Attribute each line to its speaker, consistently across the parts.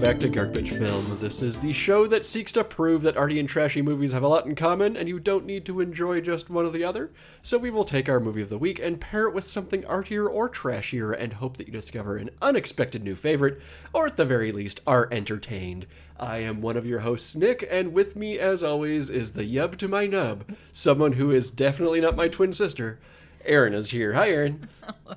Speaker 1: back to Garbage Film. This is the show that seeks to prove that arty and trashy movies have a lot in common and you don't need to enjoy just one or the other. So we will take our movie of the week and pair it with something artier or trashier and hope that you discover an unexpected new favorite, or at the very least, are entertained. I am one of your hosts, Nick, and with me, as always, is the yub to my nub, someone who is definitely not my twin sister. Aaron is here. Hi, Aaron.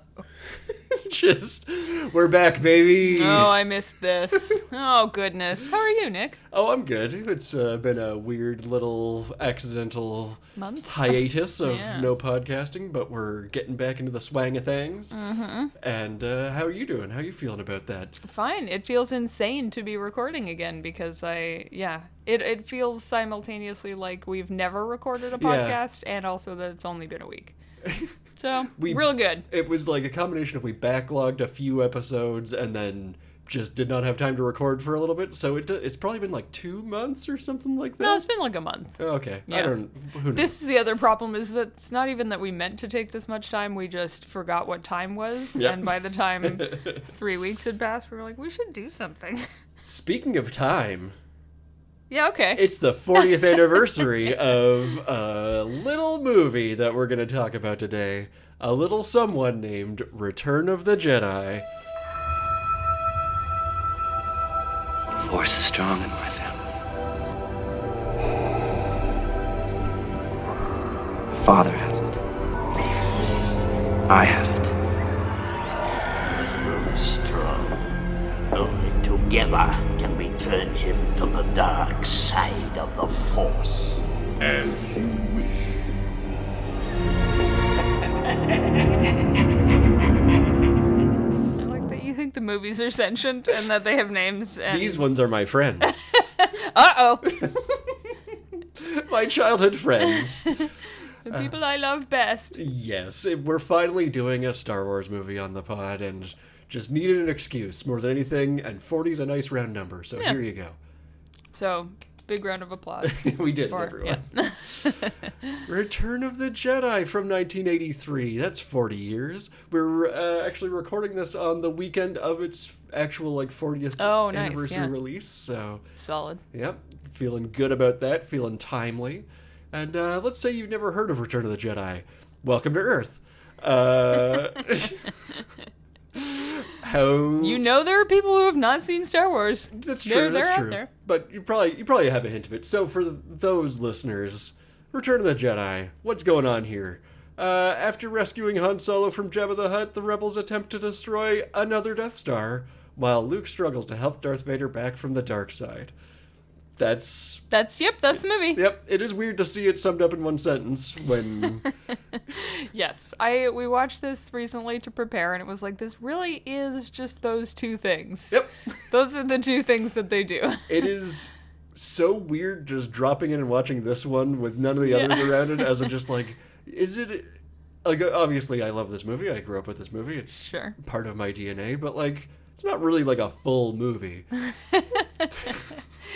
Speaker 1: Just, we're back, baby.
Speaker 2: Oh, I missed this. oh goodness. How are you, Nick?
Speaker 1: Oh, I'm good. It's uh, been a weird little accidental
Speaker 2: Month?
Speaker 1: hiatus of
Speaker 2: Yeah.
Speaker 1: no podcasting, but we're getting back into the swang of things. Mm-hmm. And uh, how are you doing? How are you feeling about that?
Speaker 2: Fine. It feels insane to be recording again because I yeah. It it feels simultaneously like we've never recorded a
Speaker 1: Yeah.
Speaker 2: podcast and also that it's only been a week. So
Speaker 1: We-
Speaker 2: real good.
Speaker 1: It was like a combination of we backlogged a few episodes and then just did not have time to record for a little bit. So it, it's probably been like two months or something like that.
Speaker 2: No, it's been like a month.
Speaker 1: okay. I
Speaker 2: Yeah.
Speaker 1: don't. Who knows?
Speaker 2: This is the other problem is that it's not even that we meant to take this much time, we just forgot what time was.
Speaker 1: Yep.
Speaker 2: And by the time three weeks had passed, we were like, we should do something.
Speaker 1: Speaking of time.
Speaker 2: yeah, okay.
Speaker 1: It's the 40th anniversary of a little movie that we're going to talk about today. A little someone named Return of the Jedi.
Speaker 3: Force is strong in my family. My father has it. I have it.
Speaker 4: There's no strong. Only together can we turn him to the dark side of the Force.
Speaker 5: As you wish.
Speaker 2: I like that you think the movies are sentient and that they have names and
Speaker 1: These ones are my friends.
Speaker 2: Uh-oh.
Speaker 1: my childhood friends.
Speaker 2: The people I love best.
Speaker 1: Yes, it- we're finally doing a Star Wars movie on the pod and just needed an excuse more than anything, and 40's a nice round number, so
Speaker 2: Yeah.
Speaker 1: here you go.
Speaker 2: So, big round of applause.
Speaker 1: we did, it,
Speaker 2: Or-
Speaker 1: everyone. Return of the Jedi from 1983. That's 40 years. We're uh, actually recording this on the weekend of its actual like 40th
Speaker 2: Oh, nice,
Speaker 1: anniversary
Speaker 2: yeah.
Speaker 1: release. So,
Speaker 2: Solid.
Speaker 1: yep, feeling good about that. Feeling timely. And uh, let's say you've never heard of Return of the Jedi. Welcome to Earth. Uh, how
Speaker 2: You know there are people who have not seen Star Wars.
Speaker 1: that's
Speaker 2: They're-
Speaker 1: true. That's
Speaker 2: they're out
Speaker 1: true.
Speaker 2: there.
Speaker 1: But you probably you probably have a hint of it. So for those listeners, Return of the Jedi, what's going on here? Uh, after rescuing Han Solo from Jabba the Hutt, the rebels attempt to destroy another Death Star, while Luke struggles to help Darth Vader back from the dark side. That's
Speaker 2: That's yep, that's the movie.
Speaker 1: yep. It is weird to see it summed up in one sentence when
Speaker 2: Yes. I we watched this recently to prepare and it was like this really is just those two things.
Speaker 1: yep.
Speaker 2: Those are the two things that they do.
Speaker 1: It is so weird just dropping in and watching this one with none of the others around it as I'm just like, is it like obviously I love this movie. I grew up with this movie. It's
Speaker 2: Sure.
Speaker 1: part of my DNA, but like it's not really like a full movie.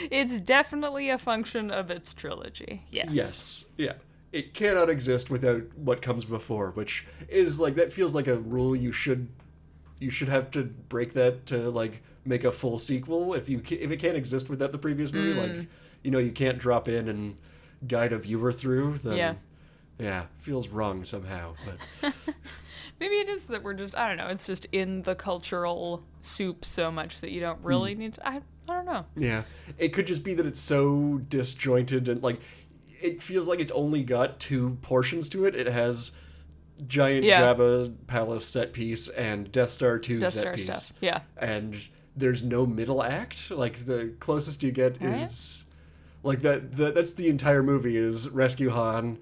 Speaker 2: It's definitely a function of its trilogy. Yes.
Speaker 1: yes. Yeah. It cannot exist without what comes before, which is like that feels like a rule you should you should have to break that to like make a full sequel if you ca- if it can't exist without the previous movie like you know you can't drop in and guide a viewer through then
Speaker 2: Yeah.
Speaker 1: yeah feels wrong somehow but
Speaker 2: Maybe it is that we're just I don't know, it's just in the cultural soup so much that you don't really
Speaker 1: Hmm.
Speaker 2: need to I, I don't know.
Speaker 1: yeah it could just be that it's so disjointed and like it feels like it's only got two portions to it it has giant
Speaker 2: Yeah.
Speaker 1: Jabba palace set piece and Death Star 2
Speaker 2: Death
Speaker 1: set
Speaker 2: Star
Speaker 1: piece
Speaker 2: stuff. Yeah.
Speaker 1: and there's no middle act. Like the closest you get
Speaker 2: Right.
Speaker 1: is like that. The, that's the entire movie is rescue Han.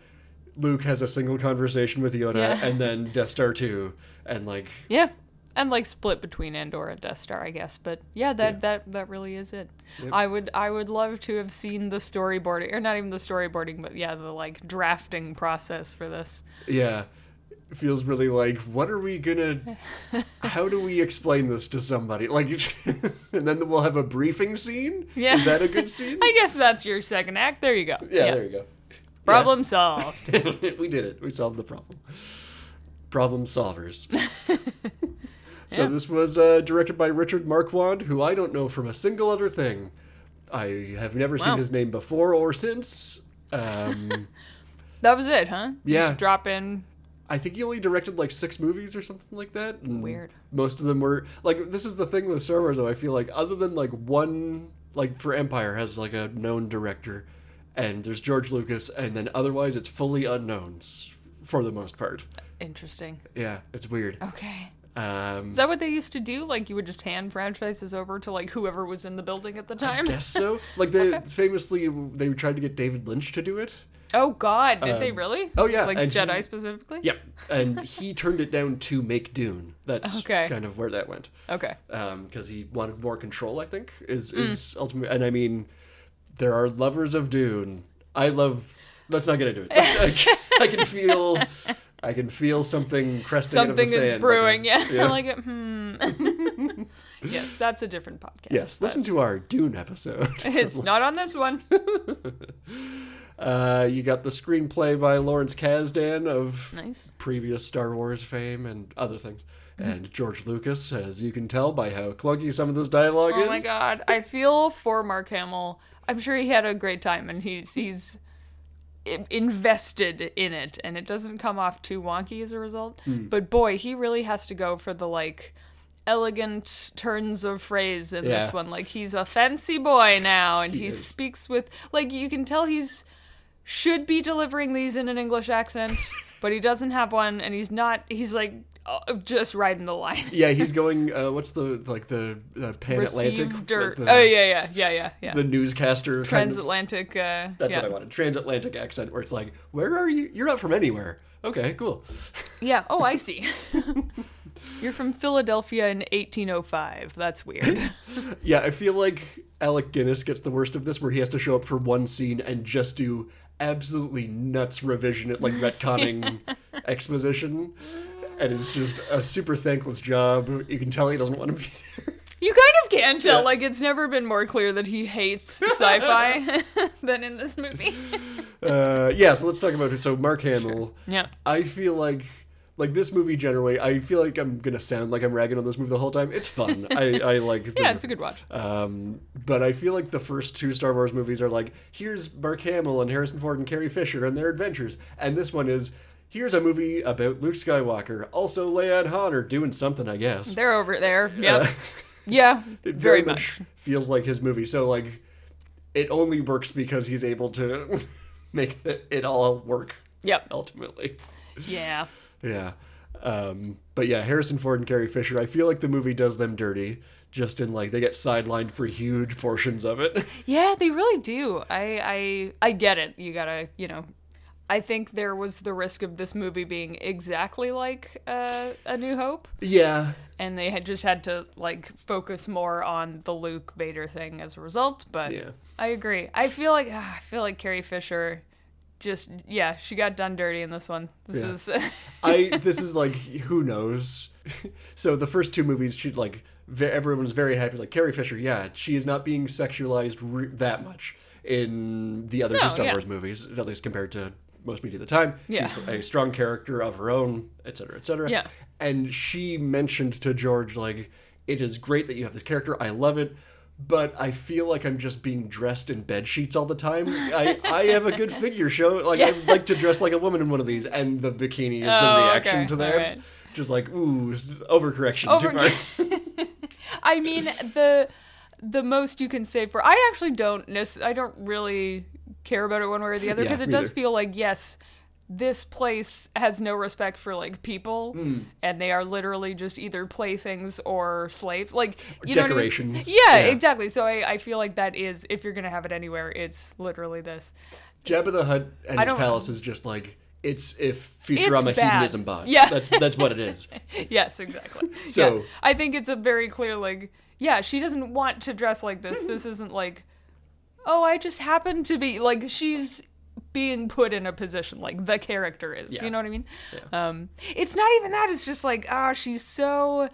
Speaker 1: Luke has a single conversation with Yoda,
Speaker 2: Yeah.
Speaker 1: and then Death Star two, and like
Speaker 2: Yeah. And like split between Andor and Death Star, I guess. But yeah, that that, that really is it. I would I would love to have seen the storyboarding or not even the storyboarding, but yeah, the like drafting process for this.
Speaker 1: yeah, it feels really like what are we gonna? How do we explain this to somebody? Like, and then we'll have a briefing scene.
Speaker 2: Yeah.
Speaker 1: is that a good scene?
Speaker 2: I guess that's your second act. There you go.
Speaker 1: yeah, there you go.
Speaker 2: Problem solved.
Speaker 1: we did it. We solved the problem. Problem solvers. So this was uh, directed by Richard Marquand, who I don't know from a single other thing. I have never
Speaker 2: Wow.
Speaker 1: seen his name before or since. Um,
Speaker 2: That was it, huh?
Speaker 1: Yeah.
Speaker 2: Just drop in.
Speaker 1: I think he only directed like six movies or something like that. and
Speaker 2: Weird.
Speaker 1: Most of them were like this is the thing with Star Wars though. I feel like other than like one like for Empire has like a known director, and there's George Lucas, and then otherwise it's fully unknowns for the most part.
Speaker 2: Interesting.
Speaker 1: Yeah, it's weird.
Speaker 2: Okay.
Speaker 1: Um,
Speaker 2: Is that what they used to do? Like you would just hand franchises over to like whoever was in the building at the time?
Speaker 1: guess so. Like they famously they tried to get David Lynch to do it.
Speaker 2: Oh God, did they really?
Speaker 1: oh, yeah,
Speaker 2: like
Speaker 1: and he-
Speaker 2: Jedi specifically.
Speaker 1: Yep, and he turned it down to make Dune. That's
Speaker 2: Okay.
Speaker 1: kind of where that went.
Speaker 2: Okay.
Speaker 1: because um, he wanted more control. I think is
Speaker 2: Mm.
Speaker 1: is ultimate. And I mean, there are lovers of Dune. I love. Let's not get into it. I, can- I can feel. I can feel something cresting. out of the
Speaker 2: Something is
Speaker 1: sand,
Speaker 2: brewing.
Speaker 1: like a-
Speaker 2: yeah. like it. Hmm. yes, that's a different podcast.
Speaker 1: Yes,
Speaker 2: but
Speaker 1: listen to our Dune episode.
Speaker 2: It's not on this one.
Speaker 1: Uh, you got the screenplay by Lawrence Kasdan of
Speaker 2: Nice. Mm-hmm.
Speaker 1: previous Star Wars fame and other things, and George Lucas, as you can tell by how clunky some of this dialogue is.
Speaker 2: Oh my God, I feel for Mark Hamill. I'm sure he had a great time, and he's he's i- invested in it, and it doesn't come off too wonky as a result.
Speaker 1: Hmm.
Speaker 2: But boy, he really has to go for the like elegant turns of phrase in
Speaker 1: Yeah.
Speaker 2: this one. Like he's a fancy boy now, and he,
Speaker 1: is.
Speaker 2: speaks with like you can tell he's should be delivering these in an English accent, but he doesn't have one, and he's not. He's like uh, just riding the line.
Speaker 1: Yeah, he's going. Uh, what's the like the uh, Pan Atlantic?
Speaker 2: Received or
Speaker 1: the,
Speaker 2: oh yeah yeah yeah yeah yeah
Speaker 1: the newscaster kind of-
Speaker 2: transatlantic. uh,
Speaker 1: that's
Speaker 2: yeah.
Speaker 1: what I wanted. Transatlantic accent where it's like, where are you? You're not from anywhere. Okay, cool.
Speaker 2: Yeah. Oh, I see. You're from Philadelphia in 1805. That's weird.
Speaker 1: Yeah, I feel like Alec Guinness gets the worst of this, where he has to show up for one scene and just do absolutely nuts revision at like retconning exposition, and it's just a super thankless job. You can tell he doesn't want to be there.
Speaker 2: you kind of can tell. Like it's never been more clear that he hates sci-fi than in this movie.
Speaker 1: uh, yeah, so let's talk about it. So Mark Hamill.
Speaker 2: Yeah.
Speaker 1: I feel like like this movie generally. I feel like I'm gonna sound like I'm ragging on this movie the whole time. It's fun. I, I like.
Speaker 2: Yeah, it's a good watch.
Speaker 1: Um, but I feel like the first two Star Wars movies are like here's Mark Hamill and Harrison Ford and Carrie Fisher and their adventures, and this one is. Here's a movie about Luke Skywalker. Also, Leia and Han are doing something, I guess.
Speaker 2: They're over there. Yeah. yeah.
Speaker 1: It
Speaker 2: Very much.
Speaker 1: feels like his movie. So like, it only works because he's able to make it all work
Speaker 2: Yep.
Speaker 1: ultimately.
Speaker 2: Yeah.
Speaker 1: Yeah. Um, but yeah, Harrison Ford and Carrie Fisher, I feel like the movie does them dirty, just in like they get sidelined for huge portions of it.
Speaker 2: Yeah, they really do. I I I get it. You gotta, you know. I think there was the risk of this movie being exactly like uh, A New Hope,
Speaker 1: yeah.
Speaker 2: and they had just had to like focus more on the Luke Vader thing as a result. But
Speaker 1: Yeah.
Speaker 2: I agree. I feel like ah, I feel like Carrie Fisher, just yeah, she got done dirty in this one. This is
Speaker 1: I this is like who knows. so the first two movies, she like ve- everyone's very happy. Like Carrie Fisher, yeah, she is not being sexualized re- that much in the other
Speaker 2: No,
Speaker 1: two Star
Speaker 2: yeah.
Speaker 1: Wars movies, at least compared to most media at the time.
Speaker 2: Yeah.
Speaker 1: She's a strong character of her own, et cetera, et cetera.
Speaker 2: Yeah.
Speaker 1: And she mentioned to George like, "It is great that you have this character. I love it." But I feel like I'm just being dressed in bed sheets all the time. I, I have a good figure show. Like I like to dress like a woman in one of these, and the bikini is the
Speaker 2: Oh,
Speaker 1: reaction
Speaker 2: okay.
Speaker 1: to that.
Speaker 2: Alright.
Speaker 1: Just like, ooh, s- overcorrection.
Speaker 2: Over-
Speaker 1: too far.
Speaker 2: I mean the the most you can say for I actually don't nec- I don't really care about it one way or the other
Speaker 1: Yeah,
Speaker 2: because it
Speaker 1: me
Speaker 2: does
Speaker 1: either.
Speaker 2: feel like yes this place has no respect for like people
Speaker 1: Hmm.
Speaker 2: and they are literally just either playthings or slaves like you
Speaker 1: Decorations.
Speaker 2: know what I mean? yeah,
Speaker 1: Yeah.
Speaker 2: exactly so I, I feel like that is if you're gonna have it anywhere it's literally this
Speaker 1: Jabba the Hutt and his
Speaker 2: don't-
Speaker 1: palace is just like it's if Futurama
Speaker 2: bad.
Speaker 1: hedonism bot.
Speaker 2: Yeah.
Speaker 1: that's that's what it is.
Speaker 2: yes exactly
Speaker 1: So-
Speaker 2: yeah. I think it's a very clear like yeah she doesn't want to dress like this
Speaker 1: Mm-hmm.
Speaker 2: this isn't like oh I just happen to be like she's being put in a position like the character is
Speaker 1: Yeah.
Speaker 2: you know what I mean um it's not even that it's just like ah she's so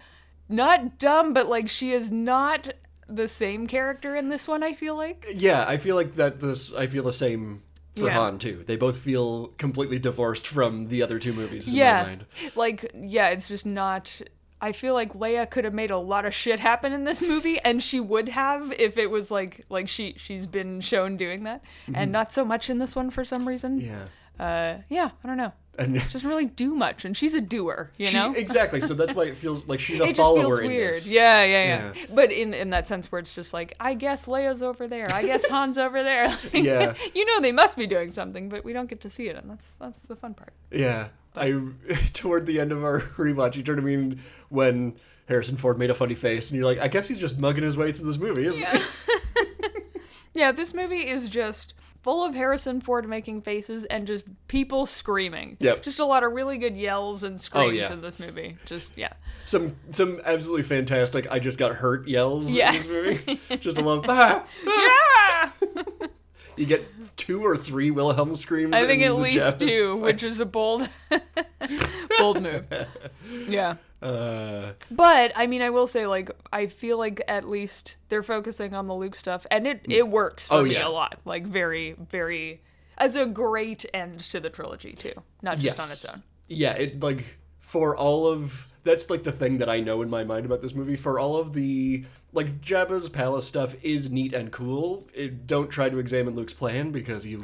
Speaker 2: not dumb but like she is not the same character in this one I feel like
Speaker 1: Yeah, I feel like that. This I feel the same for
Speaker 2: Yeah.
Speaker 1: Han too. They both feel completely divorced from the other two movies. In my
Speaker 2: yeah
Speaker 1: mind.
Speaker 2: like yeah it's just not I feel like Leia could have made a lot of shit happen in this movie, and she would have if it was like like she she's been shown doing that, and not so much in this one for some reason.
Speaker 1: Mm-hmm. Yeah.
Speaker 2: Uh, yeah, I don't know.
Speaker 1: And
Speaker 2: Doesn't really do much, and she's a doer, you
Speaker 1: she,
Speaker 2: know.
Speaker 1: exactly. So that's why it feels like she's a
Speaker 2: it just
Speaker 1: follower
Speaker 2: feels
Speaker 1: in
Speaker 2: weird.
Speaker 1: this.
Speaker 2: Yeah, yeah, yeah,
Speaker 1: Yeah.
Speaker 2: But in in that sense where it's just like, I guess Leia's over there. I guess Han's over there. Like,
Speaker 1: Yeah.
Speaker 2: you know they must be doing something, but we don't get to see it, and that's that's the fun part.
Speaker 1: Yeah. I toward the end of our rewatch, you turn to me and when Harrison Ford made a funny face, and you're like, I guess he's just mugging his way through this movie, isn't he?
Speaker 2: Yeah, this movie is just full of Harrison Ford making faces and just people screaming.
Speaker 1: Yep. Oh,
Speaker 2: Just a lot of really good yells and screams
Speaker 1: yeah.
Speaker 2: in this movie. Just yeah.
Speaker 1: Some some absolutely fantastic I just got hurt yells
Speaker 2: Yeah.
Speaker 1: in this movie. just a love ah, ah."
Speaker 2: Ah!
Speaker 1: You get two or three Wilhelm screams.
Speaker 2: I think
Speaker 1: in
Speaker 2: at
Speaker 1: the
Speaker 2: least
Speaker 1: Japanese
Speaker 2: two, which
Speaker 1: fights.
Speaker 2: is a bold bold move. Yeah.
Speaker 1: uh,
Speaker 2: But I mean, I will say, like, I feel like at least they're focusing on the Luke stuff, and it it works for
Speaker 1: Oh,
Speaker 2: me
Speaker 1: yeah.
Speaker 2: a lot. Like, very, very, as a great end to the trilogy too, not just
Speaker 1: yes.
Speaker 2: on its own.
Speaker 1: Yeah, it like for all of that's like the thing that I know in my mind about this movie. For all of the like Jabba's palace stuff is neat and cool. It, don't try to examine Luke's plan because you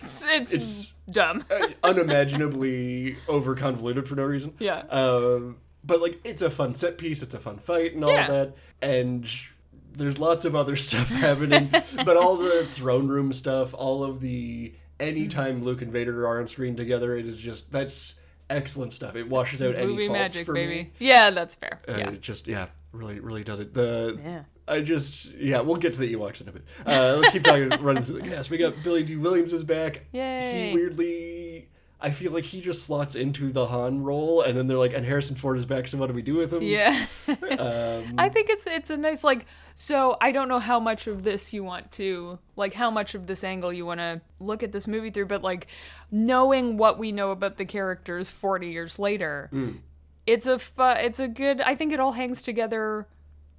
Speaker 2: It's, it's,
Speaker 1: It's- Uh,
Speaker 2: dumb.
Speaker 1: unimaginably over convoluted for no reason.
Speaker 2: Yeah.
Speaker 1: Um, but like it's a fun set piece, it's a fun fight and all
Speaker 2: Yeah.
Speaker 1: that. And there's lots of other stuff happening. but all the throne room stuff, all of the anytime Luke and Vader are on screen together, it is just that's excellent stuff. It washes out any
Speaker 2: Movie
Speaker 1: faults
Speaker 2: magic,
Speaker 1: for
Speaker 2: baby.
Speaker 1: me.
Speaker 2: Yeah, that's fair.
Speaker 1: Uh,
Speaker 2: yeah.
Speaker 1: It just yeah, really really does it. The
Speaker 2: Yeah.
Speaker 1: I just yeah, we'll get to the Ewoks in a bit. Uh, let's keep talking running through the cast. We got Billy D. Williams is back.
Speaker 2: Yay.
Speaker 1: He weirdly I feel like he just slots into the Han role and then they're like, and Harrison Ford is back, so what do we do with him?
Speaker 2: Yeah.
Speaker 1: Um,
Speaker 2: I think it's it's a nice like so I don't know how much of this you want to like how much of this angle you want to look at this movie through but like knowing what we know about the characters 40 years later
Speaker 1: Mm.
Speaker 2: it's a fu- it's a good I think it all hangs together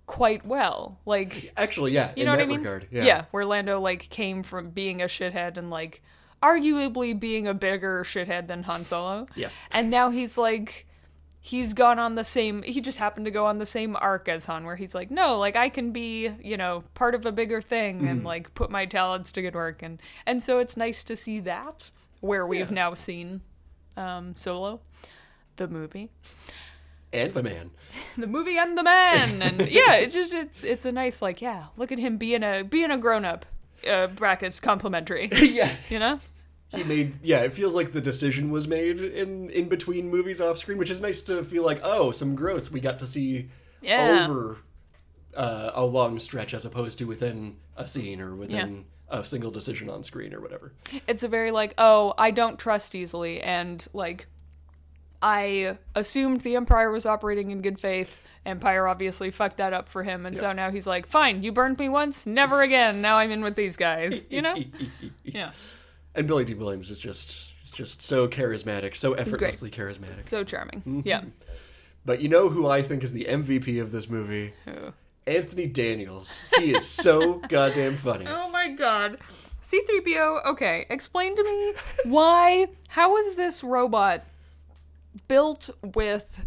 Speaker 2: quite well like
Speaker 1: actually, yeah,
Speaker 2: you
Speaker 1: in
Speaker 2: know
Speaker 1: that
Speaker 2: what I mean
Speaker 1: regard. Yeah.
Speaker 2: where Lando like came from being a shithead and like arguably being a bigger shithead than Han Solo
Speaker 1: Yes.
Speaker 2: and now he's like he's gone on the same he just happened to go on the same arc as han where he's like no like i can be you know part of a bigger thing and
Speaker 1: Mm-hmm.
Speaker 2: like put my talents to good work and and so it's nice to see that where we've
Speaker 1: Yeah.
Speaker 2: now seen um solo the movie
Speaker 1: And the man.
Speaker 2: the movie and the man and yeah it just it's it's a nice like yeah look at him being a being a grown-up uh, brackets complimentary
Speaker 1: yeah.
Speaker 2: you know
Speaker 1: He made yeah, it feels like the decision was made in in between movies off screen, which is nice to feel like, oh, some growth we got to see
Speaker 2: yeah
Speaker 1: over uh, a long stretch as opposed to within a scene or within a single decision on screen or whatever.
Speaker 2: it's a very like oh i don't trust easily and like i assumed the empire was operating in good faith empire obviously fucked that up for him and so
Speaker 1: Yeah.
Speaker 2: now he's like fine you burned me once never again now i'm in with these guys you know
Speaker 1: E,
Speaker 2: yeah
Speaker 1: and Billy D. Williams is just is just so charismatic, so effortlessly charismatic.
Speaker 2: so charming
Speaker 1: Mm-hmm.
Speaker 2: yeah
Speaker 1: but you know who I think is the MVP of this movie?
Speaker 2: Who?
Speaker 1: Anthony Daniels. He is so goddamn funny.
Speaker 2: oh my god c3po okay explain to me why how is this robot built with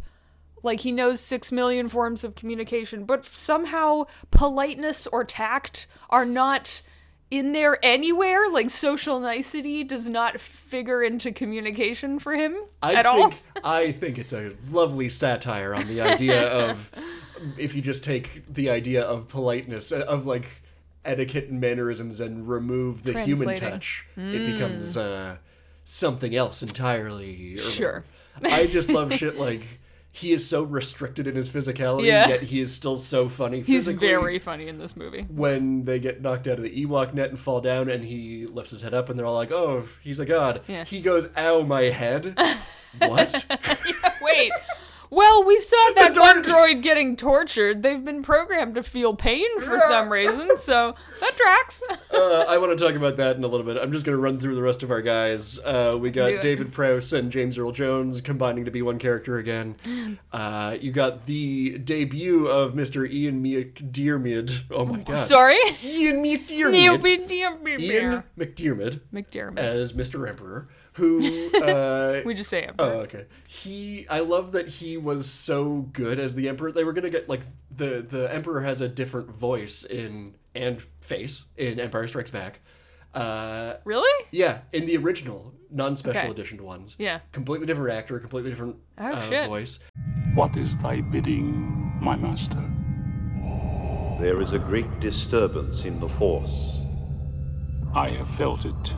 Speaker 2: like he knows six million forms of communication, but somehow politeness or tact are not in there anywhere. Like social nicety does not figure into communication for him
Speaker 1: I
Speaker 2: at all.
Speaker 1: think I think it's a lovely satire on the idea of if you just take the idea of politeness uh, of like etiquette and mannerisms and remove the human
Speaker 2: Translating.
Speaker 1: touch, it becomes uh, something else entirely. or
Speaker 2: Sure.
Speaker 1: whatever. I just love shit like he is so restricted in his physicality,
Speaker 2: Yeah.
Speaker 1: yet he is still so funny.
Speaker 2: He's
Speaker 1: physically
Speaker 2: very funny in this movie.
Speaker 1: when they get knocked out of the Ewok net and fall down, and he lifts his head up, and they're all like, "Oh, he's a god."
Speaker 2: Yeah.
Speaker 1: He goes, "Ow, my head." what?
Speaker 2: Wait. Well, we saw that
Speaker 1: The
Speaker 2: one
Speaker 1: darn-
Speaker 2: droid getting tortured. They've been programmed to feel pain for some reason, so that tracks.
Speaker 1: uh, I want to talk about that in a little bit. I'm just going to run through the rest of our guys. Uh, we
Speaker 2: Do
Speaker 1: got
Speaker 2: it.
Speaker 1: David Prowse and James Earl Jones combining to be one character again. Uh, you got the debut of Mr. Ian McDiarmid. Oh my god.
Speaker 2: Sorry.
Speaker 1: Ian McDiarmid.
Speaker 2: Ian
Speaker 1: Ian McDiarmid
Speaker 2: McDermott.
Speaker 1: Uh, as Mr. Emperor. who uh,
Speaker 2: We just say Emperor.
Speaker 1: Oh, okay. He, I love that he was so good as the emperor. They were gonna get like the the emperor has a different voice in and face in Empire Strikes Back. Uh,
Speaker 2: really?
Speaker 1: yeah, in the original non-special
Speaker 2: Okay.
Speaker 1: editioned ones.
Speaker 2: Yeah.
Speaker 1: completely different actor, completely different
Speaker 2: Oh,
Speaker 1: uh,
Speaker 2: shit.
Speaker 1: voice.
Speaker 5: What is thy bidding, my master?
Speaker 6: There is a great disturbance in the Force.
Speaker 5: I have felt it.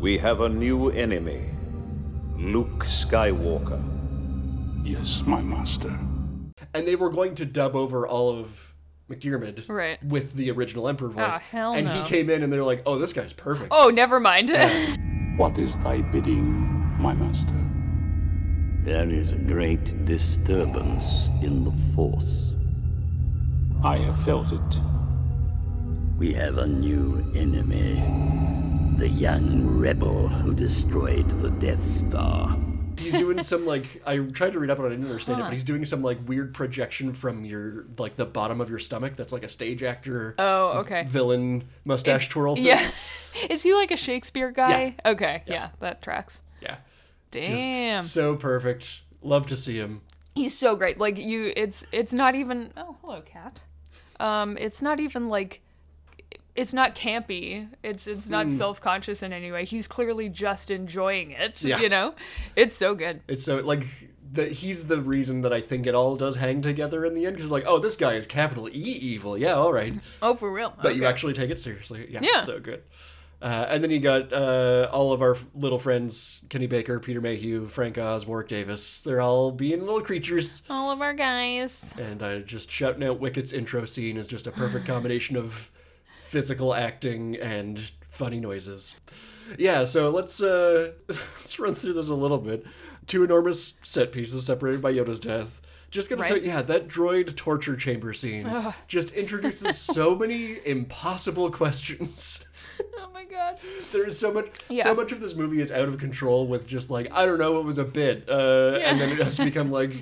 Speaker 6: We have a new enemy Luke Skywalker.
Speaker 5: Yes, my master.
Speaker 1: And they were going to dub over all of McDiarmid
Speaker 2: Right. Ah,
Speaker 1: with the original emperor voice.
Speaker 2: hell
Speaker 1: and
Speaker 2: no.
Speaker 1: he came in and they're like, "Oh, this guy's perfect."
Speaker 2: Oh, never mind.
Speaker 5: What is thy bidding, my master?
Speaker 4: There is a great disturbance in the Force.
Speaker 5: I have felt it.
Speaker 4: We have a new enemy. The young rebel who destroyed the Death Star.
Speaker 1: he's doing some like I tried to read up on it, I didn't understand it, but he's doing some like weird projection from your like the bottom of your stomach. That's like a stage actor
Speaker 2: oh, okay.
Speaker 1: villain mustache twirl. Thing.
Speaker 2: Yeah. Is he like a Shakespeare guy? Okay, yeah. that tracks.
Speaker 1: yeah, Just
Speaker 2: Damn.
Speaker 1: so perfect. Love to see him.
Speaker 2: He's so great. Like you it's it's not even Oh, hello cat. Um it's not even like it's not campy. It's it's
Speaker 1: Mm.
Speaker 2: not self-conscious in any way. He's clearly just enjoying it,
Speaker 1: Yeah.
Speaker 2: you know? It's so good.
Speaker 1: It's so like that. He's the reason that I think it all does hang together in the end. Because like, oh, this guy is capital E evil. Yeah, all right,
Speaker 2: Oh, for real.
Speaker 1: but you actually take it seriously. Yeah,
Speaker 2: Yeah.
Speaker 1: so good. Uh, and then you got uh, all of our f- little friends: Kenny Baker, Peter Mayhew, Frank Oz, Warwick Davis. They're all being little creatures.
Speaker 2: all of our guys.
Speaker 1: And I just shouting out Wicket's intro scene is just a perfect combination of physical acting and funny noises. Yeah, so let's uh, let's run through this a little bit. Two enormous set pieces separated by Yoda's death. Just gonna
Speaker 2: Right.
Speaker 1: tell yeah, that droid torture chamber scene just introduces so many impossible questions.
Speaker 2: Oh my god.
Speaker 1: There is so much
Speaker 2: Yeah.
Speaker 1: so much of this movie is out of control with just like I don't know it was a bit uh, and then it has become like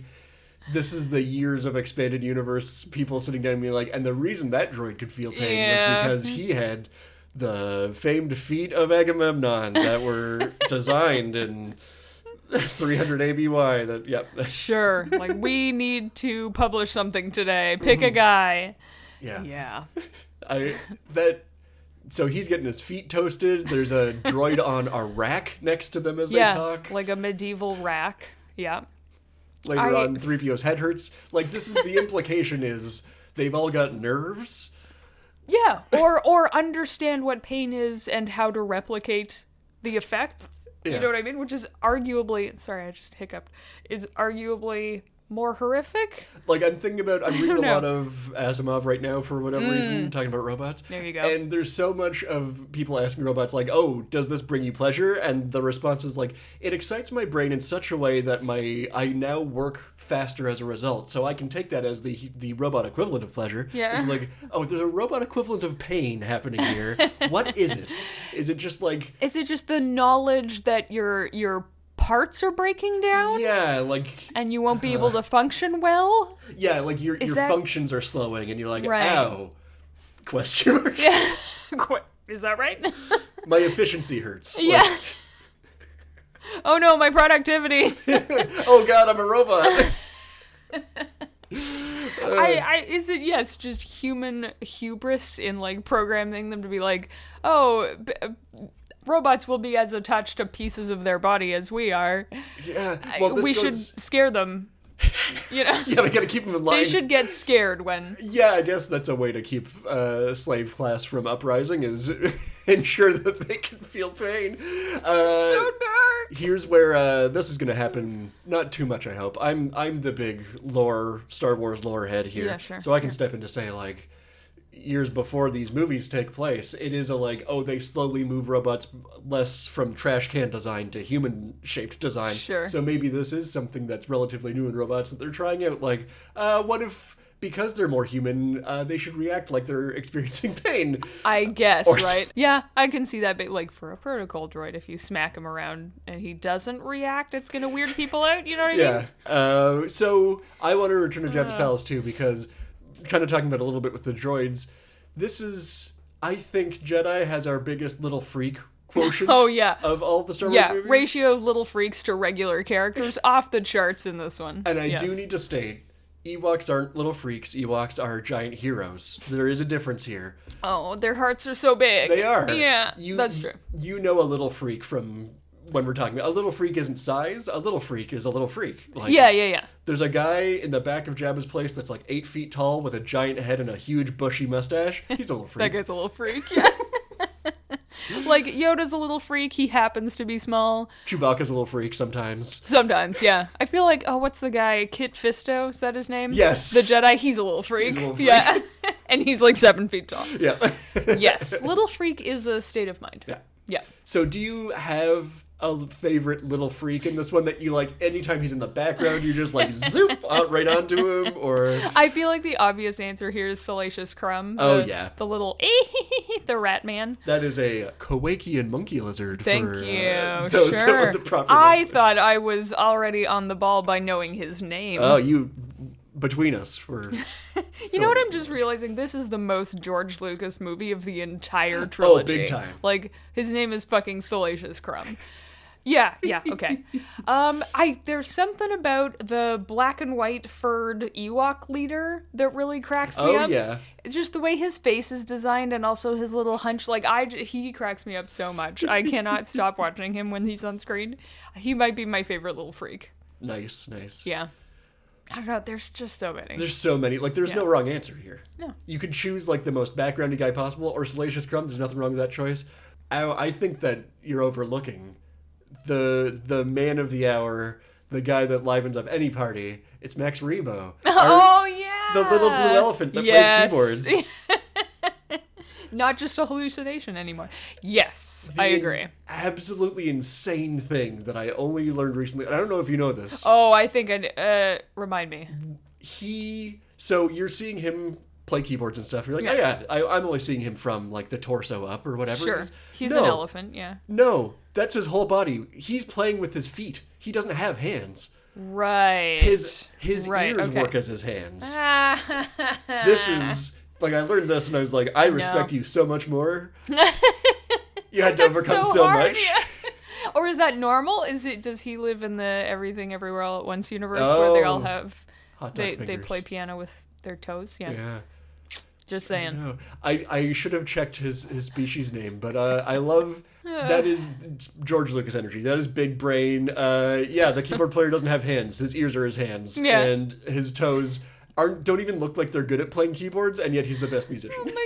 Speaker 1: this is the years of expanded universe people sitting down and being like and the reason that droid could feel pain
Speaker 2: Yeah.
Speaker 1: was because he had the famed feet of Agamemnon that were designed in 300 ABY that yep
Speaker 2: Sure. Like we need to publish something today. Pick
Speaker 1: Mm-hmm.
Speaker 2: a guy.
Speaker 1: yeah
Speaker 2: Yeah.
Speaker 1: I that so he's getting his feet toasted there's a droid on a rack next to them as
Speaker 2: yeah.
Speaker 1: they talk
Speaker 2: Like a medieval rack. Yeah.
Speaker 1: later
Speaker 2: I-
Speaker 1: on 3PO's head hurts. Like this is the implication is they've all got nerves.
Speaker 2: Yeah. Or or understand what pain is and how to replicate the effect.
Speaker 1: Yeah.
Speaker 2: You know what I mean? Which is arguably sorry, I just hiccuped. Is arguably more horrific.
Speaker 1: Like I'm thinking about I'm reading a
Speaker 2: know. Hmm.
Speaker 1: lot of Asimov right now for whatever reason talking about robots.
Speaker 2: There you go.
Speaker 1: And there's so much of people asking robots like, "Oh, does this bring you pleasure?" and the response is like, "It excites my brain in such a way that my I now work faster as a result." So I can take that as the the robot equivalent of pleasure.
Speaker 2: Yeah.
Speaker 1: It's like, "Oh, there's a robot equivalent of pain happening here. what is it? Is it just like
Speaker 2: Is it just the knowledge that your your parts are breaking down
Speaker 1: yeah, like
Speaker 2: and you won't be able to function well?
Speaker 1: Yeah, like your your
Speaker 2: that-
Speaker 1: functions are slowing, and you're like,
Speaker 2: Right.
Speaker 1: ow, question mark.
Speaker 2: Qu- Is that right?
Speaker 1: My efficiency hurts. Like,
Speaker 2: yeah. oh no, my productivity.
Speaker 1: oh god, I'm a robot.
Speaker 2: I, I is it yes just human hubris in like programming them to be like oh b- uh, robots will be as attached to pieces of their body as we are
Speaker 1: yeah. Well, this
Speaker 2: we
Speaker 1: goes,
Speaker 2: should scare them you know
Speaker 1: Yeah, we gotta keep them in line.
Speaker 2: they should get scared when
Speaker 1: Yeah, I guess that's a way to keep uh, slave class from uprising is ensure that they can feel pain. Uh,
Speaker 2: so dark
Speaker 1: here's where uh, this is going to happen. Not too much, I hope. I'm I'm the big lore Star Wars lore head here,
Speaker 2: Yeah, sure.
Speaker 1: so I can step in to say like years before these movies take place, it is a like oh they slowly move robots less from trash can design to human shaped design.
Speaker 2: Sure.
Speaker 1: So maybe this is something that's relatively new in robots that they're trying out. Like uh, what if because they're more human, uh, they should react like they're experiencing pain.
Speaker 2: i guess
Speaker 1: Or-
Speaker 2: right yeah i can see that but like for a protocol droid if you smack him around and he doesn't react it's gonna weird people out you know what i mean
Speaker 1: Yeah. Uh, so I want to return to Jabba's
Speaker 2: Uh.
Speaker 1: palace too because, kind of talking about it a little bit with the droids, this is I think Jedi has our biggest little freak quotient
Speaker 2: Oh, yeah.
Speaker 1: of all the Star Wars
Speaker 2: yeah,
Speaker 1: movies.
Speaker 2: ratio of little freaks to regular characters off the charts in this one.
Speaker 1: And I
Speaker 2: Yes.
Speaker 1: do need to state Ewoks aren't little freaks, Ewoks are giant heroes. There is a difference here.
Speaker 2: Oh, their hearts are so big.
Speaker 1: They are.
Speaker 2: Yeah,
Speaker 1: You-
Speaker 2: that's true.
Speaker 1: You know a little freak from when we're talking about a little freak isn't size, a little freak is a little freak. Like,
Speaker 2: Yeah, yeah, yeah.
Speaker 1: There's a guy in the back of Jabba's place that's like eight feet tall with a giant head and a huge bushy mustache. He's a little
Speaker 2: That
Speaker 1: freak.
Speaker 2: guy's a little freak. Yeah. like Yoda's a little freak. He happens to be small
Speaker 1: Chewbacca's a little freak sometimes.
Speaker 2: sometimes. Yeah, I feel like oh, what's the guy? Kit Fisto is that his name?
Speaker 1: Yes.
Speaker 2: the Jedi. He's a little freak.
Speaker 1: He's a little
Speaker 2: Yeah, and he's like seven feet tall.
Speaker 1: Yeah.
Speaker 2: Yes, little freak is a state of mind.
Speaker 1: yeah.
Speaker 2: Yeah.
Speaker 1: So do you have a favorite little freak in this one that you like anytime he's in the background you just like zoop out right onto him or
Speaker 2: I feel like the obvious answer here is Salacious Crumb.
Speaker 1: Oh,
Speaker 2: the-
Speaker 1: yeah.
Speaker 2: the little the rat man.
Speaker 1: that is a Kowakian monkey lizard
Speaker 2: Thank
Speaker 1: for, uh,
Speaker 2: you.
Speaker 1: those that
Speaker 2: sure.
Speaker 1: were the proper
Speaker 2: I
Speaker 1: name.
Speaker 2: thought I was already on the ball by knowing his name.
Speaker 1: Oh, you between us for
Speaker 2: you know what I'm just realizing? This is the most George Lucas movie of the entire
Speaker 1: Oh, big
Speaker 2: trilogy.
Speaker 1: time.
Speaker 2: Like his name is fucking Salacious Crumb. Yeah, yeah, okay. um, I there's something about the black and white furred Ewok leader that really cracks me
Speaker 1: Oh,
Speaker 2: up.
Speaker 1: yeah.
Speaker 2: just the way his face is designed and also his little hunch like i j- he cracks me up so much i cannot stop watching him when he's on screen he might be my favorite little freak
Speaker 1: nice, nice.
Speaker 2: yeah i don't know there's just so many
Speaker 1: There's so many. Like, there's no
Speaker 2: Yeah.
Speaker 1: wrong answer here.
Speaker 2: No.
Speaker 1: You could choose like the most backgroundy guy possible, or Salacious Crumb. There's nothing wrong with that choice. I, I think that you're overlooking the the man of the hour, the guy that livens up any party. It's Max Rebo,
Speaker 2: oh yeah
Speaker 1: the little blue elephant that plays
Speaker 2: Yes.
Speaker 1: keyboards.
Speaker 2: not just a hallucination anymore yes i
Speaker 1: The
Speaker 2: agree
Speaker 1: Absolutely insane thing that I only learned recently. and I don't know if you know this.
Speaker 2: oh i think i uh remind me
Speaker 1: he so you're seeing him play keyboards and stuff. You're like, oh yeah, I, I'm only seeing him from like the torso up or whatever.
Speaker 2: sure
Speaker 1: He's-
Speaker 2: he's
Speaker 1: No,
Speaker 2: an elephant yeah
Speaker 1: No, that's his whole body. He's playing with his feet. He doesn't have hands.
Speaker 2: right
Speaker 1: His his
Speaker 2: Right,
Speaker 1: ears
Speaker 2: okay. Ah.
Speaker 1: work as his hands. This is like I learned this and I was like, I respect you so much more. you had to overcome so,
Speaker 2: hard,
Speaker 1: much.
Speaker 2: yeah. or is that normal? Is it does he live in the everything everywhere all at once universe where they all
Speaker 1: Oh.
Speaker 2: have
Speaker 1: Hot dog
Speaker 2: they they
Speaker 1: fingers.
Speaker 2: play piano with their toes? Yeah.
Speaker 1: Yeah.
Speaker 2: Just saying.
Speaker 1: No, I, I should have checked his, his species name, but uh, I love that is George Lucas energy. That is big brain. Uh, yeah, the keyboard player doesn't have hands. His ears are his hands,
Speaker 2: Yeah.
Speaker 1: and his toes aren't don't even look like they're good at playing keyboards, and yet he's the best musician.
Speaker 2: Oh my god.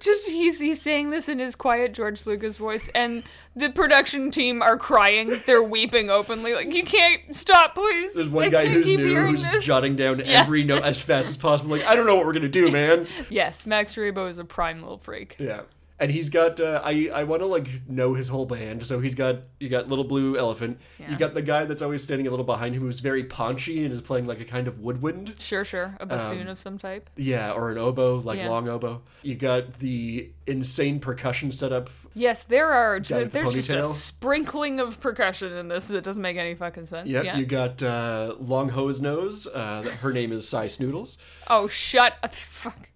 Speaker 2: Just he's he's saying this in his quiet George Lucas voice and the production team are crying. They're weeping openly like you can't stop please.
Speaker 1: There's one
Speaker 2: I
Speaker 1: guy
Speaker 2: can't
Speaker 1: who's
Speaker 2: keep
Speaker 1: new
Speaker 2: hearing
Speaker 1: who's
Speaker 2: this."
Speaker 1: jotting down every note as fast as possible. Like I don't know what we're gonna do, man.
Speaker 2: Yes, Max Rebo is a prime little freak.
Speaker 1: Yeah. And he's got uh, I I want to like know his whole band. So he's got you got little blue elephant. You
Speaker 2: Yeah.
Speaker 1: got the guy that's always standing a little behind him who's very paunchy and is playing like a kind of woodwind.
Speaker 2: Sure, sure. A bassoon
Speaker 1: Um,
Speaker 2: of some type.
Speaker 1: Yeah, or an oboe, like
Speaker 2: Yeah.
Speaker 1: long oboe. You got the insane percussion setup.
Speaker 2: Yes, there are.
Speaker 1: Guy with the
Speaker 2: there's just a
Speaker 1: ponytail.
Speaker 2: sprinkling of percussion in this that doesn't make any fucking sense.
Speaker 1: Yep,
Speaker 2: yeah.
Speaker 1: you got uh, Long Hose Nose. Uh, that- her name is Cy Snoodles.
Speaker 2: Oh, shut. up. Fuck.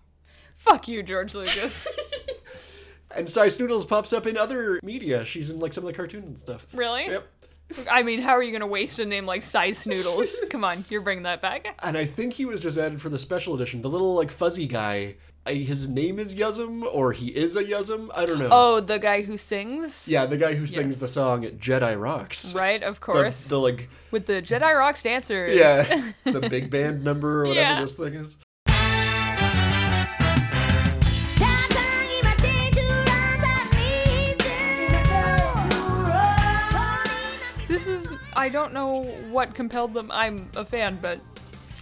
Speaker 2: Fuck you, George Lucas.
Speaker 1: And Cy Snoodles pops up in other media. She's in like some of the cartoons and stuff.
Speaker 2: really?
Speaker 1: Yep.
Speaker 2: I mean, how are you gonna waste a name like Size Noodles? Come on, you're bringing that back.
Speaker 1: And I think he was just added for the special edition. The little like fuzzy guy. I, his name is Yuzum, or he is a Yuzum. I don't know.
Speaker 2: Oh, the guy who sings.
Speaker 1: Yeah, the guy who sings
Speaker 2: Yes.
Speaker 1: the song Jedi Rocks.
Speaker 2: Right, of
Speaker 1: The-
Speaker 2: course.
Speaker 1: the like
Speaker 2: With the Jedi Rocks dancers.
Speaker 1: Yeah, the big band number or whatever
Speaker 2: Yeah.
Speaker 1: this thing is.
Speaker 2: This is. I don't know what compelled them. I'm a fan, but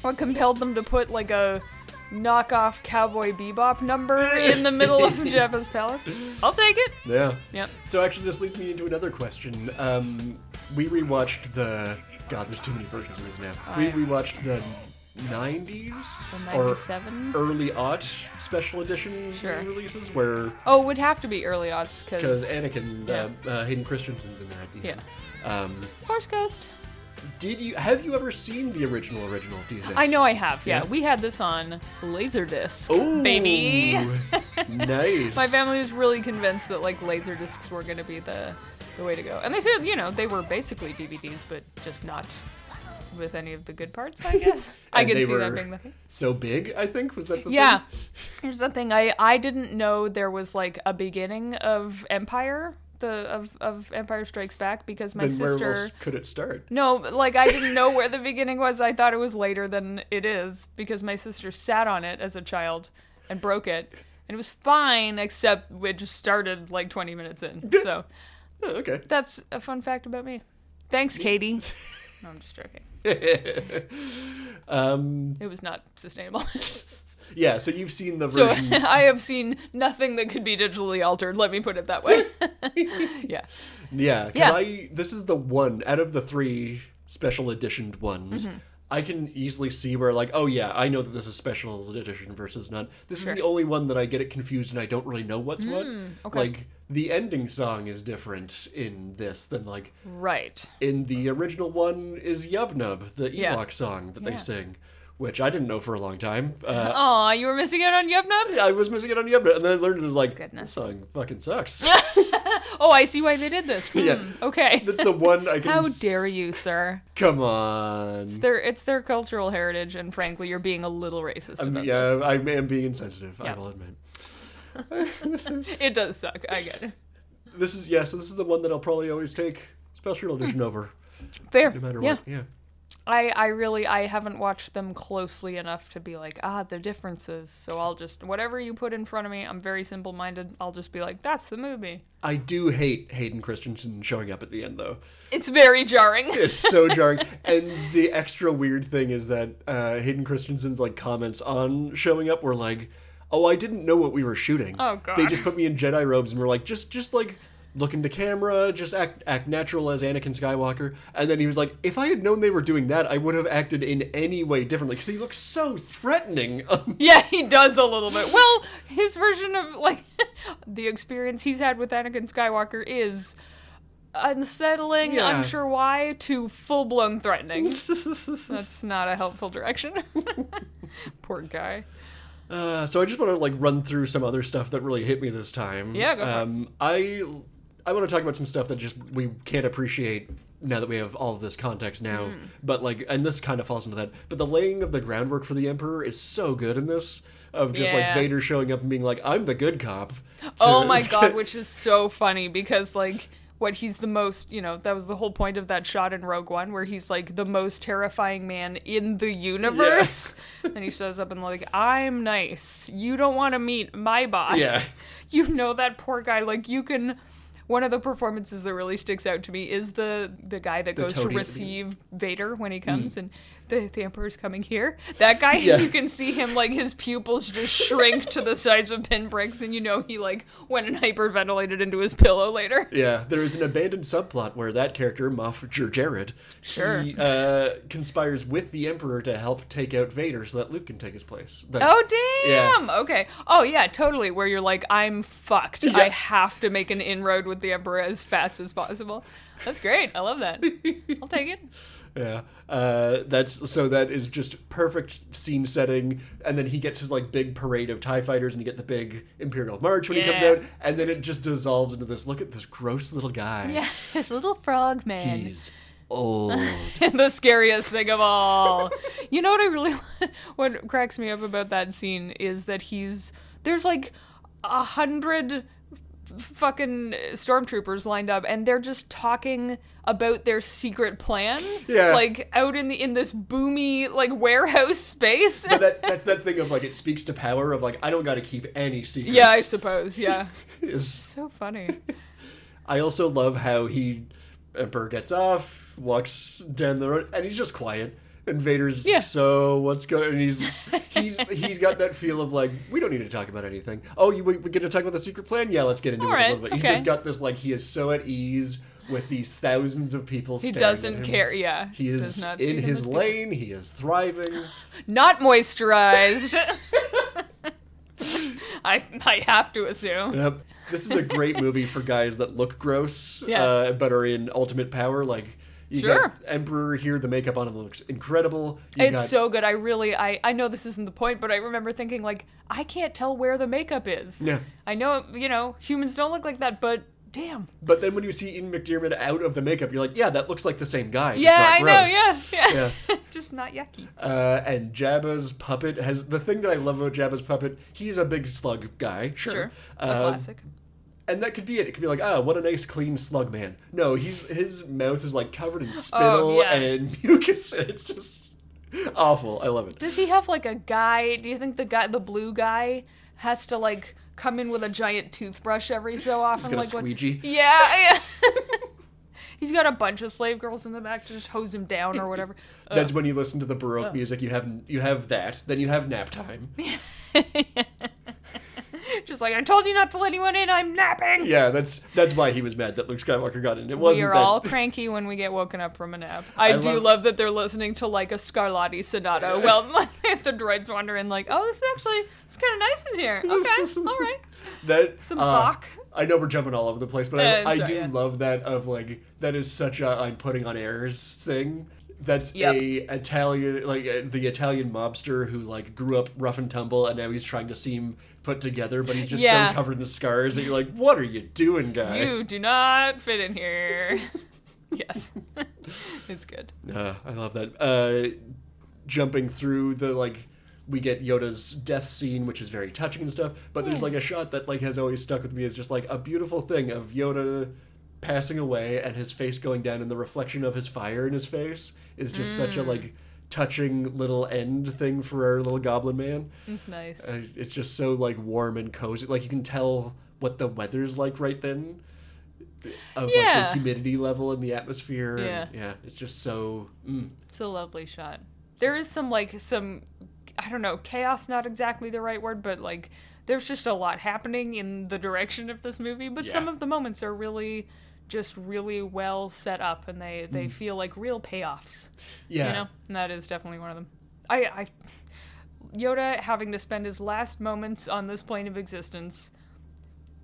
Speaker 2: what compelled them to put like a knockoff Cowboy Bebop number in the middle of Jabba's palace? I'll take it.
Speaker 1: Yeah.
Speaker 2: Yep.
Speaker 1: So actually, this leads me into another question. Um, we rewatched the God. There's too many versions of this now. We rewatched the '90s
Speaker 2: Oh, The
Speaker 1: or
Speaker 2: 97?
Speaker 1: early aught special edition
Speaker 2: Sure.
Speaker 1: releases where
Speaker 2: Oh, it would have to be early odds
Speaker 1: because
Speaker 2: because
Speaker 1: Anakin, uh, uh, Hayden Christensen's in there at the
Speaker 2: Yeah.
Speaker 1: end. Um,
Speaker 2: Force Ghost.
Speaker 1: Did you have you ever seen the original original? Do you think?
Speaker 2: I know I have. Yeah,
Speaker 1: Yeah.
Speaker 2: we had this on Laserdisc,
Speaker 1: Ooh,
Speaker 2: baby.
Speaker 1: nice.
Speaker 2: My family was really convinced that like Laserdiscs were going to be the the way to go, and they said you know they were basically DVDs, but just not with any of the good parts. I guess I
Speaker 1: And
Speaker 2: could
Speaker 1: they
Speaker 2: see that
Speaker 1: were
Speaker 2: being the thing.
Speaker 1: So big, I think was that the
Speaker 2: Yeah.
Speaker 1: thing?
Speaker 2: Here's the thing. I I didn't know there was like a beginning of Empire, the of of Empire Strikes Back because my
Speaker 1: Then where
Speaker 2: sister
Speaker 1: else could it start?
Speaker 2: No, like I didn't know where the beginning was. I thought it was later than it is because my sister sat on it as a child and broke it. And it was fine except it just started like 20 minutes in. So,
Speaker 1: Oh, okay.
Speaker 2: that's a fun fact about me. Thanks, Katie. No, I'm just joking.
Speaker 1: Um,
Speaker 2: It was not sustainable.
Speaker 1: yeah. So you've seen the
Speaker 2: So
Speaker 1: version.
Speaker 2: I have seen nothing that could be digitally altered. Let me put it that way. yeah.
Speaker 1: Yeah,
Speaker 2: Yeah.
Speaker 1: because I this is the one out of the three special editioned ones.
Speaker 2: Mm-hmm.
Speaker 1: I can easily see where like, oh yeah, I know that this is special edition versus none. This is the only one that I get it confused and I don't really know what's what.
Speaker 2: Mm, okay.
Speaker 1: Like the ending song is different in this than like
Speaker 2: Right.
Speaker 1: in the original one is Yubnub, the Ewok
Speaker 2: Yeah.
Speaker 1: song that
Speaker 2: Yeah.
Speaker 1: they sing, which I didn't know for a long time. Uh,
Speaker 2: Aw, you were missing out on Yub Nub?
Speaker 1: I was missing it on Yubnub, and then I learned it was like
Speaker 2: Oh. Goodness.
Speaker 1: this song fucking sucks.
Speaker 2: Oh, I see why they did this. Hmm,
Speaker 1: Yeah.
Speaker 2: Okay.
Speaker 1: That's the one I can.
Speaker 2: How
Speaker 1: s-
Speaker 2: dare you, sir?
Speaker 1: Come on.
Speaker 2: It's their it's their cultural heritage, and frankly, you're being a little racist
Speaker 1: Um,
Speaker 2: about
Speaker 1: yeah, I am being insensitive.
Speaker 2: Yeah.
Speaker 1: I will admit.
Speaker 2: this. It does suck. I get it.
Speaker 1: This is yeah. So this is the one that I'll probably always take special edition over,
Speaker 2: Fair.
Speaker 1: no matter
Speaker 2: Hmm. yeah.
Speaker 1: what. Yeah.
Speaker 2: I I really I haven't watched them closely enough to be like ah the differences. So I'll just whatever you put in front of me. I'm very simple minded. I'll just be like that's the movie.
Speaker 1: I do hate Hayden Christensen showing up at the end though.
Speaker 2: It's very jarring.
Speaker 1: It's so jarring. And the extra weird thing is that uh, Hayden Christensen's like comments on showing up were like, "Oh, I didn't know what we were shooting.
Speaker 2: Oh, God.
Speaker 1: They just put me in Jedi robes and were like, just just like." Look into camera, just act act natural as Anakin Skywalker, and then he was like, "If I had known they were doing that, I would have acted in any way differently." Because he looks so threatening Oh, on
Speaker 2: Yeah, he does a little bit. Well, his version of like the experience he's had with Anakin Skywalker is unsettling,
Speaker 1: Yeah.
Speaker 2: unsure why, to full blown threatening. That's not a helpful direction. Poor guy.
Speaker 1: Uh, so I just want to like run through some other stuff that really hit me this time.
Speaker 2: Yeah, go for it.
Speaker 1: um, I I want to talk about some stuff that just we can't appreciate now that we have all of this context now.
Speaker 2: Mm.
Speaker 1: But like, and this kind of falls into that. But the laying of the groundwork for the Emperor is so good in this. Of just
Speaker 2: Yeah.
Speaker 1: like Vader showing up and being like, "I'm the good cop." to-
Speaker 2: Oh my god, which is so funny because like what he's the most, you know, that was the whole point of that shot in Rogue One where he's like the most terrifying man in the universe. and he shows up and like, "I'm nice. You don't want to meet my boss."
Speaker 1: Yeah.
Speaker 2: You know that poor guy like you can one of the performances that really sticks out to me is the the guy that goes to
Speaker 1: toady at the
Speaker 2: receive Vader when he comes and the, the Emperor's coming here. That guy,
Speaker 1: Hmm. Yeah.
Speaker 2: you can see him like his pupils just shrink to the size of pinpricks, and you know he like went and hyperventilated into his pillow later.
Speaker 1: Yeah, there is an abandoned subplot where that character, Moff Ger- Gerard,
Speaker 2: Sure.
Speaker 1: he, uh, conspires with the Emperor to help take out Vader so that Luke can take his place. That-
Speaker 2: Oh
Speaker 1: Yeah.
Speaker 2: damn! Okay. Oh yeah, totally. Where you're like, I'm fucked. I
Speaker 1: Yeah.
Speaker 2: have to make an inroad with the emperor as fast as possible. That's great. I love that. I'll take it.
Speaker 1: Yeah, uh, that's so that is just perfect scene setting, and then he gets his like big parade of Tie fighters, and you get the big Imperial March when he comes
Speaker 2: Yeah.
Speaker 1: out, and then it just dissolves into this. Look at this gross little guy.
Speaker 2: Yeah, this little frog man.
Speaker 1: he's old.
Speaker 2: the scariest thing of all. you know what I really what cracks me up about that scene is that he's there's like a hundred f- fucking stormtroopers lined up and they're just talking about their secret plan
Speaker 1: Yeah.
Speaker 2: like out in the in this boomy like warehouse space
Speaker 1: But that, that's that thing of like it speaks to power of like I don't got to keep any secrets.
Speaker 2: yeah i suppose yeah
Speaker 1: Is-
Speaker 2: so funny
Speaker 1: I also love how he Emperor gets off, walks down the road, and he's just quiet. And Vader's
Speaker 2: Yeah.
Speaker 1: so what's going? And he's he's he's got that feel of like we don't need to talk about anything. Oh, you we, we get to talk about the secret plan? Yeah, let's get into
Speaker 2: All
Speaker 1: it
Speaker 2: right,
Speaker 1: a little bit. He's
Speaker 2: okay.
Speaker 1: just got this like he is so at ease with these thousands of people.
Speaker 2: he
Speaker 1: staring at
Speaker 2: doesn't
Speaker 1: him.
Speaker 2: care yeah
Speaker 1: He
Speaker 2: does
Speaker 1: is
Speaker 2: not see
Speaker 1: in
Speaker 2: them as
Speaker 1: his
Speaker 2: people.
Speaker 1: lane. He is thriving.
Speaker 2: not moisturized I, I have to assume
Speaker 1: Yep. This is a great movie for guys that look gross,
Speaker 2: Yeah.
Speaker 1: uh, but are in ultimate power. Like You
Speaker 2: Sure.
Speaker 1: got Emperor here. The makeup on him looks incredible. You
Speaker 2: It's
Speaker 1: got-
Speaker 2: so good. I really, I, I know this isn't the point, but I remember thinking like, I can't tell where the makeup is.
Speaker 1: Yeah.
Speaker 2: I know, you know, humans don't look like that, but damn.
Speaker 1: But then when you see Ian McDiarmid out of the makeup, you're like, yeah, that looks like the same guy. just
Speaker 2: Yeah,
Speaker 1: not
Speaker 2: I
Speaker 1: gross.
Speaker 2: know. Yeah, yeah. Just not yucky.
Speaker 1: Uh, and Jabba's puppet has the thing that I love about Jabba's puppet. He's a big slug guy, sure.
Speaker 2: Sure. A
Speaker 1: Uh,
Speaker 2: classic.
Speaker 1: and that could be it. It could be like, ah, what a nice clean slug man. No, he's his mouth is like covered in spittle
Speaker 2: Oh, yeah.
Speaker 1: and mucus. And it's just awful. I love it.
Speaker 2: Does he have like a guy? Do you think the guy, the blue guy, has to like come in with a giant toothbrush every so often?
Speaker 1: got a
Speaker 2: like what's-
Speaker 1: squeegee.
Speaker 2: Yeah. yeah. He's got a bunch of slave girls in the back to just hose him down or whatever.
Speaker 1: That's when you listen to the
Speaker 2: Oh.
Speaker 1: baroque music. You have you have that. Then you have nap time.
Speaker 2: Just like I told you not to let anyone in. I'm napping.
Speaker 1: Yeah, that's that's why he was mad that Luke Skywalker got in. It
Speaker 2: We
Speaker 1: wasn't
Speaker 2: are
Speaker 1: that-
Speaker 2: all cranky when we get woken up from a nap. I,
Speaker 1: I
Speaker 2: do
Speaker 1: love-
Speaker 2: love... that they're listening to like a Scarlatti sonata. Well, the droids wander in like, oh, this is actually it's kind of nice in here. Okay, all right.
Speaker 1: That
Speaker 2: Some
Speaker 1: uh,
Speaker 2: Bach. Uh,
Speaker 1: I know we're jumping all over the place, but
Speaker 2: Yeah,
Speaker 1: I, I
Speaker 2: it's
Speaker 1: do
Speaker 2: alright.
Speaker 1: love that of like that is such a I'm putting on airs thing. That's
Speaker 2: Yep.
Speaker 1: a Italian like uh, the Italian mobster who like grew up rough and tumble and now he's trying to seem put together, but he's just
Speaker 2: Yeah.
Speaker 1: so covered in scars that you're like, what are you doing, guy?
Speaker 2: You do not fit in here. yes. it's good.
Speaker 1: Uh, I love that. Uh, jumping through the like, we get Yoda's death scene, which is very touching and stuff. But there's like a shot that like has always stuck with me as just like a beautiful thing of Yoda passing away and his face going down, and the reflection of his fire in his face is just such a
Speaker 2: Mm.
Speaker 1: like touching little end thing for our little goblin man.
Speaker 2: It's nice.
Speaker 1: Uh, it's just so like warm and cozy. Like you can tell what the weather's like right then. Of like
Speaker 2: Yeah.
Speaker 1: the humidity level in the atmosphere. and-
Speaker 2: Yeah.
Speaker 1: yeah. It's just so mm,
Speaker 2: It's a lovely shot. There is some like some I don't know, chaos not exactly the right word, but like there's just a lot happening in the direction of this movie, but some
Speaker 1: Yeah.
Speaker 2: of the moments are really just really well set up and they they feel like real payoffs.
Speaker 1: yeah.
Speaker 2: You know, and that is definitely one of them. I, I, Yoda having to spend his last moments on this plane of existence,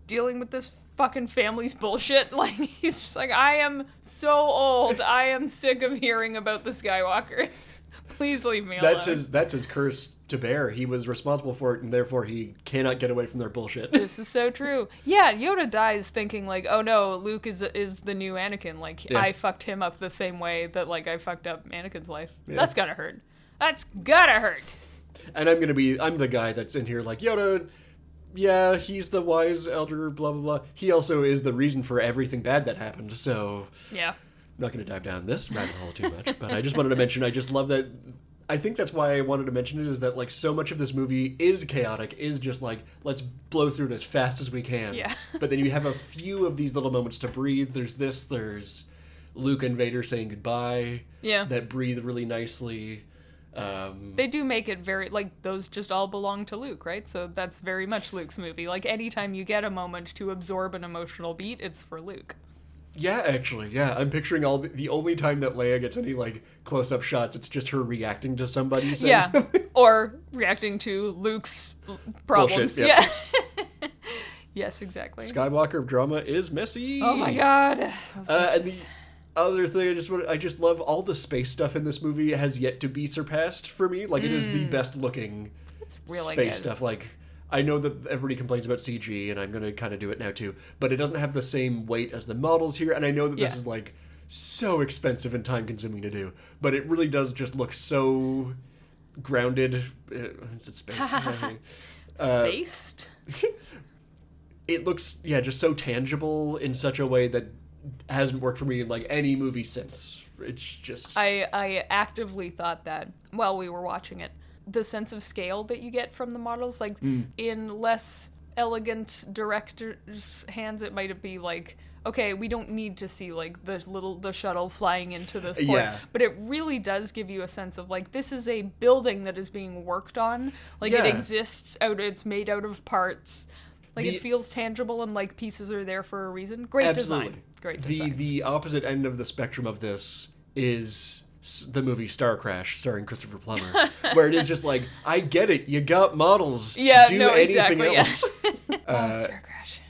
Speaker 2: dealing with this fucking family's bullshit. Like he's just like, I am so old. I am sick of hearing about the Skywalkers. Please leave me alone.
Speaker 1: That's his that's his curse to bear. He was responsible for it and therefore he cannot get away from their bullshit.
Speaker 2: This is so true. Yeah, Yoda dies thinking like, "Oh no, Luke is is the new Anakin. Like
Speaker 1: Yeah.
Speaker 2: I fucked him up the same way that like I fucked up Anakin's life. That's gotta hurt. That's gotta hurt."
Speaker 1: and I'm gonna be I'm the guy that's in here like Yoda yeah, he's the wise elder, blah blah blah. He also is the reason for everything bad that happened, so
Speaker 2: Yeah.
Speaker 1: I'm not going to dive down this rabbit hole too much, but I just wanted to mention I just love that. I think that's why I wanted to mention it is that like so much of this movie is chaotic, is just like let's blow through it as fast as we can.
Speaker 2: Yeah.
Speaker 1: but then you have a few of these little moments to breathe. There's this. There's Luke and Vader saying goodbye.
Speaker 2: Yeah.
Speaker 1: that breathe really nicely. Um,
Speaker 2: they do make it very like those just all belong to Luke, right? So that's very much Luke's movie. Like anytime you get a moment to absorb an emotional beat, it's for Luke.
Speaker 1: yeah, actually, yeah. I'm picturing all the, the only time that Leia gets any like close up shots, it's just her reacting to somebody. Saying
Speaker 2: Yeah.
Speaker 1: something.
Speaker 2: or reacting to Luke's l- problems.
Speaker 1: yeah.
Speaker 2: Yeah. yes, exactly.
Speaker 1: Skywalker drama is messy.
Speaker 2: oh my god.
Speaker 1: Uh, and the other thing I just want I just love all the space stuff in this movie has yet to be surpassed for me. Like it is the best looking
Speaker 2: Mm. Really
Speaker 1: space
Speaker 2: good.
Speaker 1: stuff. Like I know that everybody complains about CG and I'm going to kind of do it now too, but it doesn't have the same weight as the models here and I know that this
Speaker 2: Yeah.
Speaker 1: is like so expensive and time consuming to do, but it really does just look so grounded. Uh, Is it space?
Speaker 2: Spaced?
Speaker 1: it looks yeah just so tangible in such a way that hasn't worked for me in like any movie since it's just
Speaker 2: I, I actively thought that while we were watching it. The sense of scale that you get from the models, like
Speaker 1: Mm.
Speaker 2: in less elegant directors' hands, it might be like, okay, we don't need to see like the little the shuttle flying into this port,
Speaker 1: Yeah.
Speaker 2: but it really does give you a sense of like this is a building that is being worked on, like
Speaker 1: Yeah.
Speaker 2: it exists out, it's made out of parts, like
Speaker 1: The-
Speaker 2: it feels tangible and like pieces are there for a reason. Great
Speaker 1: absolutely
Speaker 2: design, great
Speaker 1: the
Speaker 2: design.
Speaker 1: the opposite end of the spectrum of this is s- the movie Star Crash starring Christopher Plummer where it is just like I get it you got models
Speaker 2: yeah,
Speaker 1: do
Speaker 2: no,
Speaker 1: anything
Speaker 2: exactly.
Speaker 1: else
Speaker 2: Yes. Monster Crash.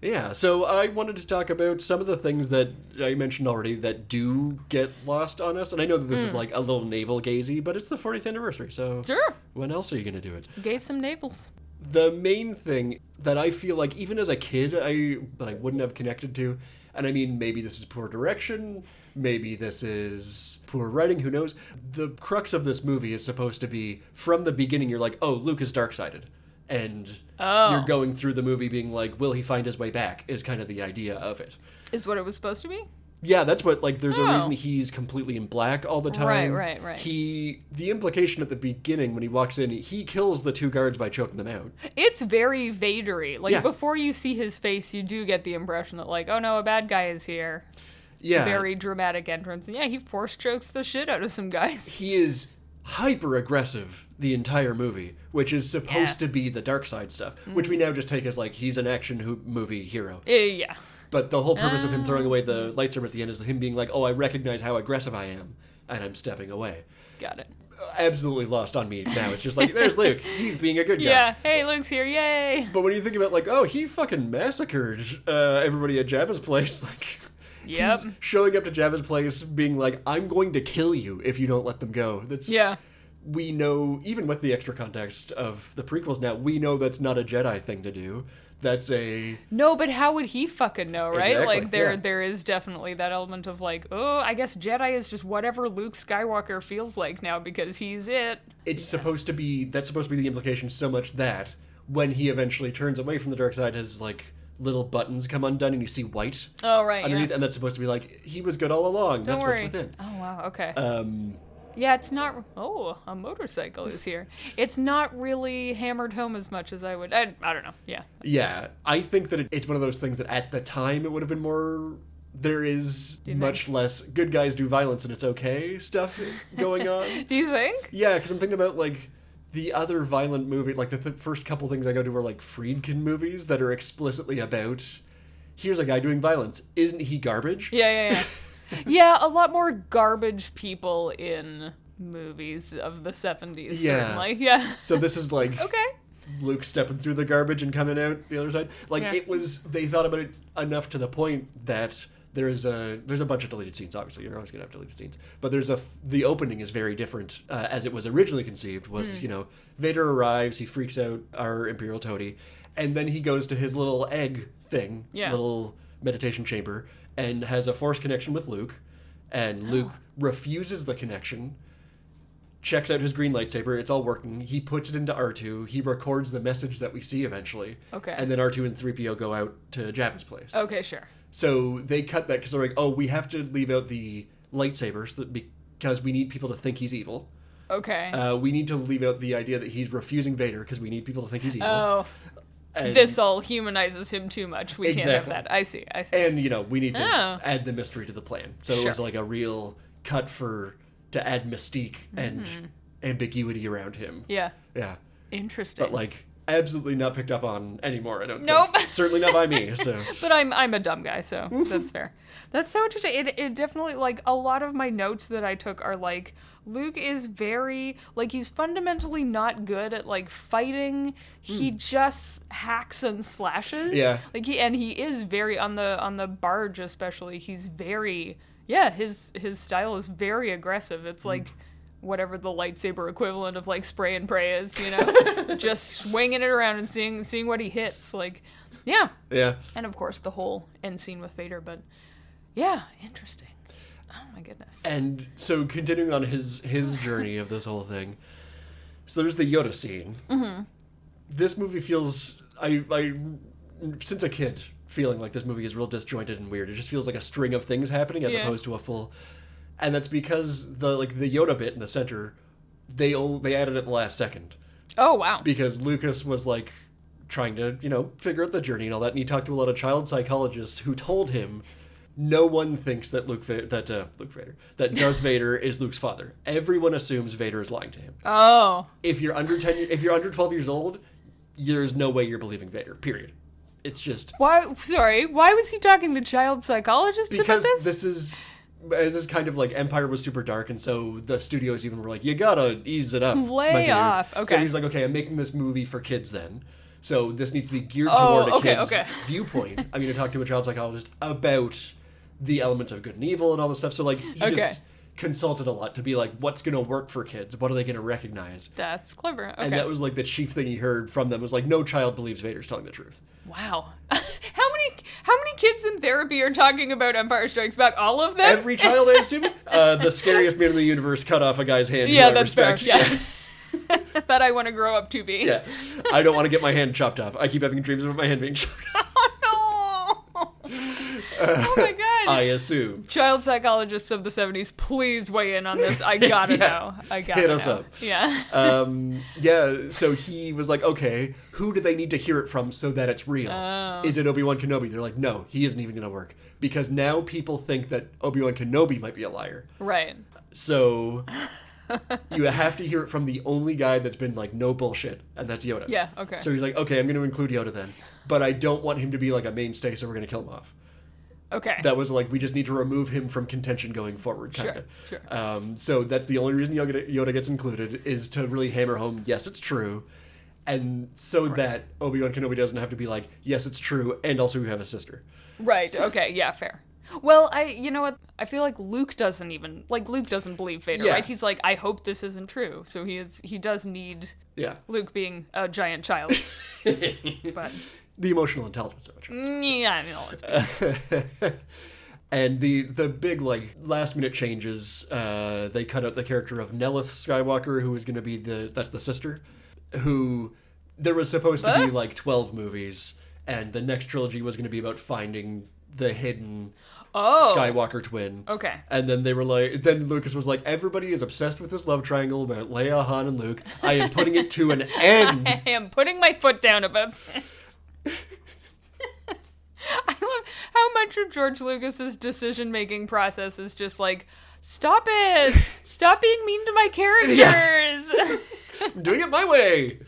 Speaker 1: Yeah, so I wanted to talk about some of the things that I mentioned already that do get lost on us. And I know that this is like a little navel gazy, but it's the 40th anniversary, so
Speaker 2: Hmm. Sure.
Speaker 1: when else are you going to do it?
Speaker 2: Gaze some navels.
Speaker 1: the main thing that I feel like even as a kid I that I wouldn't have connected to and I mean maybe this is poor direction, maybe this is poor writing, who knows. The crux of this movie is supposed to be from the beginning you're like, "Oh, Luke is dark-sided." And
Speaker 2: Oh.
Speaker 1: you're going through the movie being like, "Will he find his way back?" is kind of the idea of it.
Speaker 2: Is what it was supposed to be?
Speaker 1: Yeah, that's what like there's a
Speaker 2: Oh.
Speaker 1: reason he's completely in black all the time.
Speaker 2: Right, right, right.
Speaker 1: He the implication at the beginning when he walks in, he kills the two guards by choking them out.
Speaker 2: It's very Vadery. Like
Speaker 1: Yeah.
Speaker 2: before you see his face, you do get the impression that like, oh no, a bad guy is here.
Speaker 1: Yeah.
Speaker 2: Very dramatic entrance, and yeah, he force chokes the shit out of some guys.
Speaker 1: he is hyper aggressive the entire movie, which is supposed
Speaker 2: Yeah.
Speaker 1: to
Speaker 2: Mm.
Speaker 1: be the dark side stuff, which we now just take as like he's an action ho- movie hero.
Speaker 2: Uh, yeah,
Speaker 1: But the whole purpose of him
Speaker 2: Oh.
Speaker 1: throwing away the lightsaber at the end is him being like, "Oh, I recognize how aggressive I am, and I'm stepping away."
Speaker 2: got it.
Speaker 1: Absolutely lost on me now. It's just like, "There's Luke. He's being a good guy."
Speaker 2: Yeah. Hey, Luke's here. Yay.
Speaker 1: But when you think about like, oh, he fucking massacred uh, everybody at Jabba's place, like.
Speaker 2: Yep.
Speaker 1: he's showing up to Jabba's place, being like, "I'm going to kill you if you don't let them go." That's
Speaker 2: Yeah.
Speaker 1: we know, even with the extra context of the prequels now, we know that's not a Jedi thing to do. That's a.
Speaker 2: No, but how would he fucking know, right?
Speaker 1: Exactly,
Speaker 2: like there
Speaker 1: yeah.
Speaker 2: there is definitely that element of like, oh, I guess Jedi is just whatever Luke Skywalker feels like now because he's it.
Speaker 1: It's supposed to be. That's supposed to be the implication so much that when he eventually turns away from the dark side, his, like, little buttons come undone and you see white
Speaker 2: Oh right.
Speaker 1: underneath,
Speaker 2: yeah.
Speaker 1: and that's supposed to be like, he was good all along.
Speaker 2: Don't
Speaker 1: that's
Speaker 2: worry.
Speaker 1: what's within.
Speaker 2: Oh wow, okay.
Speaker 1: Um,
Speaker 2: yeah, it's not oh, a motorcycle is here. It's not really hammered home as much as I would I, I don't know. Yeah.
Speaker 1: Yeah, I think that it, it's one of those things that at the time it would have been more. There is much less good guys do violence and it's okay stuff going on.
Speaker 2: Do you think?
Speaker 1: yeah, because I'm thinking about like the other violent movie, like the th- first couple things I go to are like Friedkin movies that are explicitly about here's a guy doing violence. Isn't he garbage?
Speaker 2: Yeah, yeah, yeah. yeah, a lot more garbage people in movies of the 70s
Speaker 1: Yeah.
Speaker 2: certainly. Yeah.
Speaker 1: So this is like
Speaker 2: okay.
Speaker 1: Luke stepping through the garbage and coming out the other side. Like
Speaker 2: Yeah.
Speaker 1: it was, they thought about it enough to the point that there is a there's a bunch of deleted scenes. Obviously, you're always gonna have deleted scenes, but there's a f- the opening is very different uh, as it was originally conceived. Was
Speaker 2: Hmm.
Speaker 1: you know Vader arrives, he freaks out our Imperial toady, and then he goes to his little egg thing,
Speaker 2: Yeah.
Speaker 1: little meditation chamber, and has a force connection with Luke, and
Speaker 2: Oh.
Speaker 1: Luke refuses the connection checks out his green lightsaber. It's all working. He puts it into R2. He records the message that we see eventually.
Speaker 2: Okay. Oh.
Speaker 1: And then R2 and 3PO go out to Jabba's place.
Speaker 2: Okay, sure.
Speaker 1: So they cut that because they're like, oh, we have to leave out the lightsabers that because we need people to think he's evil.
Speaker 2: Okay.
Speaker 1: Uh, we need to leave out the idea that he's refusing Vader because we need people to think he's evil.
Speaker 2: oh.
Speaker 1: and,
Speaker 2: this all humanizes him too much. We can't
Speaker 1: Exactly.
Speaker 2: have that. I see. I see.
Speaker 1: And, you know, we need to
Speaker 2: Oh.
Speaker 1: add the mystery to the plan. So it was
Speaker 2: Sure.
Speaker 1: like a real cut for to add mystique and ambiguity around him.
Speaker 2: Mm-hmm. yeah.
Speaker 1: Yeah.
Speaker 2: Interesting.
Speaker 1: but like absolutely not picked up on anymore. I don't.
Speaker 2: Nope.
Speaker 1: Think. Certainly not by me. So
Speaker 2: But I'm I'm a dumb guy, so that's fair. That's so interesting. It it definitely like a lot of my notes that I took are like Luke is very like he's fundamentally not good at like fighting. He just hacks and slashes.
Speaker 1: Yeah.
Speaker 2: Like he and he is very on the on the barge especially. He's very yeah, his his style is very aggressive. It's like whatever the lightsaber equivalent of like spray and pray is, you know. just swinging it around and seeing seeing what he hits. Like yeah,
Speaker 1: yeah,
Speaker 2: and of course the whole end scene with Vader. But yeah, interesting. Oh my goodness.
Speaker 1: and so continuing on his his journey of this whole thing. So there's the Yoda scene. Mm-hmm. This movie feels I I since a kid feeling like this movie is real disjointed and weird. It just feels like a string of things happening as
Speaker 2: Yeah.
Speaker 1: opposed to a full. And that's because the like the Yoda bit in the center, they all they added it at the last second.
Speaker 2: Oh wow.
Speaker 1: because Lucas was like trying to, you know, figure out the journey and all that, and he talked to a lot of child psychologists who told him no one thinks that Luke Va- that uh, Luke Vader that Darth Vader is Luke's father. Everyone assumes Vader is lying to him.
Speaker 2: Oh
Speaker 1: If you're under ten, if you're under twelve years old, there's no way you're believing Vader. Period. It's just
Speaker 2: why? Sorry. Why was he talking to child psychologists
Speaker 1: because
Speaker 2: about this?
Speaker 1: this is. uh, This is kind of like Empire was super dark, and so the studios even were like, "You gotta ease it up." my
Speaker 2: Lay
Speaker 1: dude."
Speaker 2: off.
Speaker 1: So
Speaker 2: Okay.
Speaker 1: he's like, "Okay, I'm making this movie for kids then." So this needs to be geared
Speaker 2: Oh,
Speaker 1: toward a
Speaker 2: okay,
Speaker 1: kid's
Speaker 2: okay.
Speaker 1: viewpoint. I'm going to talk to a child psychologist about the elements of good and evil and all this stuff. So like he
Speaker 2: Okay.
Speaker 1: just consulted a lot to be like, what's going to work for kids? What are they going to recognize?
Speaker 2: That's clever. Okay.
Speaker 1: And that was like the chief thing he heard from them was like, no child believes Vader's telling the truth.
Speaker 2: wow. how many how many kids in therapy are talking about Empire Strikes Back? All of them?
Speaker 1: Every child, I assume, uh, the scariest man in the universe cut off a guy's hand. who
Speaker 2: yeah,
Speaker 1: I
Speaker 2: that's fair.
Speaker 1: respect.
Speaker 2: Yeah. that I want to grow up to be.
Speaker 1: Yeah. I don't want to get my hand chopped off. I keep having dreams about my hand being chopped off.
Speaker 2: Oh no. oh my god.
Speaker 1: I assume.
Speaker 2: Child psychologists of the 70s, please weigh in on this. I gotta know. I gotta
Speaker 1: Hit us
Speaker 2: know.
Speaker 1: up.
Speaker 2: Yeah.
Speaker 1: Um, yeah, so he was like, okay, who do they need to hear it from so that it's real?
Speaker 2: Oh.
Speaker 1: Is it Obi Wan Kenobi? They're like, no, he isn't even going to work. Because now people think that Obi Wan Kenobi might be a liar.
Speaker 2: right.
Speaker 1: So you have to hear it from the only guy that's been like no bullshit, and that's Yoda.
Speaker 2: Yeah, okay.
Speaker 1: So he's like, okay, I'm going to include Yoda then, but I don't want him to be like a mainstay, so we're going to kill him off.
Speaker 2: Okay.
Speaker 1: That was like we just need to remove him from contention going forward, kind of.
Speaker 2: Sure, sure.
Speaker 1: Um, so that's the only reason Yoda, Yoda gets included is to really hammer home, yes, it's true, and so that Obi Wan Kenobi doesn't have to be like, yes, it's true, and also we have a sister.
Speaker 2: Right. Okay. Yeah. Fair. Well, I you know what? I feel like Luke doesn't even like Luke doesn't believe Vader,
Speaker 1: Yeah.
Speaker 2: right? He's like, I hope this isn't true. So he is he does need
Speaker 1: Yeah,
Speaker 2: Luke being a giant child. but
Speaker 1: the emotional intelligence of a child.
Speaker 2: yeah, I mean, all it's-
Speaker 1: And the the big like last minute changes, uh, they cut out the character of Nelith Skywalker, who is going to be the that's the sister, who there was supposed to be like twelve movies, and the next trilogy was going to be about finding the hidden
Speaker 2: oh
Speaker 1: Skywalker twin.
Speaker 2: okay.
Speaker 1: And then they were like, then Lucas was like, everybody is obsessed with this love triangle about Leia, Han, and Luke. I am putting it to an end.
Speaker 2: I am putting my foot down about this. I love how much of George Lucas's decision making process is just like, stop it, stop being mean to my characters.
Speaker 1: I'm doing it my way.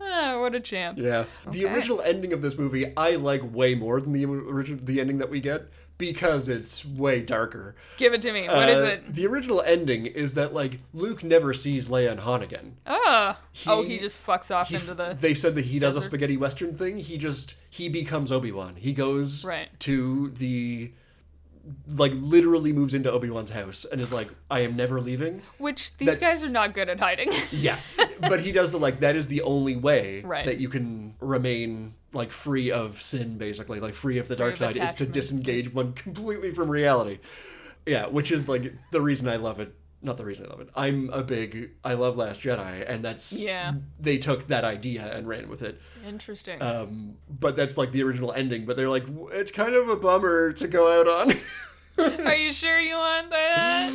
Speaker 2: Ah, what a champ.
Speaker 1: Yeah. The
Speaker 2: Okay.
Speaker 1: original ending of this movie I like way more than the original the ending that we get because it's way darker.
Speaker 2: Give it to me. What is
Speaker 1: Uh,
Speaker 2: it?
Speaker 1: The original ending is that like Luke never sees Leia and Han again.
Speaker 2: Oh. oh,
Speaker 1: he-
Speaker 2: he just fucks off
Speaker 1: He-
Speaker 2: into the.
Speaker 1: they said that he does a
Speaker 2: desert.
Speaker 1: spaghetti western thing. He just he becomes Obi Wan. He goes
Speaker 2: Right.
Speaker 1: to the like literally moves into Obi Wan's house and is like, I am never leaving.
Speaker 2: which these
Speaker 1: that's-
Speaker 2: guys are not good at hiding.
Speaker 1: Yeah, but he does the like that is the only way
Speaker 2: Right.
Speaker 1: that you can remain like free of sin, basically, like free of the dark
Speaker 2: of
Speaker 1: side, is to
Speaker 2: attachments.
Speaker 1: disengage one completely from reality. Yeah, which is like the reason I love it. Not the reason I love it. I'm a big I love Last Jedi, and that's
Speaker 2: Yeah.
Speaker 1: They took that idea and ran with it.
Speaker 2: Interesting.
Speaker 1: Um, but that's like the original ending. But they're like, "W- it's kind of a bummer to go out on.
Speaker 2: are you sure you want that?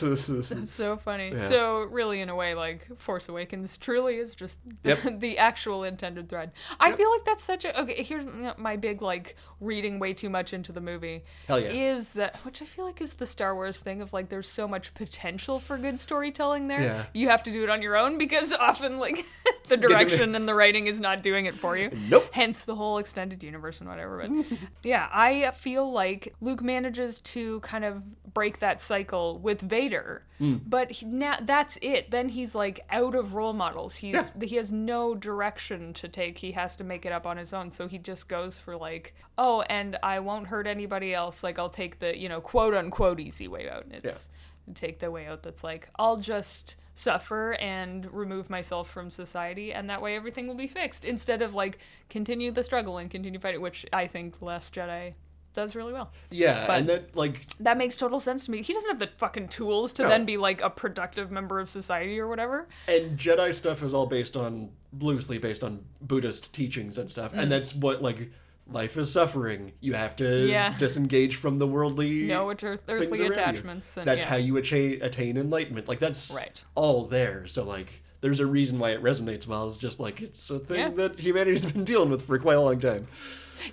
Speaker 1: yep.
Speaker 2: so funny. So really, in a way, like Force Awakens truly is just the actual intended thread. I feel like that's such a okay. Here's my big like reading way too much into the movie.
Speaker 1: Hell yeah.
Speaker 2: Is that which I feel like is the Star Wars thing of like there's so much potential for good storytelling there.
Speaker 1: Yeah.
Speaker 2: You have to do it on your own because often like the
Speaker 1: ma-
Speaker 2: direction and the writing is not doing it for you.
Speaker 1: Nope.
Speaker 2: Hence the whole extended universe and whatever. But yeah, I feel like Luke manages to kind of break that cycle with Vader, but he, now that's it. Then he's like out of role models. He's he has no direction to take. He has to make it up on his own. So he just goes for like, oh, and I won't hurt anybody else. Like I'll take the you know quote unquote easy way out. It's take the way out that's like I'll just suffer and remove myself from society and that way everything will be fixed instead of like continue the struggle and continue fighting which I think The Last Jedi does really well.
Speaker 1: Yeah,
Speaker 2: But-
Speaker 1: and that like
Speaker 2: That makes total sense to me. He doesn't have the fucking tools to
Speaker 1: No.
Speaker 2: then be like a productive member of society or whatever.
Speaker 1: and Jedi stuff is all based on loosely based on Buddhist teachings and stuff,
Speaker 2: Mm.
Speaker 1: and that's what like life is suffering. You have to
Speaker 2: Yeah.
Speaker 1: disengage from the worldly,
Speaker 2: No earth- earthly
Speaker 1: things around you.
Speaker 2: attachments and-
Speaker 1: that's
Speaker 2: yeah.
Speaker 1: how you attain, attain enlightenment. Like that's
Speaker 2: Right.
Speaker 1: all there. So like, there's a reason why it resonates well. It's just like it's a thing
Speaker 2: Yeah.
Speaker 1: that humanity's been dealing with for quite a long time.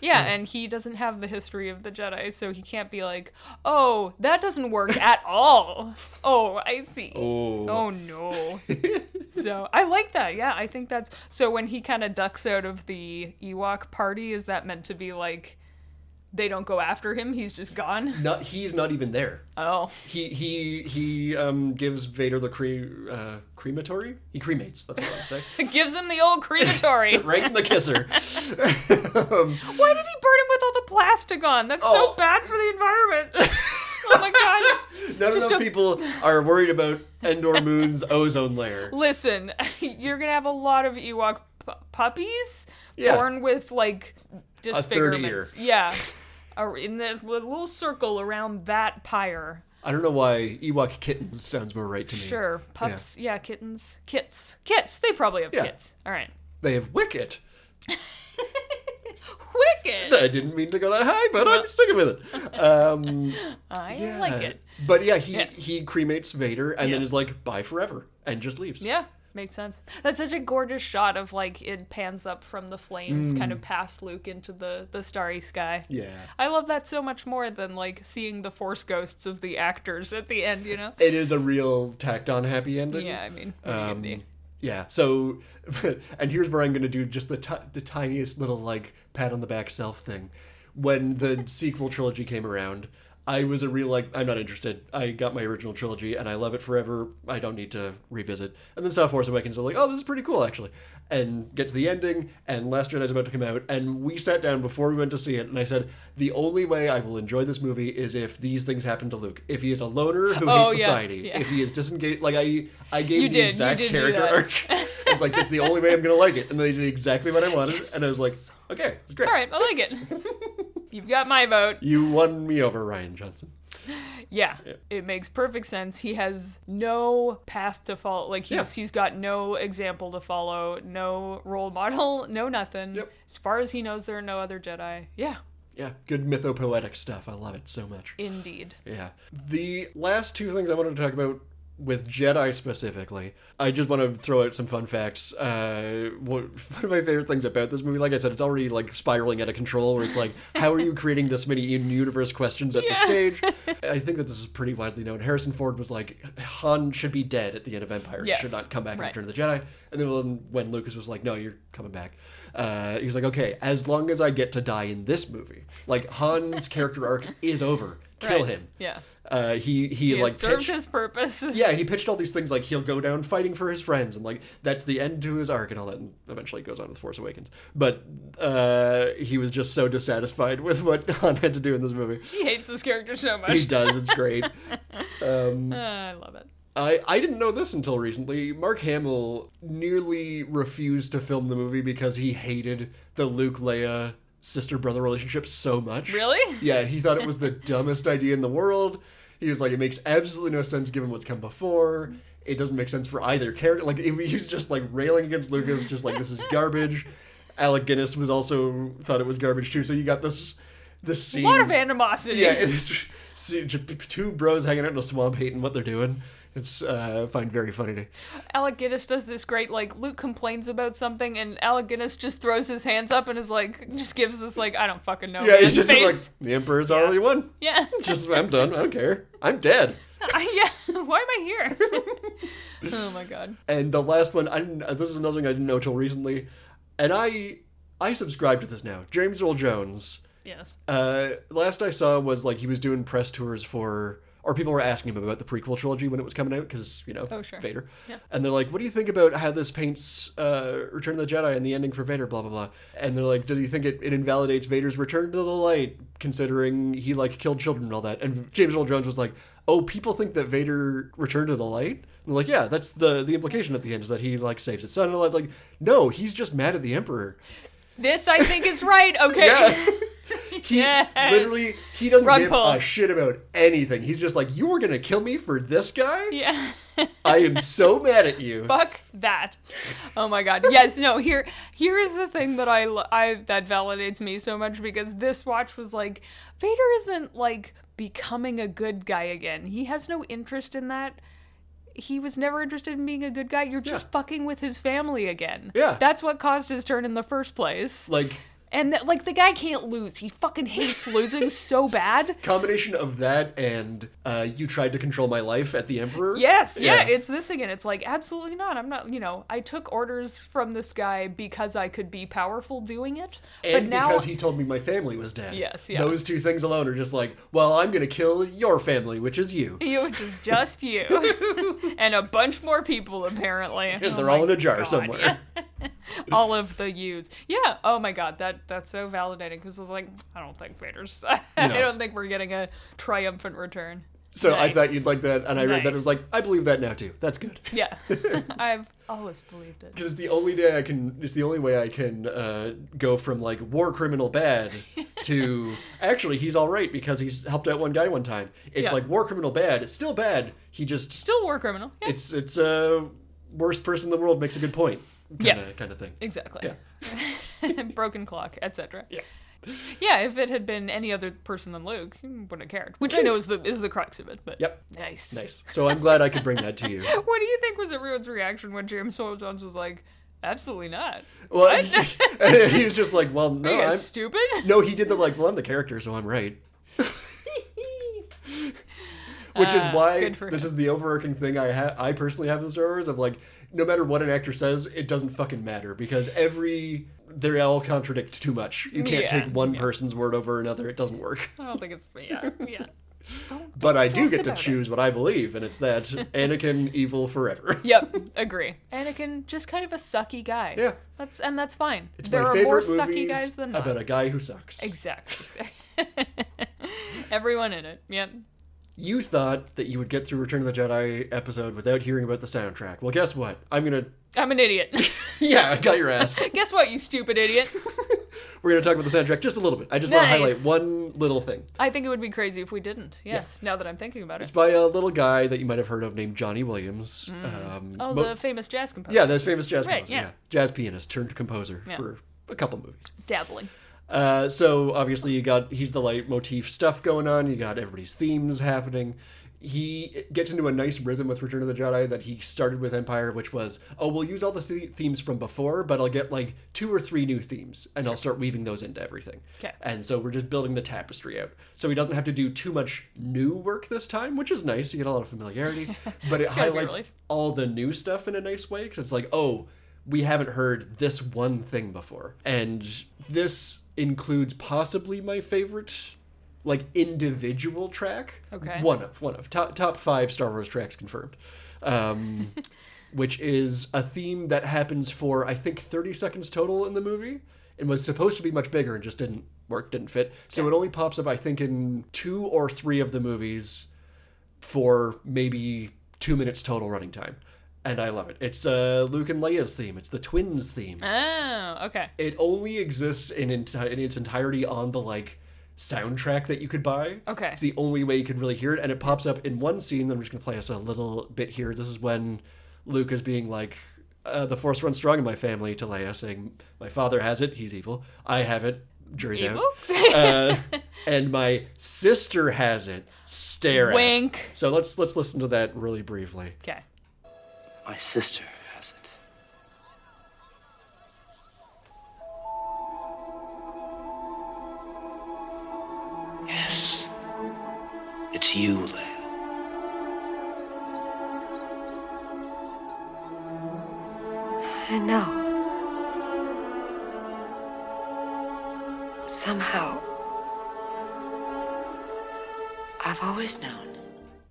Speaker 2: Yeah, and he doesn't have the history of the Jedi, so he can't be like, "Oh, that doesn't work at all." Oh, I see.
Speaker 1: Oh.
Speaker 2: Oh no. so I like that. Yeah, I think that's so. When he kind of ducks out of the Ewok party, is that meant to be like? They don't go after him. He's just gone.
Speaker 1: Not he's not even there.
Speaker 2: Oh,
Speaker 1: He he he um, gives Vader the cre- uh, crematory. He cremates. That's what I was saying.
Speaker 2: it gives him the old crematory.
Speaker 1: right in the kisser. Um,
Speaker 2: Why did he burn him with all the plastic on? That's
Speaker 1: Oh.
Speaker 2: so bad for the environment. oh my god.
Speaker 1: Not
Speaker 2: Just
Speaker 1: enough
Speaker 2: a-
Speaker 1: people are worried about Endor Moon's ozone layer.
Speaker 2: Listen, you're gonna have a lot of Ewok pu- puppies
Speaker 1: Yeah.
Speaker 2: born with like
Speaker 1: third ear.
Speaker 2: disfigurements. Yeah, Or in the little circle around that pyre.
Speaker 1: I don't know why Ewok kittens sounds more right to me.
Speaker 2: Sure, pups. Yeah, kittens, kits, kits. They probably have
Speaker 1: Yeah.
Speaker 2: kits. All right,
Speaker 1: They have Wicket.
Speaker 2: wicked.
Speaker 1: I didn't mean to go that high, but I'm sticking with it. Um, uh,
Speaker 2: I like it.
Speaker 1: But yeah, he
Speaker 2: Yeah.
Speaker 1: he cremates Vader and then
Speaker 2: Yeah.
Speaker 1: is like, "Bye forever," and just leaves.
Speaker 2: Yeah, makes sense. That's such a gorgeous shot of like it pans up from the flames, kind of past Luke into the the starry sky.
Speaker 1: Mm. Yeah.
Speaker 2: I love that so much more than like seeing the force ghosts of the actors at the end. You know?
Speaker 1: It is a real tacked on happy ending.
Speaker 2: Yeah, I mean,
Speaker 1: Um, yeah. So, and here's where I'm going to do just the ti the tiniest little like pat on the back self thing. When the sequel trilogy came around, I was a real like I'm not interested. I got my original trilogy and I love it forever. I don't need to revisit. And then saw Force Awakens. I was like, oh, this is pretty cool actually. And get to the ending, and Last Jedi is about to come out, and we sat down before we went to see it, and I said, the only way I will enjoy this movie is if these things happen to Luke. If he is a loner who
Speaker 2: Oh,
Speaker 1: hates
Speaker 2: yeah,
Speaker 1: society.
Speaker 2: yeah.
Speaker 1: If he is disengaged, like I, I gave
Speaker 2: You
Speaker 1: the
Speaker 2: did, you
Speaker 1: exact
Speaker 2: did do
Speaker 1: character
Speaker 2: that.
Speaker 1: arc. I was like, that's the only way I'm gonna like it, and they did exactly what I wanted, and I was like, okay, it's great.
Speaker 2: All right, I like it. You've got my vote.
Speaker 1: You won me over, Ryan Johnson.
Speaker 2: Yeah, it makes perfect sense. He has no path to follow. Like he's
Speaker 1: Yeah.
Speaker 2: he's got no example to follow, no role model, no nothing.
Speaker 1: Yep.
Speaker 2: As far as he knows, there are no other Jedi. Yeah,
Speaker 1: Yeah, good mythopoetic stuff. I love it so much.
Speaker 2: indeed.
Speaker 1: Yeah. The last two things I wanted to talk about with Jedi specifically, I just want to throw out some fun facts. Uh, what, one of my favorite things about this movie, like I said, it's already like spiraling out of control. Where it's like, how are you creating this many in-universe questions at this stage? I think that this is pretty widely known. Harrison Ford was like, Han should be dead at the end of Empire. He
Speaker 2: Yes.
Speaker 1: should not come back in
Speaker 2: Right.
Speaker 1: Return of the Jedi. And then when, when Lucas was like, no, you're coming back, uh, he's like, okay, as long as I get to die in this movie, like Han's character arc is over. Kill
Speaker 2: Right.
Speaker 1: him.
Speaker 2: Yeah.
Speaker 1: Uh, he he,
Speaker 2: He
Speaker 1: like
Speaker 2: has served
Speaker 1: pitched,
Speaker 2: his purpose.
Speaker 1: yeah he pitched all these things like he'll go down fighting for his friends and like that's the end to his arc and all that and eventually it goes on with Force Awakens but uh, he was just so dissatisfied with what Han had to do in this movie
Speaker 2: He hates this character so
Speaker 1: he
Speaker 2: much.
Speaker 1: does it's great
Speaker 2: Uh, I love it.
Speaker 1: I I didn't know this until recently Mark Hamill nearly refused to film the movie because he hated the Luke Leia sister brother relationship so much
Speaker 2: Really?
Speaker 1: Yeah, he thought it was the dumbest idea in the world. He was like, it makes absolutely no sense given what's come before. It doesn't make sense for either character. Like, he was just like railing against Lucas, just like this is garbage. Alec Guinness was also thought it was garbage too. So you got this this scene.
Speaker 2: A lot of animosity.
Speaker 1: yeah, it's see, j- two bros hanging out in a swamp hating what they're doing. It's uh, I find very funny. To,
Speaker 2: Alec Guinness does this great, like, Luke complains about something, and Alec Guinness just throws his hands up and is like, just gives this, like, I don't fucking know.
Speaker 1: yeah,
Speaker 2: man
Speaker 1: it's just
Speaker 2: face.
Speaker 1: like the emperor's already won.
Speaker 2: yeah.
Speaker 1: Just I'm done. I don't care. I'm dead.
Speaker 2: I, yeah. Why am I here? oh my god.
Speaker 1: And the last one, I didn't, uh, this is another thing I didn't know till recently, and I I subscribe to this now. James Earl Jones.
Speaker 2: Yes.
Speaker 1: Uh, last I saw was like he was doing press tours for, or people were asking him about the prequel trilogy when it was coming out because you know
Speaker 2: Oh, sure.
Speaker 1: Vader. And they're like, "What do you think about how this paints uh, Return of the Jedi and the ending for Vader?" Blah blah blah. And they're like, "Do you think it, it invalidates Vader's return to the light, considering he like killed children and all that?" And James Earl Jones was like, "Oh, people think that Vader returned to the light." And they're like, "Yeah, that's the the implication at the end is that he like saves his son." And I'm like, "No, he's just mad at the Emperor."
Speaker 2: This, I think, is right. Okay.
Speaker 1: Yeah. He
Speaker 2: Yes.
Speaker 1: literally he doesn't
Speaker 2: Rug
Speaker 1: give
Speaker 2: pull.
Speaker 1: a shit about anything. He's just like, you were gonna kill me for this guy.
Speaker 2: Yeah.
Speaker 1: I am so mad at you.
Speaker 2: Fuck that. Oh my god. Yes, no, here here is the thing that I lo- I that validates me so much because this watch was like Vader isn't like becoming a good guy again. He has no interest in that. He was never interested in being a good guy. You're just
Speaker 1: Yeah.
Speaker 2: fucking with his family again.
Speaker 1: Yeah.
Speaker 2: That's what caused his turn in the first place.
Speaker 1: Like
Speaker 2: And that, like the guy can't lose. He fucking hates losing so bad.
Speaker 1: Combination of that and uh, you tried to control my life at the Emperor.
Speaker 2: Yes, yeah, it's this again. It's like absolutely not. I'm not, you know, I took orders from this guy because I could be powerful doing it.
Speaker 1: and
Speaker 2: but now
Speaker 1: because he told me my family was dead.
Speaker 2: Yes, yeah.
Speaker 1: Those two things alone are just like, well, I'm gonna kill your family, which is you.
Speaker 2: you, which is just you, and a bunch more people apparently.
Speaker 1: And
Speaker 2: Oh
Speaker 1: they're
Speaker 2: my
Speaker 1: all in a jar
Speaker 2: God,
Speaker 1: somewhere.
Speaker 2: yeah. all of the yous. Yeah. Oh my god, that that's so validating because I was like, I don't think Vader's. I
Speaker 1: No.
Speaker 2: don't think we're getting a triumphant return.
Speaker 1: So I
Speaker 2: Nice.
Speaker 1: thought you'd like that, and I read that and was
Speaker 2: Nice.
Speaker 1: like, I believe that now too. That's good.
Speaker 2: Yeah, I've always believed it.
Speaker 1: Because it's the only day I can. It's the only way I can uh, go from like war criminal bad to actually he's all right because he's helped out one guy one time. It's
Speaker 2: Yeah.
Speaker 1: like war criminal bad. It's still bad. He just
Speaker 2: Still a war criminal. Yeah.
Speaker 1: it's it's uh, worst person in the world makes a good point. Kinda,
Speaker 2: Yeah.
Speaker 1: kind of thing.
Speaker 2: Exactly.
Speaker 1: Yeah.
Speaker 2: Broken clock, etc.
Speaker 1: Yeah.
Speaker 2: Yeah, if it had been any other person than Luke, he wouldn't have cared. Which I know is the is the crux of it. But
Speaker 1: Yep.
Speaker 2: nice,
Speaker 1: Nice. So I'm glad I could bring that to you.
Speaker 2: What do you think was everyone's reaction when James Earl Jones was like, "Absolutely not.
Speaker 1: Well, and he was just like, well,
Speaker 2: Are you
Speaker 1: no,
Speaker 2: guys
Speaker 1: I'm,
Speaker 2: stupid."
Speaker 1: no. He did the like, well, I'm the character, so I'm right. Which is
Speaker 2: Ah,
Speaker 1: why
Speaker 2: good for
Speaker 1: this
Speaker 2: him.
Speaker 1: is the overarching thing I ha- I personally have in Star Wars of like, no matter what an actor says, it doesn't fucking matter because every they all contradict too much. You can't
Speaker 2: Yeah,
Speaker 1: take one person's word over another; it doesn't work.
Speaker 2: I don't think it's yeah, yeah.
Speaker 1: But I do
Speaker 2: stress
Speaker 1: get to
Speaker 2: about it.
Speaker 1: choose what I believe, and it's that Anakin evil forever.
Speaker 2: Yep, agree. Anakin just kind of a sucky guy.
Speaker 1: Yeah.
Speaker 2: that's and that's fine.
Speaker 1: It's
Speaker 2: there
Speaker 1: my
Speaker 2: are more
Speaker 1: favorite
Speaker 2: sucky
Speaker 1: movies
Speaker 2: guys than not.
Speaker 1: about a guy who sucks.
Speaker 2: Exactly. Everyone in it. Yep.
Speaker 1: You thought that you would get through Return of the Jedi episode without hearing about the soundtrack. Well, guess what? I'm gonna.
Speaker 2: I'm an idiot.
Speaker 1: Yeah, I got your ass.
Speaker 2: Guess what, you stupid idiot?
Speaker 1: We're gonna talk about the soundtrack just a little bit. I just
Speaker 2: Nice.
Speaker 1: want to highlight one little thing.
Speaker 2: I think it would be crazy if we didn't. Yes, now that I'm thinking about
Speaker 1: It's
Speaker 2: it.
Speaker 1: by a little guy that you might have heard of named Johnny Williams. Um,
Speaker 2: Oh,
Speaker 1: mo-
Speaker 2: the famous jazz composer.
Speaker 1: yeah, that's famous jazz
Speaker 2: Right,
Speaker 1: composer.
Speaker 2: yeah.
Speaker 1: Yeah. jazz pianist turned composer
Speaker 2: Yeah.
Speaker 1: for a couple movies.
Speaker 2: Dabbling.
Speaker 1: Uh, so obviously you got he's the leitmotif stuff going on. You got everybody's themes happening. He gets into a nice rhythm with Return of the Jedi that he started with Empire, which was oh we'll use all the the- themes from before, but I'll get like two or three new themes and I'll start weaving those into everything.
Speaker 2: 'Kay.
Speaker 1: And so we're just building the tapestry out. So he doesn't have to do too much new work this time, which is nice. You get a lot of familiarity, but it
Speaker 2: gotta be a
Speaker 1: highlights
Speaker 2: relief.
Speaker 1: all the new stuff in a nice way because it's like, oh, we haven't heard this one thing before. And this includes possibly my favorite, like, individual track.
Speaker 2: Okay.
Speaker 1: One of, one of. Top, top five Star Wars tracks confirmed. Um, which is a theme that happens for, I think, 30 seconds total in the movie and was supposed to be much bigger and just didn't work, didn't fit. So it only pops up, I think, in two or three of the movies for maybe two minutes total running time. And I love it. It's uh, Luke and Leia's theme. It's the twins theme.
Speaker 2: Oh, okay.
Speaker 1: It only exists in, enti- in its entirety on the like soundtrack that you could buy.
Speaker 2: Okay.
Speaker 1: It's the only way you could really hear it, and it pops up in one scene. I'm just gonna play us a little bit here. This is when Luke is being like, uh, "The Force runs strong in my family." To Leia, saying, "My father has it. He's evil. I have it. Jury's
Speaker 2: Evil?
Speaker 1: out." Uh, and my sister has it. Stare. at.
Speaker 2: Wink.
Speaker 1: So let's let's listen to that really briefly.
Speaker 2: Okay.
Speaker 3: My sister has it. Yes. It's you, Leia.
Speaker 7: I know. Somehow, I've always known.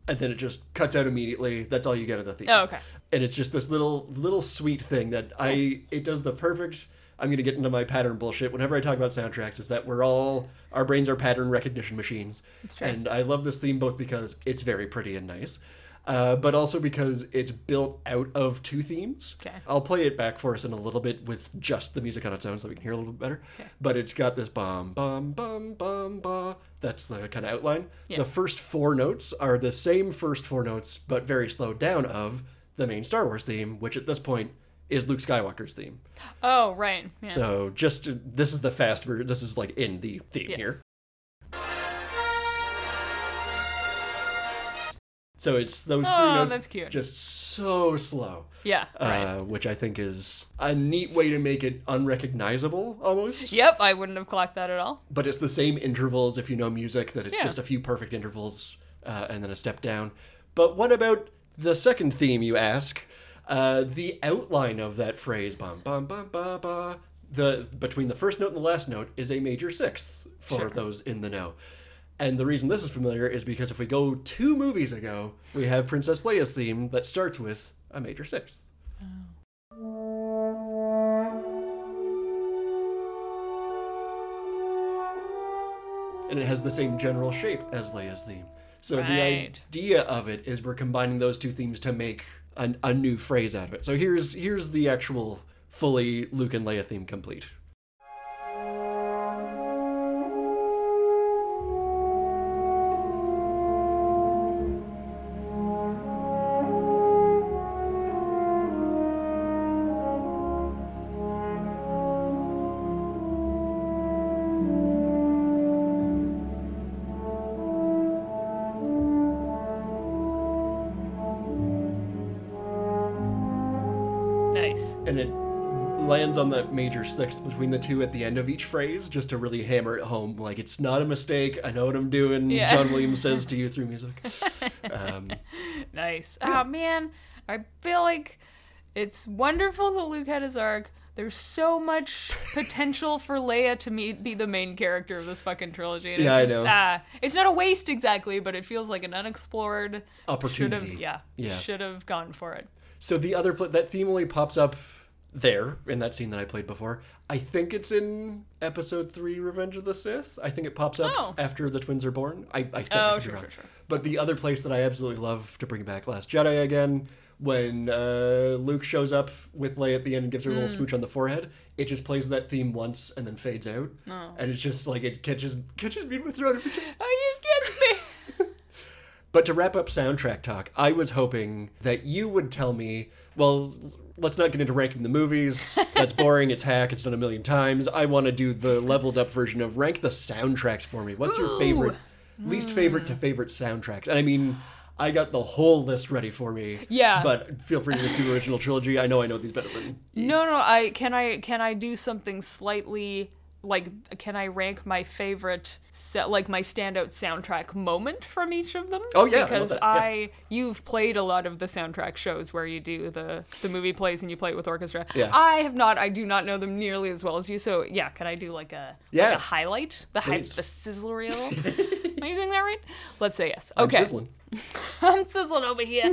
Speaker 1: and then it just cuts out immediately. That's all you get of the theme.
Speaker 2: Oh, okay.
Speaker 1: And it's just this little little sweet thing that I it does the perfect. I'm gonna get into my pattern bullshit whenever I talk about soundtracks. Is that we're all our brains are pattern recognition machines. That's
Speaker 2: true.
Speaker 1: And I love this theme both because it's very pretty and nice. Uh, but also because it's built out of two themes.
Speaker 2: Okay.
Speaker 1: I'll play it back for us in a little bit with just the music on its own so we can hear a little bit better. But it's got this bum, bum, bum, bum, ba. That's the kind of outline. The first four notes are the same first four notes, but very slowed down of the main Star Wars theme, which at this point is Luke Skywalker's theme.
Speaker 2: Oh, right. Yeah.
Speaker 1: So just this is the fast version. This is like in the theme
Speaker 2: Yes.
Speaker 1: here. So it's those three
Speaker 2: Oh,
Speaker 1: notes
Speaker 2: that's cute.
Speaker 1: just so slow.
Speaker 2: Yeah, right.
Speaker 1: Uh, which I think is a neat way to make it unrecognizable almost.
Speaker 2: Yep, I wouldn't have clocked that at all.
Speaker 1: But it's the same intervals if you know music, that it's
Speaker 2: Yeah.
Speaker 1: just a few perfect intervals uh, and then a step down. But what about the second theme, you ask? Uh, the outline of that phrase, bum, bum, bum, ba, ba, the, between the first note and the last note is a major sixth for those in the know. And the reason this is familiar is because if we go two movies ago, we have Princess Leia's theme that starts with a major sixth. and it has the same general shape as Leia's theme. So
Speaker 2: Right.
Speaker 1: the idea of it is we're combining those two themes to make an, a new phrase out of it. So here's here's the actual fully Luke and Leia theme complete.
Speaker 2: Nice.
Speaker 1: And it lands on that major sixth between the two at the end of each phrase just to really hammer it home. Like it's not a mistake. I know what I'm doing.
Speaker 2: Yeah.
Speaker 1: John Williams says to you through music. Um,
Speaker 2: Nice. Oh man, I feel like it's wonderful that Luke had his arc. There's so much potential for Leia to meet, be the main character of this fucking trilogy. And
Speaker 1: Yeah, I
Speaker 2: it's just,
Speaker 1: know.
Speaker 2: ah, it's not a waste exactly, but it feels like an unexplored should
Speaker 1: opportunity.
Speaker 2: have yeah,
Speaker 1: Yeah.
Speaker 2: should have gone for it.
Speaker 1: So the other pla that theme only pops up there in that scene that I played before. I think it's in episode three, Revenge of the Sith. I think it pops up
Speaker 2: Oh.
Speaker 1: after the twins are born. I, I think. I
Speaker 2: Oh,
Speaker 1: could be
Speaker 2: sure,
Speaker 1: wrong.
Speaker 2: sure, sure.
Speaker 1: But the other place that I absolutely love to bring back Last Jedi again, when uh, Luke shows up with Leia at the end and gives her a
Speaker 2: Hmm.
Speaker 1: little smooch on the forehead, it just plays that theme once and then fades out, and it's just like it catches catches me with throat every time.
Speaker 2: Oh, you get me.
Speaker 1: But to wrap up soundtrack talk, I was hoping that you would tell me, well, let's not get into ranking the movies. That's boring. It's hack. It's done a million times. I want to do the leveled up version of rank the soundtracks for me. What's your favorite,
Speaker 2: Hmm.
Speaker 1: least favorite to favorite soundtracks? And I mean, I got the whole list ready for me.
Speaker 2: Yeah.
Speaker 1: But feel free to just do original trilogy. I know I know these better than.
Speaker 2: No, no. I can I can I do something slightly like can I rank my favorite set like my standout soundtrack moment from each of them?
Speaker 1: Oh, yeah, I love
Speaker 2: because
Speaker 1: that, yeah.
Speaker 2: I you've played a lot of the soundtrack shows where you do the the movie plays and you play it with orchestra.
Speaker 1: Yeah.
Speaker 2: I have not. I do not know them nearly as well as you. So yeah, can I do like a like
Speaker 1: Yeah.
Speaker 2: a highlight the hype
Speaker 1: Please.
Speaker 2: the sizzle reel? Am I using that right? Let's say yes. Okay.
Speaker 1: I'm sizzling.
Speaker 2: I'm sizzling over here.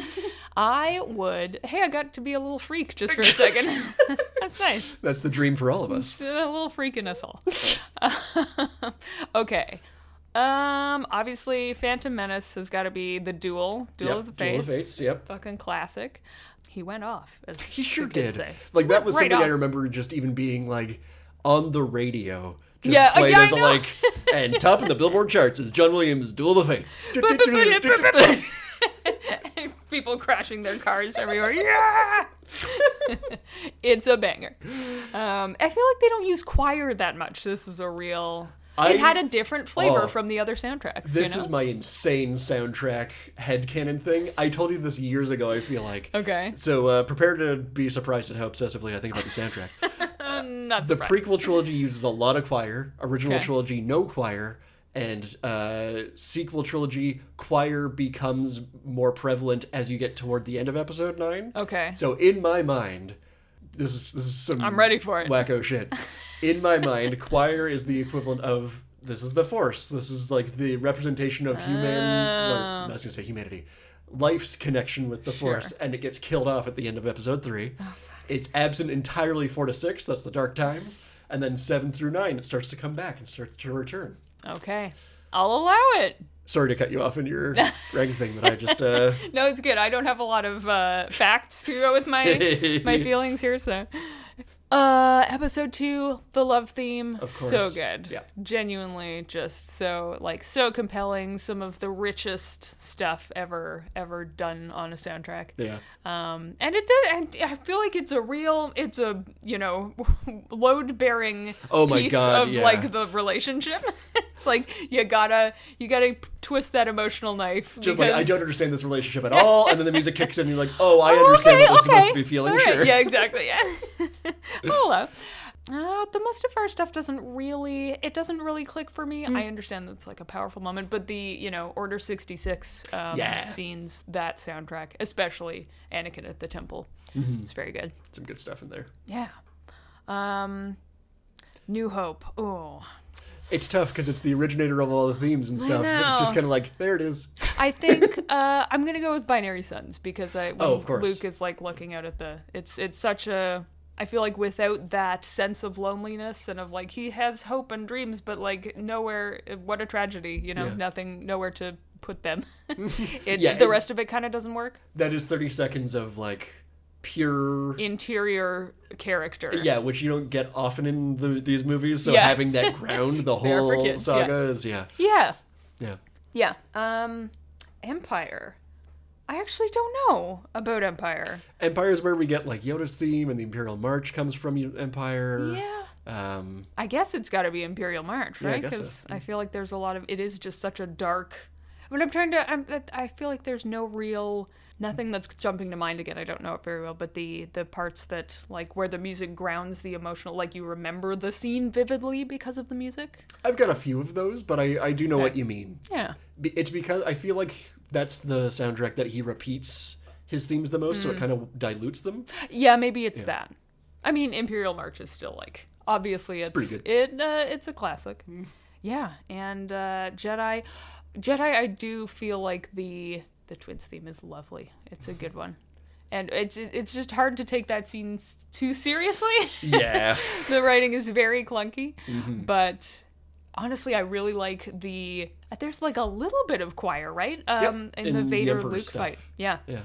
Speaker 2: I would. Hey, I got to be a little freak just for a second. That's nice.
Speaker 1: That's the dream for all of us.
Speaker 2: It's a little freak in us all. okay. Um. Obviously, Phantom Menace has got to be the duel. Duel
Speaker 1: Yep,
Speaker 2: of the Fates.
Speaker 1: Duel of the Fates, yep.
Speaker 2: Fucking classic. He went off. As
Speaker 1: He sure
Speaker 2: the
Speaker 1: did.
Speaker 2: kids say.
Speaker 1: Like that was
Speaker 2: Right
Speaker 1: something I
Speaker 2: off.
Speaker 1: remember just even being like on the radio. Just
Speaker 2: Yeah, uh,
Speaker 1: played
Speaker 2: yeah, I
Speaker 1: as a
Speaker 2: know.
Speaker 1: like and top of the Billboard charts is John Williams' Duel of the Fates.
Speaker 2: People crashing their cars everywhere. Yeah. it's a banger. Um, I feel like they don't use choir that much. This was a real.
Speaker 1: I-
Speaker 2: it had a different flavor
Speaker 1: Oh.
Speaker 2: from the other soundtracks.
Speaker 1: This
Speaker 2: you know?
Speaker 1: is my insane soundtrack headcanon thing. I told you this years ago, I feel like.
Speaker 2: Okay.
Speaker 1: So uh, prepare to be surprised at how obsessively I think about the soundtracks.
Speaker 2: not
Speaker 1: the
Speaker 2: surprised.
Speaker 1: prequel trilogy uses a lot of choir, original
Speaker 2: Okay.
Speaker 1: trilogy, no choir, and uh, sequel trilogy, choir becomes more prevalent as you get toward the end of episode nine.
Speaker 2: Okay.
Speaker 1: So in my mind, this is, this is some
Speaker 2: I'm ready for it.
Speaker 1: wacko shit. In my mind, choir is the equivalent of this is the force. This is like the representation of human. well, I was gonna say humanity, life's connection with the force, and it gets killed off at the end of episode
Speaker 2: Oh,
Speaker 1: three. it's absent entirely four to six. That's the dark times, and then seven through nine, it starts to come back and starts to return.
Speaker 2: okay. I'll allow it.
Speaker 1: Sorry to cut you off in your rank thing, but I just uh,
Speaker 2: No, it's good. I don't have a lot of uh, facts to go with my my feelings here, so. Uh, episode two, the love theme,
Speaker 1: Of
Speaker 2: so
Speaker 1: course.
Speaker 2: good.
Speaker 1: Yeah.
Speaker 2: genuinely just so like so compelling. Some of the richest stuff ever ever done on a soundtrack.
Speaker 1: yeah.
Speaker 2: Um, and it does. And I feel like it's a real, it's a you know, load bearing
Speaker 1: Oh my
Speaker 2: piece
Speaker 1: God,
Speaker 2: of
Speaker 1: yeah.
Speaker 2: like the relationship. it's like you gotta you gotta twist that emotional knife.
Speaker 1: Just like I
Speaker 2: because-
Speaker 1: don't understand this relationship at all, and then the music kicks in, and you're like, "Oh, I understand what they're supposed to be feeling."
Speaker 2: All right.
Speaker 1: Sure.
Speaker 2: Yeah, exactly. Yeah. Hello. Uh, the Mustafar stuff doesn't really it doesn't really click for me.
Speaker 1: Hmm.
Speaker 2: I understand that's like a powerful moment, but the you know Order sixty six um,
Speaker 1: Yeah.
Speaker 2: scenes that soundtrack, especially Anakin at the temple,
Speaker 1: Mm-hmm.
Speaker 2: it's very good.
Speaker 1: Some good stuff in there.
Speaker 2: Yeah. Um, New Hope. Oh,
Speaker 1: It's tough because it's the originator of all the themes and stuff. It's just
Speaker 2: know.
Speaker 1: kind of like there it is.
Speaker 2: I think uh, I'm gonna go with Binary Suns because I when
Speaker 1: Oh, of course.
Speaker 2: Luke is like looking out at the it's it's such a I feel like without that sense of loneliness and of like he has hope and dreams but like nowhere what a tragedy you know
Speaker 1: Yeah.
Speaker 2: nothing nowhere to put them it,
Speaker 1: Yeah,
Speaker 2: the
Speaker 1: it-
Speaker 2: rest of it kind of doesn't work
Speaker 1: That is 30 seconds of like pure.
Speaker 2: interior character
Speaker 1: Yeah, which you don't get often in the, these movies. So
Speaker 2: Yeah.
Speaker 1: having that ground the
Speaker 2: there for
Speaker 1: whole
Speaker 2: kids,
Speaker 1: saga is yeah,
Speaker 2: yeah
Speaker 1: yeah.
Speaker 2: yeah um Empire I actually don't know about Empire
Speaker 1: Empire is where we get like Yoda's theme and the Imperial March comes from U- Empire.
Speaker 2: yeah
Speaker 1: Um,
Speaker 2: I guess it's got to be Imperial March,
Speaker 1: I
Speaker 2: right?
Speaker 1: guess so. Mm.
Speaker 2: Because I, feel like there's a lot of it is just such a dark. But I'm trying to. I'm. that- I feel like there's no real nothing that's jumping to mind again. I don't know it very well, but the the parts that like where the music grounds the emotional, like you remember the scene vividly because of the music.
Speaker 1: I've got a few of those, but I, I do know what you mean.
Speaker 2: Yeah.
Speaker 1: Be- It's because I feel like that's the soundtrack that he repeats his themes the most, so
Speaker 2: Mm.
Speaker 1: it kind of dilutes them.
Speaker 2: Yeah, maybe it's that. I mean, Imperial March is still like obviously it's,
Speaker 1: pretty
Speaker 2: it uh, it's a classic. Yeah, and uh, Jedi, Jedi, I do feel like the the twins theme is lovely. It's a good one, and it's it's just hard to take that scene s- too seriously.
Speaker 1: Yeah.
Speaker 2: the writing is very clunky, but honestly, I really like the. There's like a little bit of choir, right? Um, in, the
Speaker 1: in the
Speaker 2: Vader
Speaker 1: Emperor
Speaker 2: Luke
Speaker 1: stuff.
Speaker 2: fight. Yeah.
Speaker 1: Yeah.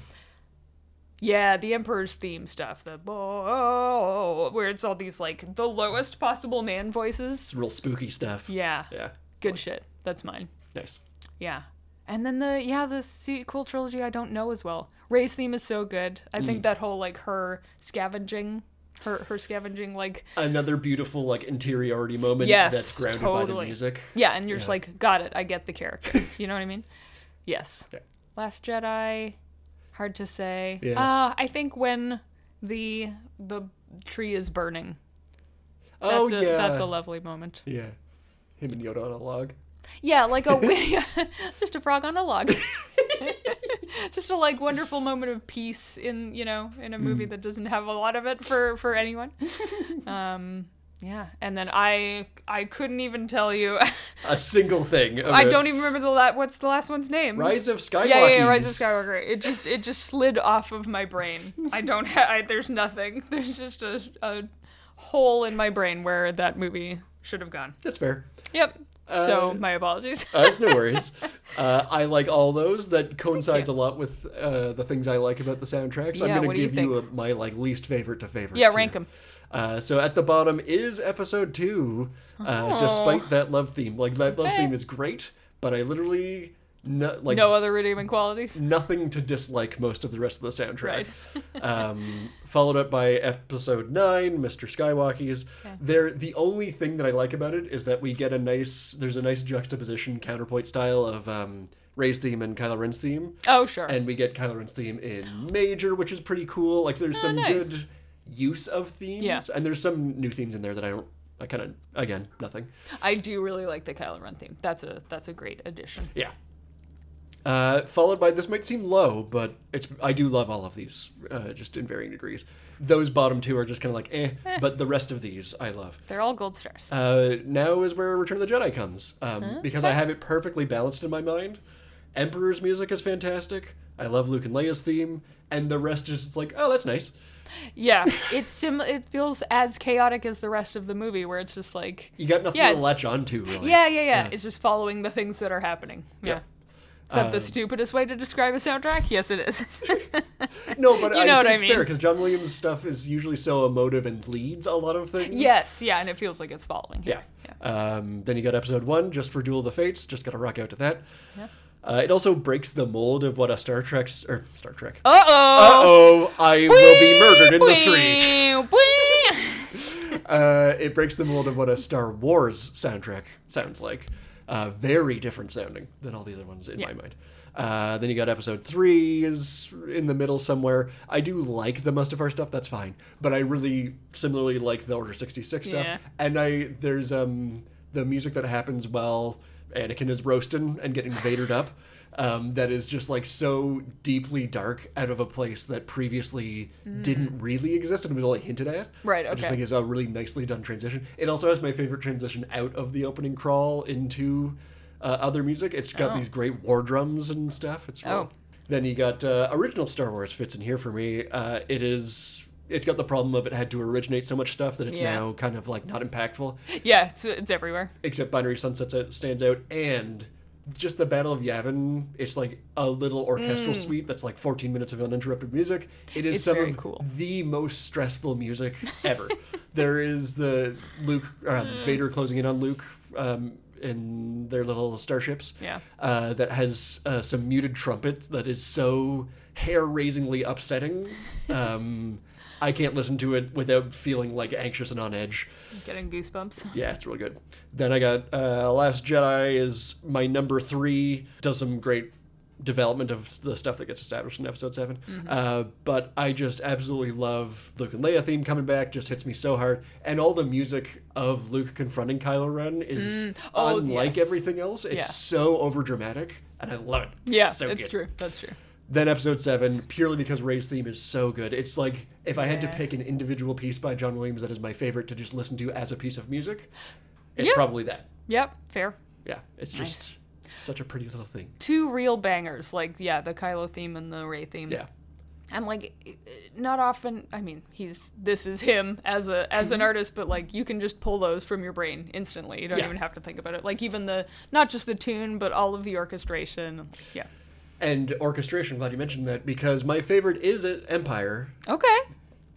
Speaker 2: Yeah, the Emperor's theme stuff, the bo, where it's all these like the lowest possible man voices.
Speaker 1: It's real spooky stuff.
Speaker 2: Yeah,
Speaker 1: Yeah.
Speaker 2: good shit. That's mine.
Speaker 1: Nice.
Speaker 2: Yeah, and then the yeah the sequel trilogy I don't know as well. Ray's theme is so good. I think that whole like her scavenging, her her scavenging like
Speaker 1: Another beautiful like interiority moment
Speaker 2: Yes,
Speaker 1: that's grounded by the
Speaker 2: totally.
Speaker 1: music.
Speaker 2: yeah, and you're just like got it. I get the character. you know what I mean? Yes.
Speaker 1: Yeah.
Speaker 2: Last Jedi, hard to say.
Speaker 1: Yeah.
Speaker 2: Uh, I think when the the tree is burning
Speaker 1: oh
Speaker 2: that's a,
Speaker 1: yeah.
Speaker 2: That's a lovely moment.
Speaker 1: yeah. Him and Yoda on a log.
Speaker 2: Yeah, like a just a frog on a log. just a like wonderful moment of peace in, you know, in a
Speaker 1: Mm.
Speaker 2: movie that doesn't have a lot of it for for anyone. Um yeah, and then I I couldn't even tell you.
Speaker 1: A single thing.
Speaker 2: I don't even remember the la- what's the last one's name.
Speaker 1: Rise of Skywalker.
Speaker 2: yeah, yeah, yeah, Rise of Skywalker. It just it just slid off of my brain. I don't ha- I, there's nothing. There's just a, a hole in my brain where that movie should have gone.
Speaker 1: That's fair.
Speaker 2: Yep.
Speaker 1: Uh,
Speaker 2: so my apologies.
Speaker 1: Uh, that's no worries. Uh, I like all those. That coincides a lot with uh, the things I like about the soundtracks.
Speaker 2: Yeah,
Speaker 1: I'm going
Speaker 2: what
Speaker 1: to
Speaker 2: do you
Speaker 1: give you,
Speaker 2: think?
Speaker 1: a, my like least favorite to favorites.
Speaker 2: Yeah, rank
Speaker 1: here.
Speaker 2: 'em.
Speaker 1: Uh, so at the bottom is episode two. Uh, despite that love theme, like that love theme is great, but I literally no, like
Speaker 2: no other redeeming qualities.
Speaker 1: nothing to dislike most of the rest of the soundtrack.
Speaker 2: Right.
Speaker 1: um, followed up by episode nine, Mr. Skywalkies. They're the only thing that I like about it is that we get a nice there's a nice juxtaposition counterpoint style of um, Ray's theme and Kylo Ren's theme.
Speaker 2: Oh sure.
Speaker 1: And we get Kylo Ren's theme in major, which is pretty cool. Like there's some
Speaker 2: Ah, nice.
Speaker 1: good use of themes.
Speaker 2: Yeah.
Speaker 1: And there's some new themes in there that I don't I kinda again, nothing.
Speaker 2: I do really like the Kylo Ren theme. That's a that's a great addition.
Speaker 1: Yeah. Uh, followed by this might seem low, but it's I do love all of these, uh, just in varying degrees. Those bottom two are just kind of like eh, but the rest of these I love.
Speaker 2: They're all gold stars.
Speaker 1: Uh, now is where Return of the Jedi comes um, because I have it perfectly balanced in my mind. Emperor's music is fantastic. I love Luke and Leia's theme, and the rest is just like oh that's nice.
Speaker 2: yeah, it's sim. It feels as chaotic as the rest of the movie, where it's just like
Speaker 1: You got nothing
Speaker 2: Yeah,
Speaker 1: to
Speaker 2: it's-
Speaker 1: latch onto really.
Speaker 2: yeah, yeah, yeah, It's just following the things that are happening. Yeah. Is that the
Speaker 1: Um,
Speaker 2: stupidest way to describe a soundtrack? Yes, it is.
Speaker 1: No, but I
Speaker 2: know
Speaker 1: think
Speaker 2: what I
Speaker 1: it's
Speaker 2: mean.
Speaker 1: fair because John Williams' stuff is usually so emotive and leads a lot of things.
Speaker 2: yes, yeah, and it feels like it's following.
Speaker 1: Yeah.
Speaker 2: here.
Speaker 1: Um, then you got episode one, just for Duel of the Fates. Just got to rock out to that. Uh, it also breaks the mold of what a Star Trek or Star Trek.
Speaker 2: Uh oh.
Speaker 1: oh, I will be murdered in the street. Uh, it breaks the mold of what a Star Wars soundtrack sounds like. Uh, very different sounding than all the other ones in my mind. Uh, then you got episode three is in the middle somewhere. I do like the Mustafar stuff, that's fine, but I really similarly like the Order sixty six stuff.
Speaker 2: Yeah.
Speaker 1: And I there's um the music that happens while Anakin is roasting and getting Vadered up. Um, that is just like so deeply dark out of a place that previously didn't really exist and was only hinted at.
Speaker 2: Mm. Right,
Speaker 1: I just
Speaker 2: okay.
Speaker 1: think is a really nicely done transition. It also has my favorite transition out of the opening crawl into uh, other music. It's got these great war drums and stuff. It's really-
Speaker 2: Oh.
Speaker 1: Then you got uh, original Star Wars fits in here for me. Uh, it is. It's got the problem of it had to originate so much stuff that it's
Speaker 2: Yeah.
Speaker 1: now kind of like not impactful
Speaker 2: Yeah, it's, it's everywhere.
Speaker 1: except Binary Sunset that stands out, and just the Battle of Yavin. It's like a little orchestral suite that's like 14 minutes of uninterrupted music. It is
Speaker 2: Mm. It's
Speaker 1: some
Speaker 2: very
Speaker 1: of
Speaker 2: cool.
Speaker 1: the most stressful music ever. there is the Luke, um,
Speaker 2: Mm.
Speaker 1: Vader closing in on Luke. Um, in their little starships,
Speaker 2: Yeah.
Speaker 1: uh, that has uh, some muted trumpet that is so hair-raisingly upsetting. Um, I can't listen to it without feeling like anxious and on edge.
Speaker 2: Getting goosebumps.
Speaker 1: Yeah, it's really good. Then I got uh, Last Jedi is my number three. Does some great development of the stuff that gets established in Episode 7
Speaker 2: Mm-hmm.
Speaker 1: Uh, but I just absolutely love Luke and Leia theme coming back. Just hits me so hard, and all the music of Luke confronting Kylo Ren is
Speaker 2: Oh,
Speaker 1: unlike
Speaker 2: yes.
Speaker 1: everything else. It's
Speaker 2: Yeah.
Speaker 1: so over dramatic, and I love it.
Speaker 2: Yeah,
Speaker 1: so
Speaker 2: it's
Speaker 1: good.
Speaker 2: true. That's true.
Speaker 1: Then episode seven, purely because Ray's theme is so good. It's like if I had to
Speaker 2: Yeah.
Speaker 1: pick an individual piece by John Williams that is my favorite to just listen to as a piece of music, it's
Speaker 2: Yeah.
Speaker 1: probably that.
Speaker 2: Yep, fair.
Speaker 1: Yeah, it's just such a pretty little thing.
Speaker 2: Two real bangers, like yeah, the Kylo theme and the Ray theme.
Speaker 1: Yeah.
Speaker 2: and like i- i- not often i mean he's this is him as a as
Speaker 1: Mhm.
Speaker 2: an artist but like you can just pull those from your brain instantly you don't
Speaker 1: Yeah.
Speaker 2: even have to think about it like even the not just the tune but all of the orchestration yeah
Speaker 1: And orchestration, glad you mentioned that because my favorite is at Empire.
Speaker 2: okay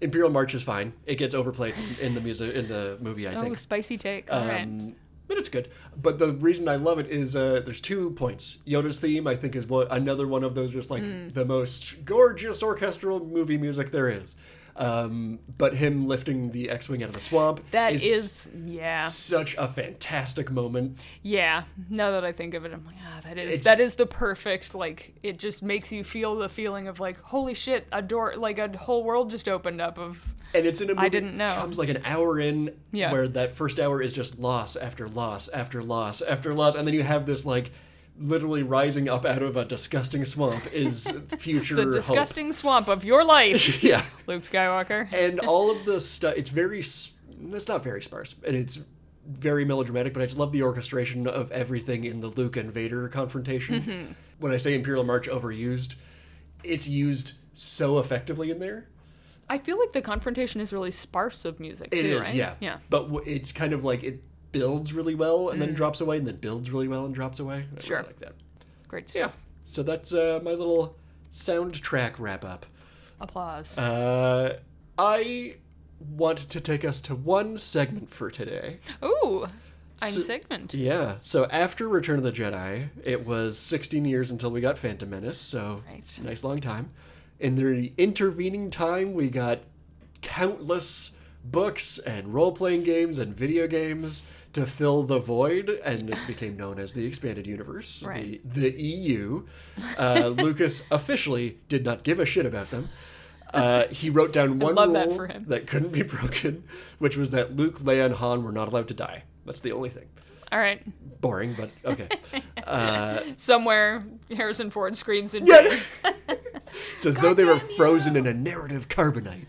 Speaker 1: Imperial March is fine. It gets overplayed in, in the music in the movie, I
Speaker 2: oh
Speaker 1: think.
Speaker 2: spicy take All right.
Speaker 1: Um, but it's good. But the reason I love it is uh, there's two points. Yoda's theme, I think, is what another one of those just like
Speaker 2: Hmm.
Speaker 1: the most gorgeous orchestral movie music there is. Um, but him lifting the X-wing out of the swamp
Speaker 2: That
Speaker 1: is
Speaker 2: is, yeah
Speaker 1: such a fantastic moment.
Speaker 2: yeah now that i think of it i'm like ah that
Speaker 1: It's-
Speaker 2: is that is the perfect like it just makes you feel the feeling of like holy shit a door like a whole world just opened up of
Speaker 1: And it's in a movie
Speaker 2: didn't know.
Speaker 1: that comes like an hour in
Speaker 2: Yeah.
Speaker 1: where that first hour is just loss after loss after loss after loss. And then you have this like literally rising up out of a disgusting swamp is future
Speaker 2: the
Speaker 1: hope.
Speaker 2: disgusting swamp of your life
Speaker 1: Yeah.
Speaker 2: luke skywalker
Speaker 1: and all of the stuff it's very s- it's not very sparse and it's very melodramatic but i just love the orchestration of everything in the luke and vader confrontation when i say imperial march overused it's used so effectively in there
Speaker 2: I feel like the confrontation is really sparse of music.
Speaker 1: It
Speaker 2: too,
Speaker 1: is,
Speaker 2: right?
Speaker 1: yeah
Speaker 2: yeah.
Speaker 1: but w- it's kind of like it builds really well and then drops away and then builds really well and drops away I really
Speaker 2: Sure.
Speaker 1: like that
Speaker 2: Great
Speaker 1: yeah
Speaker 2: stuff.
Speaker 1: so that's uh, my little soundtrack wrap up
Speaker 2: Applause.
Speaker 1: uh, i want to take us to one segment for today
Speaker 2: Ooh, I'm
Speaker 1: so-
Speaker 2: Sigmund.
Speaker 1: Yeah. So after Return of the Jedi, it was 16 years until we got Phantom Menace. So
Speaker 2: Right.
Speaker 1: nice long time. In the intervening time, we got countless books and role-playing games and video games to fill the void, and it became known as the expanded universe,
Speaker 2: Right.
Speaker 1: the, the EU. Uh, Lucas officially did not give a shit about them. Uh, he wrote down one
Speaker 2: love
Speaker 1: rule
Speaker 2: that for him.
Speaker 1: that couldn't be broken, which was that Luke, Leia, and Han were not allowed to die. That's the only thing
Speaker 2: All right.
Speaker 1: boring, but okay.
Speaker 2: Somewhere Harrison Ford screams in
Speaker 1: Yeah.
Speaker 2: pain.
Speaker 1: it's as though they were frozen in a narrative carbonite.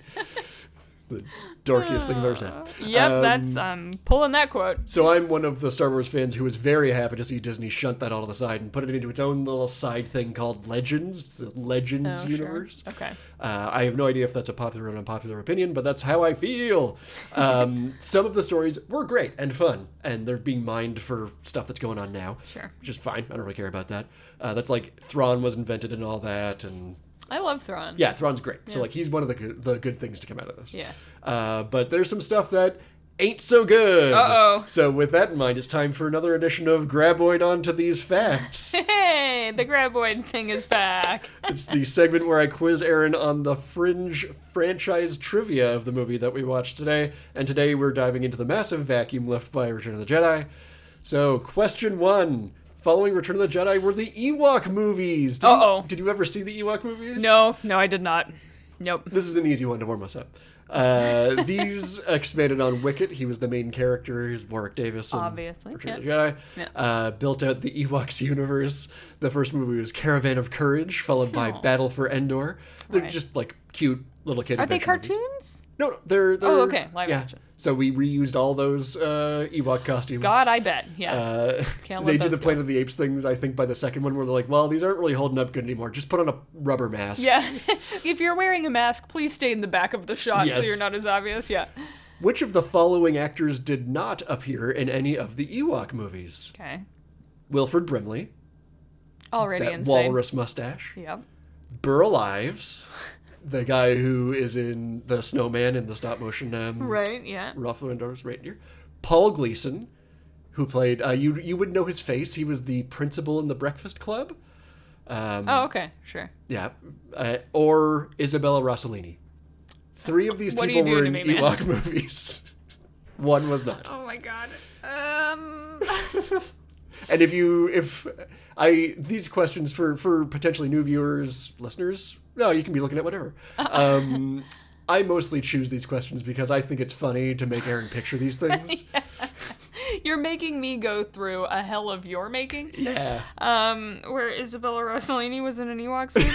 Speaker 1: the dorkiest thing I've ever said.
Speaker 2: Yep, that's um pulling that quote.
Speaker 1: So I'm one of the Star Wars fans who was very happy to see Disney shunt that all to the side and put it into its own little side thing called Legends, It's the
Speaker 2: Oh,
Speaker 1: Legends
Speaker 2: sure.
Speaker 1: universe.
Speaker 2: Okay.
Speaker 1: Uh, I have no idea if that's a popular or unpopular opinion, but that's how I feel. Um, some of the stories were great and fun, and they're being mined for stuff that's going on now.
Speaker 2: Sure.
Speaker 1: Which is fine. I don't really care about that. Uh, that's like Thrawn was invented and all that, and
Speaker 2: I love Thrawn.
Speaker 1: yeah, Thrawn's great. So like he's one of the good, the good things to come out of this.
Speaker 2: Yeah.
Speaker 1: Uh, but there's some stuff that ain't so good.
Speaker 2: Uh-oh.
Speaker 1: So with that in mind, it's time for another edition of Graboid onto these facts.
Speaker 2: Hey, the graboid thing is back.
Speaker 1: it's the segment where I quiz Aaron on the fringe franchise trivia of the movie that we watched today. And today we're diving into the massive vacuum left by Return of the Jedi. So, question one. Following Return of the Jedi were the Ewok movies. Did
Speaker 2: Uh-oh.
Speaker 1: You, did you ever see the Ewok movies?
Speaker 2: No, no, I did not. Nope.
Speaker 1: This is an easy one to warm us up. Uh, these expanded on Wicket. He was the main character. He's Warwick Davis. in
Speaker 2: Obviously,
Speaker 1: Return of the
Speaker 2: yeah.
Speaker 1: Jedi.
Speaker 2: Yeah.
Speaker 1: Uh, built out the Ewoks universe. The first movie was Caravan of Courage, followed by Battle for Endor. They're
Speaker 2: Right.
Speaker 1: just like cute little kid.
Speaker 2: Are they
Speaker 1: adventure movies.
Speaker 2: cartoons?
Speaker 1: No, no, they're, they're
Speaker 2: okay, live
Speaker 1: yeah.
Speaker 2: action.
Speaker 1: So we reused all those uh, Ewok costumes.
Speaker 2: God, I bet. Yeah.
Speaker 1: Uh,
Speaker 2: Can't let
Speaker 1: they do
Speaker 2: those
Speaker 1: the
Speaker 2: go.
Speaker 1: Planet of the Apes things, I think, by the second one, where they're like, "Well, these aren't really holding up good anymore. Just put on a rubber mask."
Speaker 2: yeah. if you're wearing a mask, please stay in the back of the shot
Speaker 1: Yes.
Speaker 2: so you're not as obvious. Yeah.
Speaker 1: Which of the following actors did not appear in any of the Ewok movies?
Speaker 2: Okay.
Speaker 1: Wilfred Brimley,
Speaker 2: Already
Speaker 1: that
Speaker 2: insane.
Speaker 1: walrus mustache.
Speaker 2: Yep.
Speaker 1: Burl Ives, the guy who is in the Snowman in the stop motion um,
Speaker 2: Right. Yeah.
Speaker 1: Ruffalo and Doris Reindeer. Paul Gleason, who played uh, you you would know his face. He was the principal in the Breakfast Club. Um,
Speaker 2: Oh, okay. Sure.
Speaker 1: Yeah, uh, or Isabella Rossellini. Three of these
Speaker 2: What are
Speaker 1: people
Speaker 2: you
Speaker 1: were in
Speaker 2: doing to me, man?
Speaker 1: Ewok movies. One was not.
Speaker 2: Oh my god. Um.
Speaker 1: And if you if I these questions for for potentially new viewers, listeners, no, you can be looking at whatever. Um, I mostly choose these questions because I think it's funny to make Aaron picture these things.
Speaker 2: You're making me go through a hell of your making.
Speaker 1: yeah.
Speaker 2: Um, where Isabella Rossellini was in an Ewoks movie.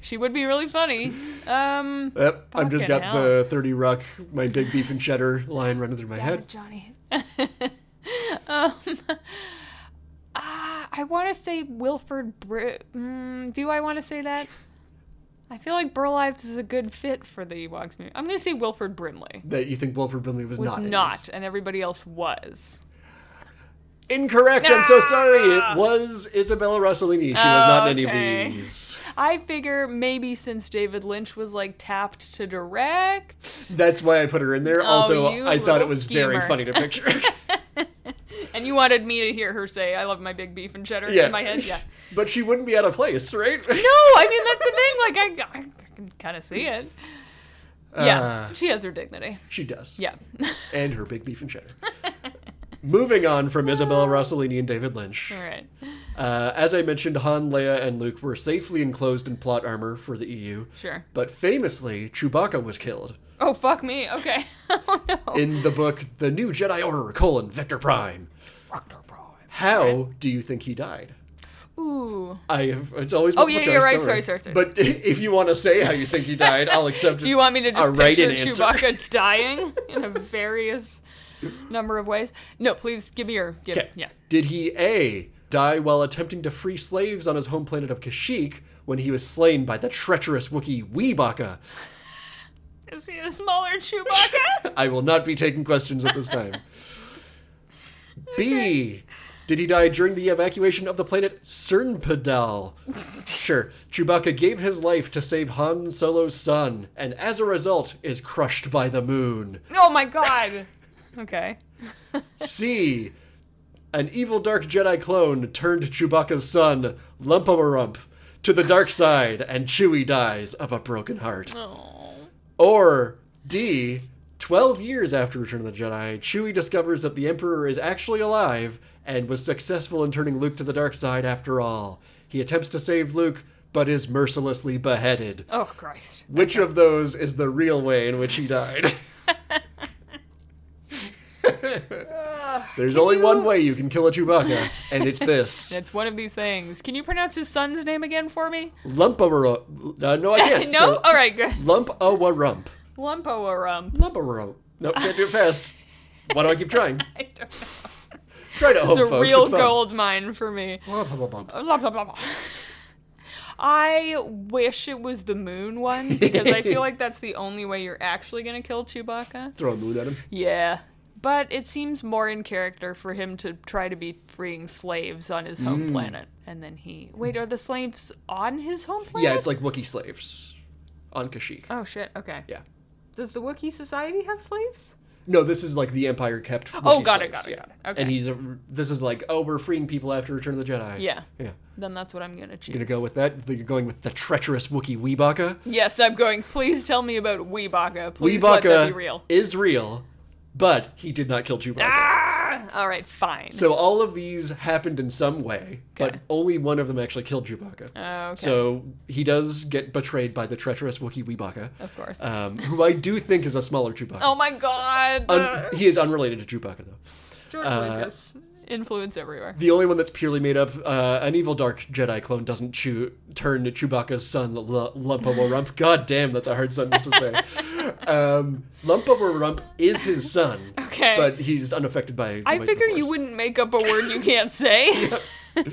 Speaker 2: she would be really funny. Um,
Speaker 1: Yep, I've just
Speaker 2: Fucking
Speaker 1: got the 30 Rock, my big beef and cheddar line running through my head.
Speaker 2: Johnny. um, ah, I want to say Wilford. Br- mm, do I want to say that? I feel like Burl Ives is a good fit for the Ewoks movie. I'm going to say Wilford Brimley
Speaker 1: That you think Wilford Brimley was,
Speaker 2: was
Speaker 1: not. in
Speaker 2: not,
Speaker 1: this.
Speaker 2: and everybody else was.
Speaker 1: Incorrect, I'm so sorry. It was Isabella Rossellini. She was not in any
Speaker 2: Ah. Okay.
Speaker 1: of these.
Speaker 2: I figure maybe since David Lynch was like tapped to direct,
Speaker 1: That's why I put her in there. also,
Speaker 2: you
Speaker 1: I thought it
Speaker 2: little
Speaker 1: was very
Speaker 2: schemer.
Speaker 1: funny to picture.
Speaker 2: and you wanted me to hear her say, "I love my big beef and cheddar"
Speaker 1: Yeah.
Speaker 2: in my head, yeah.
Speaker 1: but she wouldn't be out of place, right?
Speaker 2: No, I mean that's the thing. Like I, I can kind of see it. Yeah,
Speaker 1: Uh,
Speaker 2: she has her dignity.
Speaker 1: she does.
Speaker 2: Yeah.
Speaker 1: And her big beef and cheddar. Moving on from Isabella
Speaker 2: Ah.
Speaker 1: Rossellini and David Lynch.
Speaker 2: All right.
Speaker 1: Uh, as I mentioned, Han, Leia, and Luke were safely enclosed in plot armor for the EU.
Speaker 2: Sure.
Speaker 1: But famously, Chewbacca was killed
Speaker 2: Oh fuck me. Okay. oh no.
Speaker 1: in the book The New Jedi Order: colon, Vector Prime.
Speaker 2: Doctor Prime.
Speaker 1: How do you think he died?
Speaker 2: Ooh.
Speaker 1: I have. It's always.
Speaker 2: Oh, yeah,
Speaker 1: multiple
Speaker 2: yeah,
Speaker 1: choice,
Speaker 2: right,
Speaker 1: don't worry.
Speaker 2: sorry, sorry, sorry.
Speaker 1: But if you want to say how you think he died, I'll accept.
Speaker 2: Do you want me to
Speaker 1: a
Speaker 2: just
Speaker 1: write-in
Speaker 2: picture
Speaker 1: answer.
Speaker 2: Chewbacca dying in a various number of ways? No, please give me your. Give,
Speaker 1: Okay.
Speaker 2: yeah.
Speaker 1: Did he A die while attempting to free slaves on his home planet of Kashyyyk when he was slain by the treacherous Wookiee Weebaka?
Speaker 2: Is he a smaller Chewbacca?
Speaker 1: I will not be taking questions at this time. B. Did he die during the evacuation of the planet Cernpedal? sure. Chewbacca gave his life to save Han Solo's son, and as a result, is crushed by the moon.
Speaker 2: oh my god. Okay.
Speaker 1: C. An evil dark Jedi clone turned Chewbacca's son, Lumparump, to the dark side, and Chewie dies of a broken heart. Or D. 12 years after Return of the Jedi, Chewie discovers that the Emperor is actually alive and was successful in turning Luke to the dark side after all. He attempts to save Luke, but is mercilessly beheaded.
Speaker 2: Oh Christ.
Speaker 1: Which of those is the real way in which he died? There's only one way you can kill a Chewbacca, and it's this.
Speaker 2: It's one of these things. Can you pronounce his son's name again for me?
Speaker 1: Lump a uh, No, I can't.
Speaker 2: no? All right, good.
Speaker 1: Lump a rump.
Speaker 2: Lumpo or um.
Speaker 1: Lump a rump. No, can't do it fast. Why do I keep trying?
Speaker 2: I don't know.
Speaker 1: Try to
Speaker 2: It's
Speaker 1: home,
Speaker 2: a
Speaker 1: folks.
Speaker 2: real
Speaker 1: it's fun.
Speaker 2: gold mine for me.
Speaker 1: Lump, lump, lump.
Speaker 2: Blah, blah, blah, blah. I wish it was the moon one because I feel like that's the only way you're actually going to kill Chewbacca.
Speaker 1: Throw a moon at him.
Speaker 2: Yeah. But it seems more in character for him to try to be freeing slaves on his home
Speaker 1: Mm.
Speaker 2: planet. And then he. Wait, are the slaves on his home planet?
Speaker 1: Yeah, it's like Wookiee slaves on Kashyyyk.
Speaker 2: Oh, shit. Okay.
Speaker 1: Yeah.
Speaker 2: Does the Wookiee Society have slaves?
Speaker 1: No, this is like the Empire kept.
Speaker 2: Oh,
Speaker 1: Wookiee
Speaker 2: got it,
Speaker 1: slaves,
Speaker 2: got it, got it. Okay.
Speaker 1: And he's a, this is like, oh, we're freeing people after Return of the Jedi.
Speaker 2: Yeah.
Speaker 1: yeah.
Speaker 2: Then that's what I'm going to choose.
Speaker 1: Gonna go with that. You're going with the treacherous Wookiee Weebaka.
Speaker 2: Yes, I'm going. Please tell me about Weebaka. Please let that be
Speaker 1: Weebaka
Speaker 2: real.
Speaker 1: is real, But he did not kill Chewbacca.
Speaker 2: Ah! All right, fine.
Speaker 1: So all of these happened in some way, but only one of them actually killed Chewbacca.
Speaker 2: Oh, okay.
Speaker 1: So he does get betrayed by the treacherous Wookiee Weebaka,
Speaker 2: of course.
Speaker 1: um, who I do think is a smaller Chewbacca.
Speaker 2: oh my god. Uh,
Speaker 1: Un- uh, he is unrelated to Chewbacca, though.
Speaker 2: George Lucas. Influence everywhere.
Speaker 1: The only one that's purely made up, uh, an evil dark Jedi clone doesn't chew- turn to Chewbacca's son, L- Lumpa Rump. God damn, that's a hard sentence to say. um, Lumpa Rump is his son,
Speaker 2: Okay.
Speaker 1: but he's unaffected by. the
Speaker 2: I
Speaker 1: ways of the
Speaker 2: figure you
Speaker 1: Force.
Speaker 2: wouldn't make up a word you can't say.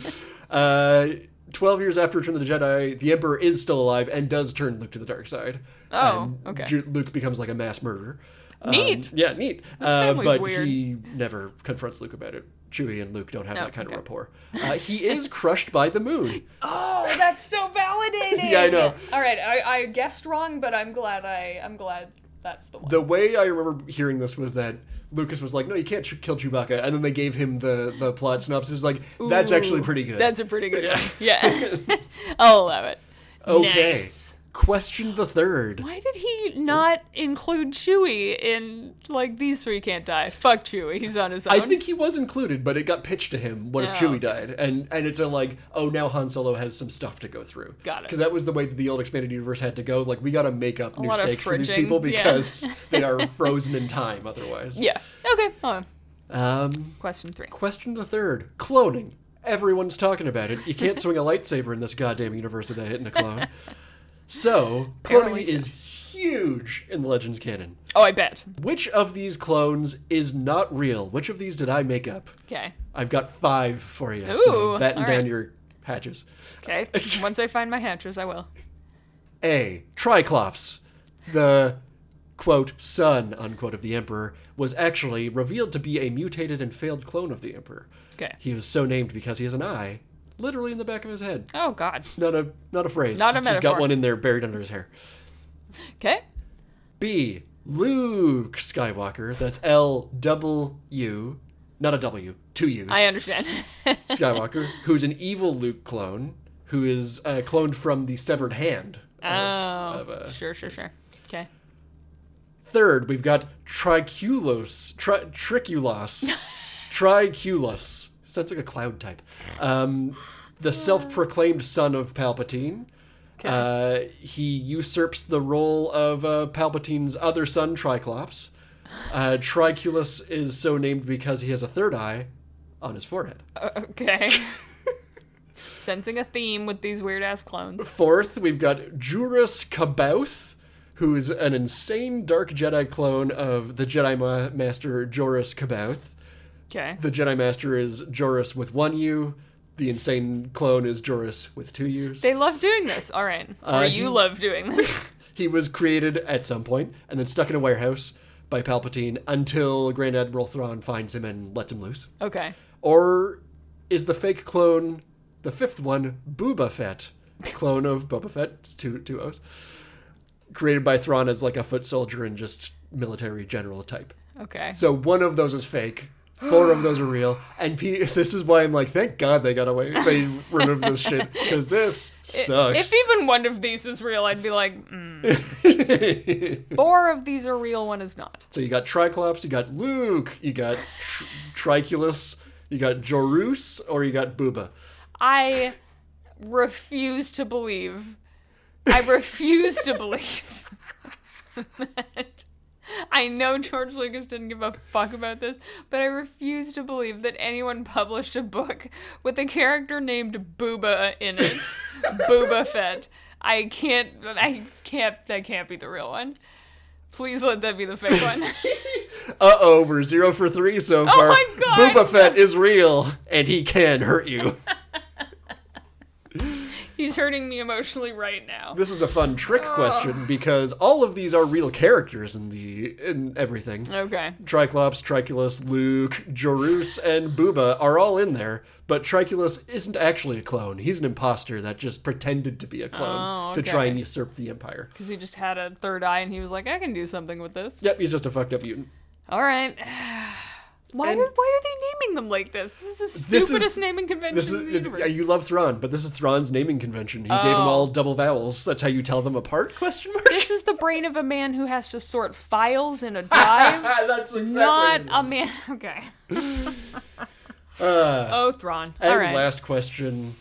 Speaker 1: Uh, 12 years after Return of the Jedi, the Emperor is still alive and does turn Luke to the dark side.
Speaker 2: Oh,
Speaker 1: And
Speaker 2: okay.
Speaker 1: Ju- Luke becomes like a mass murderer. Um,
Speaker 2: Neat.
Speaker 1: yeah, neat. Uh,
Speaker 2: family's
Speaker 1: but
Speaker 2: weird.
Speaker 1: he never confronts Luke about it. Chewie and Luke don't have that kind
Speaker 2: okay.
Speaker 1: of rapport. Uh, he is crushed by the moon.
Speaker 2: Oh, that's so validating.
Speaker 1: Yeah, I know.
Speaker 2: All right, I, I guessed wrong, but I'm glad I I'm glad that's the one.
Speaker 1: The way I remember hearing this was that Lucas was like, "No, you can't ch- kill Chewbacca," and then they gave him the the plot synopsis. Like, that's actually pretty good.
Speaker 2: That's a pretty good one. Yeah. I'll allow it.
Speaker 1: okay.
Speaker 2: nice.
Speaker 1: Question the third.
Speaker 2: Why did he not include Chewie in like these three can't die? Fuck Chewie, he's on his own.
Speaker 1: I think he was included, but it got pitched to him. What if
Speaker 2: Oh,
Speaker 1: Chewie
Speaker 2: okay.
Speaker 1: died? And and it's a like, oh, now Han Solo has some stuff to go through.
Speaker 2: Got it.
Speaker 1: Because that was the way that the old expanded universe had to go. Like, we got to make up new
Speaker 2: lot of
Speaker 1: stakes for these
Speaker 2: fridging,
Speaker 1: people
Speaker 2: yeah.
Speaker 1: because they are frozen in time otherwise.
Speaker 2: Yeah. Okay. Hold on.
Speaker 1: Um,
Speaker 2: Question three.
Speaker 1: question the third: cloning. Everyone's talking about it. You can't swing a lightsaber in this goddamn universe without hitting a clone. So, cloning
Speaker 2: Apparently so.
Speaker 1: is huge in the Legends canon.
Speaker 2: Oh, I bet.
Speaker 1: Which of these clones is not real? Which of these did I make up?
Speaker 2: Okay.
Speaker 1: I've got five for you. so
Speaker 2: Ooh,
Speaker 1: batten
Speaker 2: all
Speaker 1: down
Speaker 2: right.
Speaker 1: your hatches.
Speaker 2: Okay. Once I find my hatchers, I will.
Speaker 1: A. Triclops, the quote son unquote of the emperor, was actually revealed to be a mutated and failed clone of the emperor.
Speaker 2: Okay.
Speaker 1: He was so named because he has an eye, literally in the back of his head.
Speaker 2: Oh God.
Speaker 1: Not a not a phrase.
Speaker 2: Not a
Speaker 1: He's got
Speaker 2: metaphor.
Speaker 1: one in there buried under his hair.
Speaker 2: Okay.
Speaker 1: B. Luke Skywalker. That's L double U, not a W, two U's.
Speaker 2: I understand.
Speaker 1: Skywalker, who's an evil Luke clone, who is uh, cloned from the severed hand.
Speaker 2: oh.
Speaker 1: of a-
Speaker 2: sure. Sure. Sure. Okay.
Speaker 1: Third, we've got Triculus, tri- Triculus, Triculus. Sounds like a cloud type. Um, the self-proclaimed son of Palpatine. Uh, he usurps the role of uh, Palpatine's other son, Triclops. Uh, Triculus is so named because he has a third eye on his forehead.
Speaker 2: Uh, okay. Sensing a theme with these weird ass clones.
Speaker 1: Fourth, we've got Jurus Kabouth, who is an insane Dark Jedi clone of the Jedi Ma- Master Jorus Kabouth.
Speaker 2: Okay.
Speaker 1: The Jedi Master is Jorus with one U. The insane clone is Jorus with two U's.
Speaker 2: They love doing this. All right. or you
Speaker 1: Uh, he-
Speaker 2: love doing this.
Speaker 1: He was created at some point and then stuck in a warehouse by Palpatine until Grand Admiral Thrawn finds him and lets him loose.
Speaker 2: Okay.
Speaker 1: Or is the fake clone, the fifth one, Booba Fett, clone of Boba Fett, it's two, two O's, created by Thrawn as like a foot soldier and just military general type.
Speaker 2: Okay.
Speaker 1: So one of those is fake, four of those are real, and P- this is why I'm like, thank God they got away, they removed this shit, because this sucks.
Speaker 2: If even one of these is real, I'd be like, mm. four of these are real, one is not.
Speaker 1: so you got Triclops, you got Luke, you got Tr- Triculus, you got Jorus, or you got Booba.
Speaker 2: I refuse to believe. I refuse to believe that. I know George Lucas didn't give a fuck about this, but I refuse to believe that anyone published a book with a character named Booba in it. Booba Fett. I can't. I can't. That can't be the real one. Please let that be the fake one.
Speaker 1: Uh oh, we're zero for three so far.
Speaker 2: Oh my God.
Speaker 1: Boba Fett is real, and he can hurt you.
Speaker 2: He's hurting me emotionally right now.
Speaker 1: This is a fun trick
Speaker 2: Oh.
Speaker 1: question because all of these are real characters in the in everything.
Speaker 2: Okay.
Speaker 1: Triclops, Triculus, Luke, Jorus, and Booba are all in there, but Triculus isn't actually a clone. He's an imposter that just pretended to be a clone
Speaker 2: Oh,
Speaker 1: to try
Speaker 2: okay.
Speaker 1: and usurp the empire.
Speaker 2: Because he just had a third eye and he was like, I can do something with this.
Speaker 1: Yep, he's just a fucked up mutant.
Speaker 2: All right. Why,
Speaker 1: And-
Speaker 2: are, why are they naming them like this? This is the
Speaker 1: This
Speaker 2: stupidest
Speaker 1: is-
Speaker 2: naming convention
Speaker 1: This
Speaker 2: in the
Speaker 1: is,
Speaker 2: universe.
Speaker 1: yeah,
Speaker 2: Oh.
Speaker 1: you love Thrawn, but this is Thrawn's naming convention. He gave them all double vowels. That's how you tell them apart? Question mark.
Speaker 2: this is the brain of a man who has to sort files in a drive,
Speaker 1: That's exactly.
Speaker 2: not
Speaker 1: what it
Speaker 2: a
Speaker 1: is.
Speaker 2: man. Okay. oh, Thrawn. All
Speaker 1: Uh, And
Speaker 2: right.
Speaker 1: last question.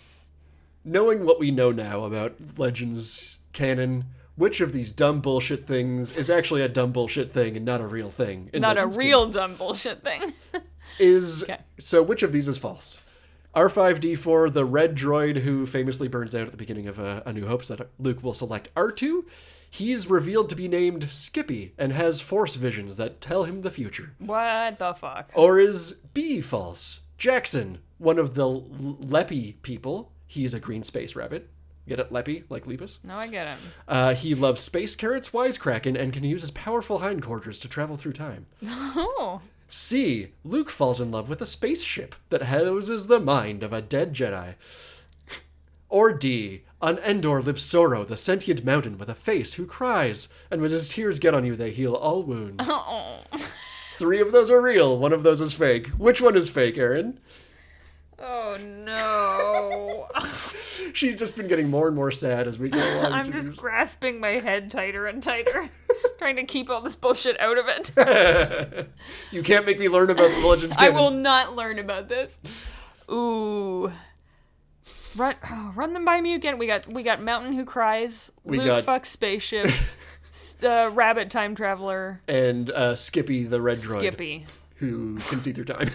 Speaker 1: Knowing what we know now about Legends canon, which of these dumb bullshit things is actually a dumb bullshit thing and not a real thing? in
Speaker 2: not a
Speaker 1: Legends
Speaker 2: real dumb bullshit thing.
Speaker 1: canon? is
Speaker 2: Okay.
Speaker 1: so which of these is false? R5D4, the red droid who famously burns out at the beginning of uh, A New Hope, so that Luke will select R2. He's revealed to be named Skippy and has force visions that tell him the future.
Speaker 2: what the fuck?
Speaker 1: Or is B false? Jackson, one of the l- Leppy people, he's a green space rabbit. Get it, Leppy, like Lepus?
Speaker 2: No, I get it.
Speaker 1: Uh, he loves space carrots, wisecracking, and can use his powerful hindquarters to travel through time.
Speaker 2: Oh,
Speaker 1: C. Luke falls in love with a spaceship that houses the mind of a dead Jedi. Or D. On Endor lives Soro, the sentient mountain with a face who cries, and when his tears get on you, they heal all wounds.
Speaker 2: Oh.
Speaker 1: Three of those are real, one of those is fake. Which one is fake, Aaron?
Speaker 2: oh no!
Speaker 1: She's just been getting more and more sad as we go along.
Speaker 2: I'm
Speaker 1: through
Speaker 2: just
Speaker 1: this.
Speaker 2: grasping my head tighter and tighter, trying to keep all this bullshit out of it.
Speaker 1: You can't make me learn about the Legends
Speaker 2: I
Speaker 1: canon.
Speaker 2: will not learn about this. Ooh. Run, oh, run them by me again. We got we got Mountain Who Cries,
Speaker 1: We
Speaker 2: Luke
Speaker 1: got-
Speaker 2: Fuck Spaceship, s- uh, Rabbit Time Traveler,
Speaker 1: And uh, Skippy the Red Droid,
Speaker 2: Skippy,
Speaker 1: who can see through time.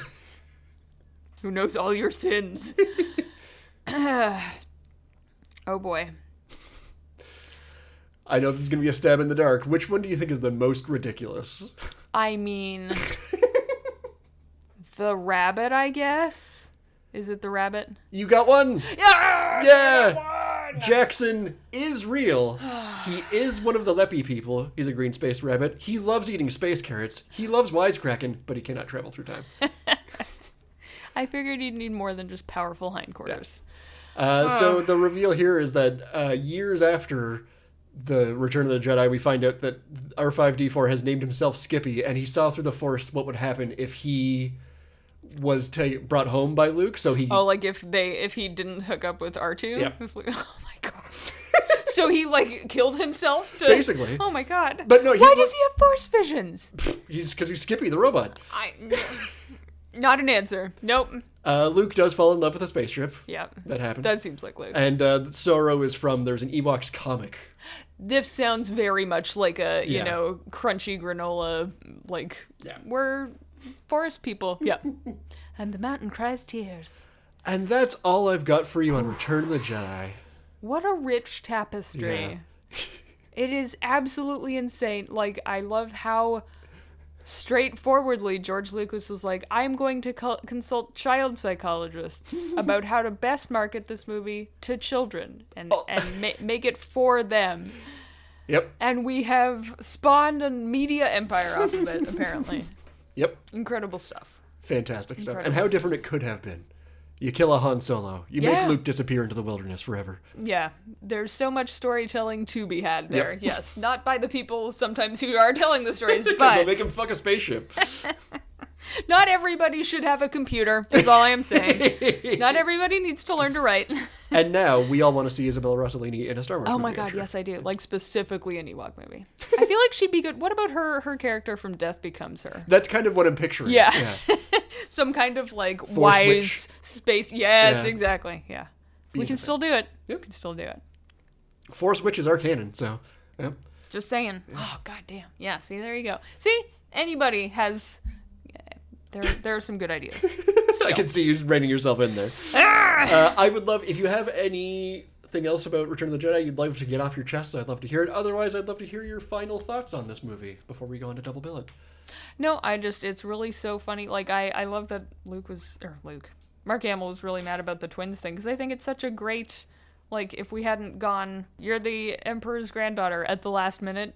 Speaker 2: who knows all your sins. oh boy.
Speaker 1: I know this is going to be a stab in the dark. Which one do you think is the most ridiculous?
Speaker 2: I mean, the rabbit, I guess. Is it the rabbit?
Speaker 1: You got one?
Speaker 2: Yeah!
Speaker 1: Yeah! Jackson is real. He is one of the Leppy people. He's a green space rabbit. He loves eating space carrots. He loves wisecracking, but he cannot travel through time.
Speaker 2: I figured you'd need more than just powerful hindquarters.
Speaker 1: Uh, so the reveal here is that uh, years after the Return of the Jedi, we find out that R5D4 has named himself Skippy, and he saw through the Force what would happen if he was ta- brought home by Luke. So he
Speaker 2: Oh, like if they if he didn't hook up with R two.
Speaker 1: Yep.
Speaker 2: oh my god. so he like killed himself. To,
Speaker 1: Basically.
Speaker 2: Oh my god.
Speaker 1: But no, he
Speaker 2: why
Speaker 1: wa-
Speaker 2: does he have force visions?
Speaker 1: he's because he's Skippy the robot.
Speaker 2: I. Not an answer. Nope.
Speaker 1: Uh, Luke does fall in love with a spaceship.
Speaker 2: Yep.
Speaker 1: That happens.
Speaker 2: That seems like Luke.
Speaker 1: and uh, Sorrow is from there's an Ewoks comic.
Speaker 2: this sounds very much like a you
Speaker 1: Yeah.
Speaker 2: know crunchy granola like we're forest people yeah and the mountain cries tears
Speaker 1: And that's all I've got for you on Return of the Jedi.
Speaker 2: what a rich tapestry it is absolutely insane like i love how straightforwardly george lucas was like i'm going to co- consult child psychologists about how to best market this movie to children and, and ma- make it for them
Speaker 1: Yep.
Speaker 2: and we have spawned a media empire off of it apparently
Speaker 1: Yep.
Speaker 2: incredible stuff
Speaker 1: Fantastic stuff. And
Speaker 2: Incredible
Speaker 1: how different it could have been. You kill a Han Solo. You
Speaker 2: Yeah.
Speaker 1: make Luke disappear into the wilderness forever.
Speaker 2: yeah there's so much storytelling to be had there yes not by the people sometimes who are telling the stories
Speaker 1: They'll
Speaker 2: but
Speaker 1: make him fuck a spaceship.
Speaker 2: not everybody should have a computer is all i am saying not everybody needs to learn to write
Speaker 1: and now we all want to see Isabella Rossellini in a Star Wars
Speaker 2: oh
Speaker 1: movie,
Speaker 2: my
Speaker 1: I'm
Speaker 2: god
Speaker 1: sure.
Speaker 2: yes i do like specifically an ewok movie i feel like she'd be good what about her her character from death becomes her
Speaker 1: That's kind of what I'm picturing.
Speaker 2: Yeah. some kind of like wise
Speaker 1: witch.
Speaker 2: space yes
Speaker 1: Yeah.
Speaker 2: exactly yeah we can
Speaker 1: Beautiful.
Speaker 2: still do it
Speaker 1: Yep.
Speaker 2: we can still do it
Speaker 1: Force witches are canon, so. Yep.
Speaker 2: Just saying. Oh goddamn. Yeah. See, there you go. See, anybody has. There, there are some good ideas.
Speaker 1: I can see you reining yourself in there.
Speaker 2: Ah!
Speaker 1: Uh, I would love if you have anything else about Return of the Jedi you'd love to get off your chest. I'd love to hear it. Otherwise, I'd love to hear your final thoughts on this movie before we go into double billet.
Speaker 2: No, I just it's really so funny. Like I, I love that Luke was or Luke, Mark Hamill was really mad about the twins thing because I think it's such a great, like if we hadn't gone, you're the Emperor's granddaughter at the last minute.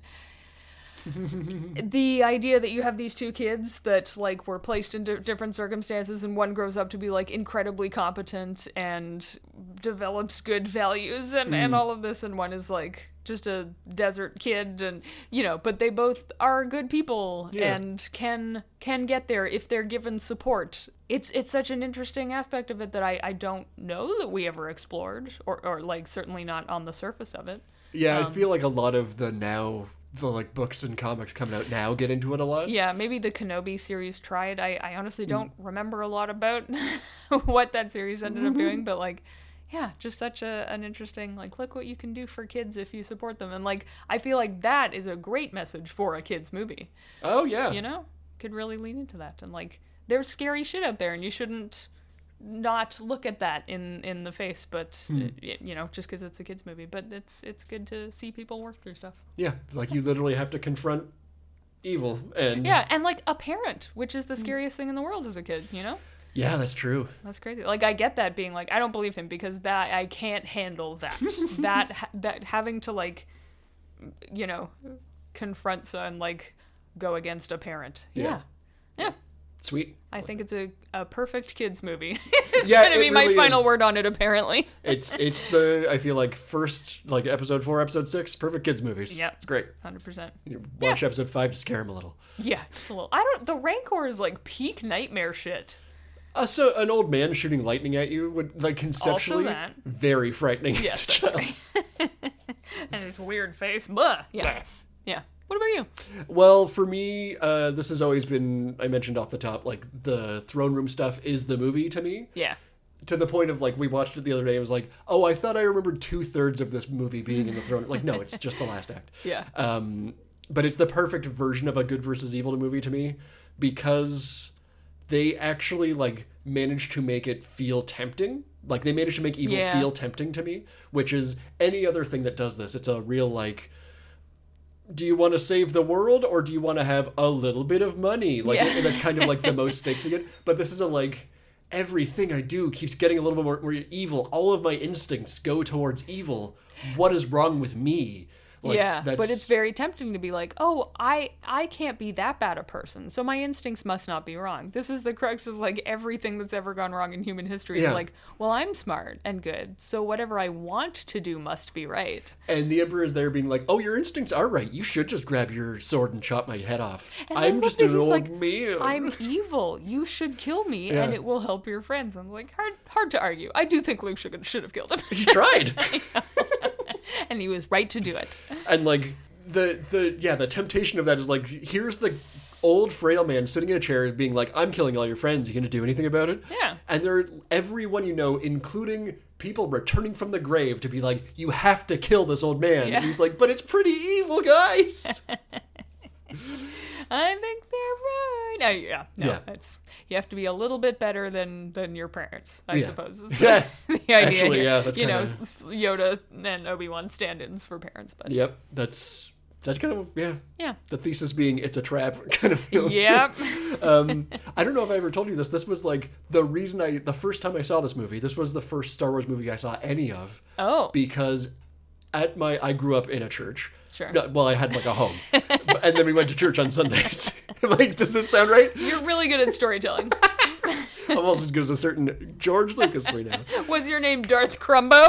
Speaker 2: the idea that you have these two kids that like were placed in di- different circumstances and one grows up to be like incredibly competent and develops good values and, and all of this and one is like just a desert kid and you know but they both are good people
Speaker 1: Yeah.
Speaker 2: and can can get there if they're given support it's it's such an interesting aspect of it that i i don't know that we ever explored or or like certainly not on the surface of it
Speaker 1: Yeah,
Speaker 2: Um,
Speaker 1: I feel like a lot of the now, the like books and comics coming out now get into it a lot.
Speaker 2: Yeah, maybe the Kenobi series tried. I, I honestly don't remember a lot about what that series ended up doing, but like, yeah, just such a, an interesting, like, look what you can do for kids if you support them. And like, I feel like that is a great message for a kid's movie.
Speaker 1: Oh yeah.
Speaker 2: You know? Could really lean into that. And like, there's scary shit out there, and you shouldn't not look at that in in the face but uh, y you know just because it's a kids movie but it's it's good to see people work through stuff
Speaker 1: Yeah, like you literally have to confront evil and
Speaker 2: yeah and like a parent which is the scariest thing in the world as a kid you know
Speaker 1: Yeah, that's true.
Speaker 2: That's crazy. Like I get that being like I don't believe him because that I can't handle that. that ha- that having to like you know confront and like go against a parent.
Speaker 1: Yeah.
Speaker 2: Yeah.
Speaker 1: Sweet.
Speaker 2: I think it's a, a perfect kids movie.
Speaker 1: It's
Speaker 2: going to be my final word on it apparently.
Speaker 1: It's it's the I feel like first like episode four, episode six, perfect kids movies.
Speaker 2: Yep.
Speaker 1: it's great.
Speaker 2: 100%.
Speaker 1: You watch episode five to scare them a little.
Speaker 2: Yeah. just a little- I don't the rancor is like peak nightmare shit.
Speaker 1: Uh, so an old man shooting lightning at you would like conceptually
Speaker 2: that.
Speaker 1: very frightening.
Speaker 2: Yes,
Speaker 1: as a
Speaker 2: that's
Speaker 1: child.
Speaker 2: And his weird face. Blah. Yeah. Yeah. What about you?
Speaker 1: Well, for me, uh, this has always been I mentioned off the top like the throne room stuff is the movie to me.
Speaker 2: Yeah.
Speaker 1: to the point of like we watched it the other day and was like, oh, I thought I remembered two thirds of this movie being in the throne. Like, no, it's just the last act.
Speaker 2: Yeah.
Speaker 1: Um, but it's the perfect version of a good versus evil movie to me because they actually like managed to make it feel tempting. Like they managed to make evil
Speaker 2: Yeah.
Speaker 1: feel tempting to me, which is any other thing that does this. It's a real like. Do you want to save the world or do you want to have a little bit of money? Like
Speaker 2: Yeah.
Speaker 1: that's kind of like the most stakes we get. But this is a like everything I do keeps getting a little bit more, more evil. All of my instincts go towards evil. What is wrong with me? Like,
Speaker 2: yeah, but
Speaker 1: that's-
Speaker 2: it's very tempting to be like, "Oh, I I can't be that bad a person, so my instincts must not be wrong." This is the crux of like everything that's ever gone wrong in human history.
Speaker 1: Yeah.
Speaker 2: Like, well, I'm smart and good, so whatever I want to do must be right.
Speaker 1: and the emperor is there being like, "Oh, your instincts are right. You should just grab your sword and chop my head off.
Speaker 2: And I
Speaker 1: I'm
Speaker 2: love
Speaker 1: just
Speaker 2: that
Speaker 1: an
Speaker 2: he's
Speaker 1: old
Speaker 2: like,
Speaker 1: man."
Speaker 2: I'm evil. You should kill me, and
Speaker 1: Yeah.
Speaker 2: it will help your friends. I'm like, hard hard to argue. I do think Luke should should have killed him,
Speaker 1: He tried,
Speaker 2: and he was right to do it.
Speaker 1: and like the the yeah the temptation of that is like here's the old frail man sitting in a chair being like i'm killing all your friends you gonna do anything about it
Speaker 2: Yeah.
Speaker 1: and they're everyone you know including people returning from the grave to be like you have to kill this old man
Speaker 2: Yeah.
Speaker 1: and he's like but it's pretty evil guys
Speaker 2: I think they're right. Uh, yeah, no,
Speaker 1: Yeah.
Speaker 2: It's you have to be a little bit better than than your parents, I
Speaker 1: Yeah.
Speaker 2: suppose. Is the,
Speaker 1: Yeah.
Speaker 2: the idea
Speaker 1: Actually,
Speaker 2: here.
Speaker 1: yeah, that's
Speaker 2: you know
Speaker 1: kinda-
Speaker 2: s- Yoda and Obi Wan stand-ins for parents, but
Speaker 1: yep that's that's kind of yeah
Speaker 2: yeah,
Speaker 1: the thesis being it's a trap kind of feels.
Speaker 2: yep,
Speaker 1: um, I don't know if I ever told you this. This was like the reason I the first time I saw this movie. This was the first Star Wars movie I saw any of.
Speaker 2: Oh.
Speaker 1: because at my I grew up in a church.
Speaker 2: Sure.
Speaker 1: No, well, I had like a home, But- and then we went to church on Sundays. like, does this sound right?
Speaker 2: you're really good at storytelling.
Speaker 1: Almost as good as a certain George Lucas we know.
Speaker 2: Was your name Darth Crumbo?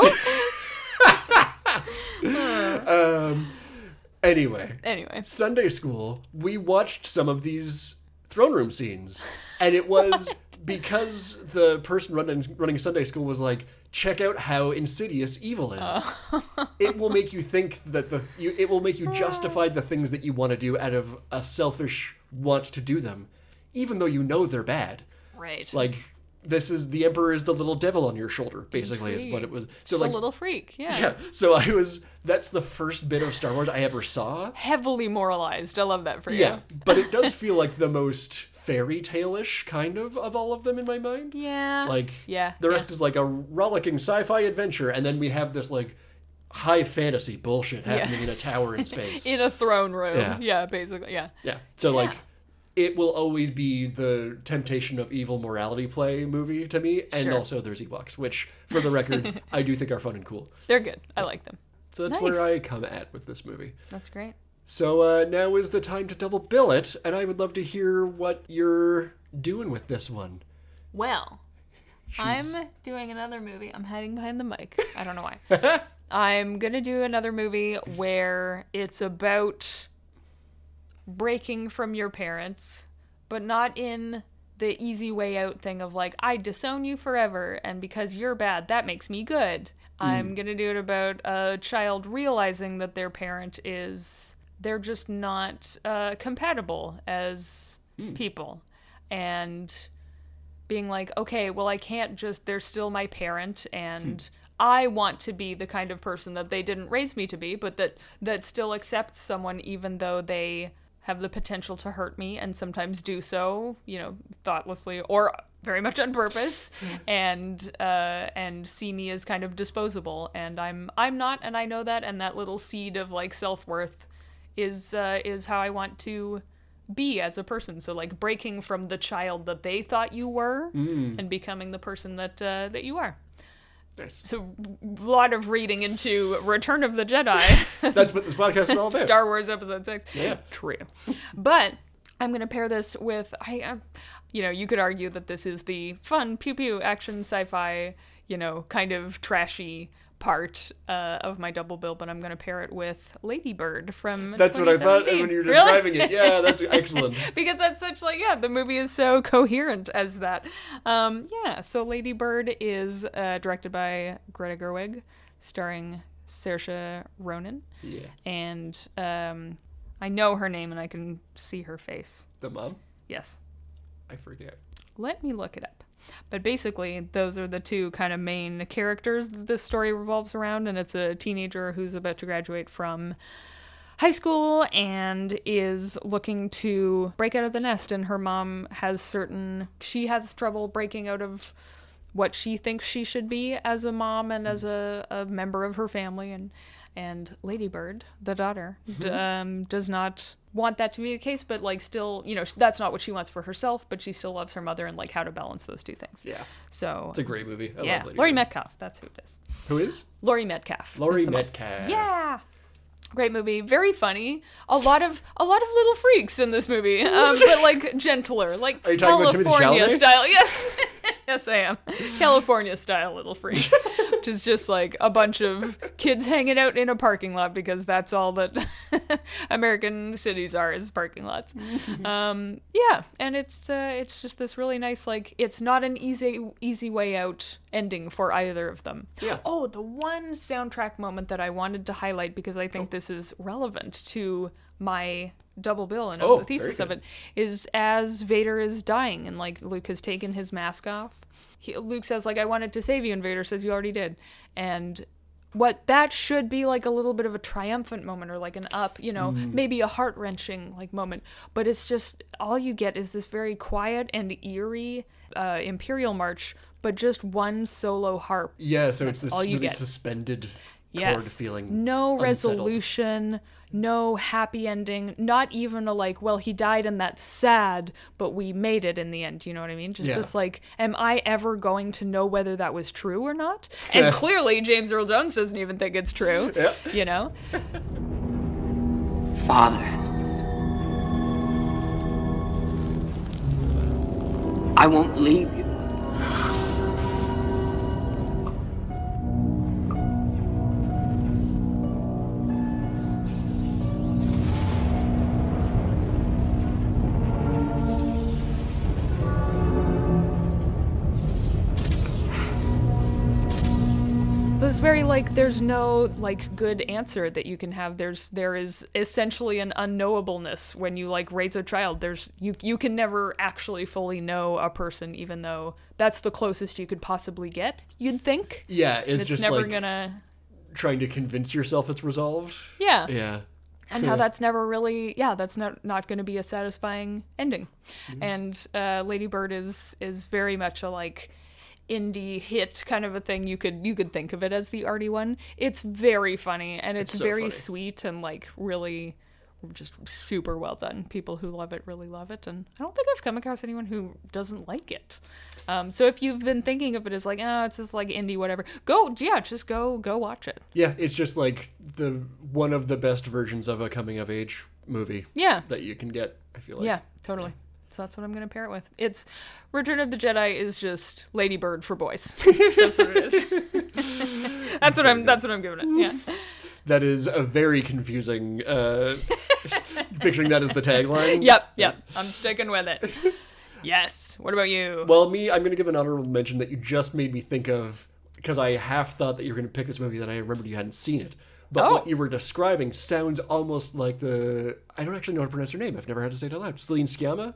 Speaker 1: Anyway,
Speaker 2: anyway,
Speaker 1: Sunday school, we watched some of these throne room scenes, and it was because the person running running Sunday school was like, "Check out how insidious evil is.
Speaker 2: Oh.
Speaker 1: it will make you think that the you, it will make you justify the things that you want to do out of a selfish want to do them, even though you know they're bad.
Speaker 2: right,
Speaker 1: Like." This is the emperor is the little devil on your shoulder, basically, is what it was. So,
Speaker 2: Just
Speaker 1: like,
Speaker 2: a little freak, yeah.
Speaker 1: yeah. So I was. That's the first bit of Star Wars I ever saw.
Speaker 2: Heavily moralized. I love that for you.
Speaker 1: Yeah, but it does feel like the most fairy tale-ish kind of of all of them in my mind.
Speaker 2: Yeah.
Speaker 1: Like
Speaker 2: yeah.
Speaker 1: the
Speaker 2: yeah.
Speaker 1: rest is like a rollicking sci-fi adventure, and then we have this like high fantasy bullshit happening in a tower in space.
Speaker 2: in a throne room.
Speaker 1: Yeah.
Speaker 2: yeah basically. Yeah.
Speaker 1: yeah. So like it will always be the temptation of evil morality play movie to me, and
Speaker 2: Sure.
Speaker 1: also there's Ewoks, which for the record I do think are fun and cool.
Speaker 2: They're good. I like them.
Speaker 1: So that's
Speaker 2: Nice.
Speaker 1: where I come at with this movie.
Speaker 2: That's great.
Speaker 1: So uh, now is the time to double bill it, and I would love to hear what you're doing with this one.
Speaker 2: Well, I'm doing another movie. I'm hiding behind the mic. I don't know why. I'm going to do another movie where it's about breaking from your parents, but not in the easy way out thing of like, I disown you forever, and because you're bad, that makes me good. I'm going to do it about a child realizing that their parent is, they're just not uh, compatible as people. And being like, okay, well, I can't just, they're still my parent, and I want to be the kind of person that they didn't raise me to be, but that, that still accepts someone even though they have the potential to hurt me and sometimes do so, you know, thoughtlessly or very much on purpose, and uh, and see me as kind of disposable, and I'm I'm not, and I know that, and that little seed of like self worth is uh, is how I want to be as a person. So like breaking from the child that they thought you were
Speaker 1: Mm.
Speaker 2: and becoming the person that uh, that you are.
Speaker 1: Nice.
Speaker 2: So a lot of reading into Return of the Jedi,
Speaker 1: That's what this podcast is all about.
Speaker 2: Star Wars Episode Six.
Speaker 1: Yeah.
Speaker 2: true. But I'm gonna pair this with I, um, you know, you could argue that this is the fun pew pew action sci-fi, you know, kind of trashy part uh, of my double bill. But I'm gonna pair it with Ladybird from.
Speaker 1: That's what I thought
Speaker 2: 2017.
Speaker 1: when you were
Speaker 2: Really?
Speaker 1: describing it. Yeah, that's excellent.
Speaker 2: because that's such like yeah the movie is so coherent as that um yeah so lady bird is uh, directed by greta gerwig starring saoirse ronan
Speaker 1: Yeah.
Speaker 2: and um i know her name and i can see her face
Speaker 1: The mom?
Speaker 2: yes
Speaker 1: I forget.
Speaker 2: let me look it up. But basically, those are the two kind of main characters that this story revolves around, and it's a teenager who's about to graduate from high school and is looking to break out of the nest. And her mom has certain she has trouble breaking out of what she thinks she should be as a mom and as a, a member of her family and and ladybird the daughter
Speaker 1: Mm-hmm.
Speaker 2: d- um, does not want that to be the case but like still you know sh- that's not what she wants for herself but she still loves her mother and like how to balance those two things
Speaker 1: Yeah.
Speaker 2: so
Speaker 1: It's a great movie. I
Speaker 2: yeah
Speaker 1: love Lady
Speaker 2: laurie
Speaker 1: Bird.
Speaker 2: metcalf that's who it is
Speaker 1: Who is?
Speaker 2: laurie metcalf is
Speaker 1: Laurie
Speaker 2: the mom.
Speaker 1: Metcalf.
Speaker 2: yeah great movie very funny a lot of a lot of little freaks in this movie um, but like gentler like
Speaker 1: Are you talking about Timothy
Speaker 2: california
Speaker 1: Chalamet?
Speaker 2: style yes yes i am california style little freaks which is just like a bunch of kids hanging out in a parking lot because that's all that american cities are is parking lots um, yeah and it's uh, it's just this really nice like it's not an easy easy way out ending for either of them
Speaker 1: Yeah.
Speaker 2: oh the one soundtrack moment that i wanted to highlight because i
Speaker 1: Oh.
Speaker 2: think this is relevant to my double bill and of
Speaker 1: Oh,
Speaker 2: the thesis
Speaker 1: very
Speaker 2: of
Speaker 1: good.
Speaker 2: it is as vader is dying and like luke has taken his mask off he, luke says like i wanted to save you and vader says you already did and what that should be like a little bit of a triumphant moment or like an up, you know,
Speaker 1: Mm.
Speaker 2: maybe a heart wrenching like moment. But it's just all you get is this very quiet and eerie uh, Imperial March, but just one solo harp.
Speaker 1: Yeah, so it's this
Speaker 2: all you
Speaker 1: really
Speaker 2: get.
Speaker 1: suspended chord
Speaker 2: Yes.
Speaker 1: feeling.
Speaker 2: no
Speaker 1: unsettled.
Speaker 2: resolution, no happy ending, not even a like, well, he died and that's sad, but we made it in the end. You know what I mean? Just
Speaker 1: Yeah.
Speaker 2: this like, am I ever going to know whether that was true or not? And clearly, James Earl Jones doesn't even think it's true. You know?
Speaker 3: Father. I won't leave you.
Speaker 2: There's very like there's no like good answer that you can have. There's there is essentially an unknowableness when you like raise a child. There's you you can never actually fully know a person, even though that's the closest you could possibly get. You'd think
Speaker 1: Yeah, it's,
Speaker 2: it's
Speaker 1: just
Speaker 2: never
Speaker 1: like
Speaker 2: gonna
Speaker 1: trying to convince yourself it's resolved.
Speaker 2: yeah.
Speaker 1: Yeah.
Speaker 2: and how that's never really yeah that's not not going to be a satisfying ending and uh, lady bird is is very much a like indie hit kind of a thing you could you could think of it as the arty one it's very funny and it's,
Speaker 1: so
Speaker 2: very
Speaker 1: funny.
Speaker 2: sweet and like really just super well done. People who love it really love it, and I don't think I've come across anyone who doesn't like it. Um, so if you've been thinking of it as like, ah, it's this like indie whatever, go yeah, just go go watch it.
Speaker 1: Yeah, it's just like the one of the best versions of a coming of age movie
Speaker 2: Yeah,
Speaker 1: that you can get. I feel like.
Speaker 2: yeah, totally. So that's what I'm gonna pair it with. It's Return of the Jedi is just Lady Bird for boys. that's what it is. that's what I'm. That's what I'm giving it. Yeah.
Speaker 1: That is a very confusing. Uh, picturing that as the tagline.
Speaker 2: Yep. Yep. I'm sticking with it. Yes. What about you?
Speaker 1: Well, me, I'm going to give an honorable mention that you just made me think of because I half thought that you were going to pick this movie, then I remembered you hadn't seen it. But
Speaker 2: Oh.
Speaker 1: what you were describing sounds almost like the. I don't actually know how to pronounce her name. I've never had to say it out loud. Celine Sciamma?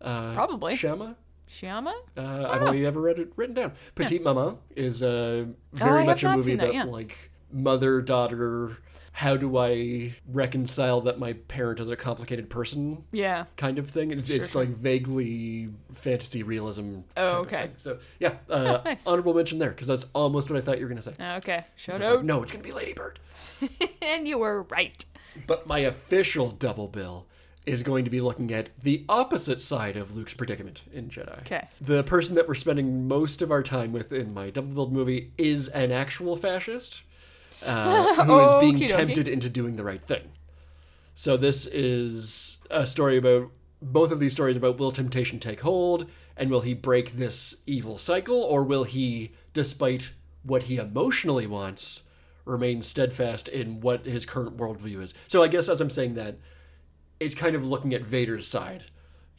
Speaker 1: Uh,
Speaker 2: Probably.
Speaker 1: Sciamma?
Speaker 2: Shiyama?
Speaker 1: Uh, I've
Speaker 2: Oh.
Speaker 1: only ever read it written down. Petite Maman is uh, very
Speaker 2: I
Speaker 1: much
Speaker 2: have
Speaker 1: a
Speaker 2: not
Speaker 1: movie
Speaker 2: seen that,
Speaker 1: about
Speaker 2: yeah.
Speaker 1: like mother daughter. How do I reconcile that my parent is a complicated person?
Speaker 2: Yeah.
Speaker 1: kind of thing. It's, it's like vaguely fantasy realism. kind of
Speaker 2: Oh, okay.
Speaker 1: thing. So yeah, uh,
Speaker 2: nice.
Speaker 1: honorable mention there because that's almost what I thought you were gonna say.
Speaker 2: Okay. Shout
Speaker 1: I was like,
Speaker 2: out.
Speaker 1: no, it's gonna be Lady Bird.
Speaker 2: And you were right.
Speaker 1: But my official double bill is going to be looking at the opposite side of Luke's predicament in Jedi.
Speaker 2: Okay.
Speaker 1: The person that we're spending most of our time with in my double build movie is an actual fascist uh, who is being
Speaker 2: Okey-dokey.
Speaker 1: tempted into doing the right thing. So this is a story about both of these stories about will temptation take hold and will he break this evil cycle or will he despite what he emotionally wants remain steadfast in what his current worldview is. So I guess as I'm saying that it's kind of looking at Vader's side.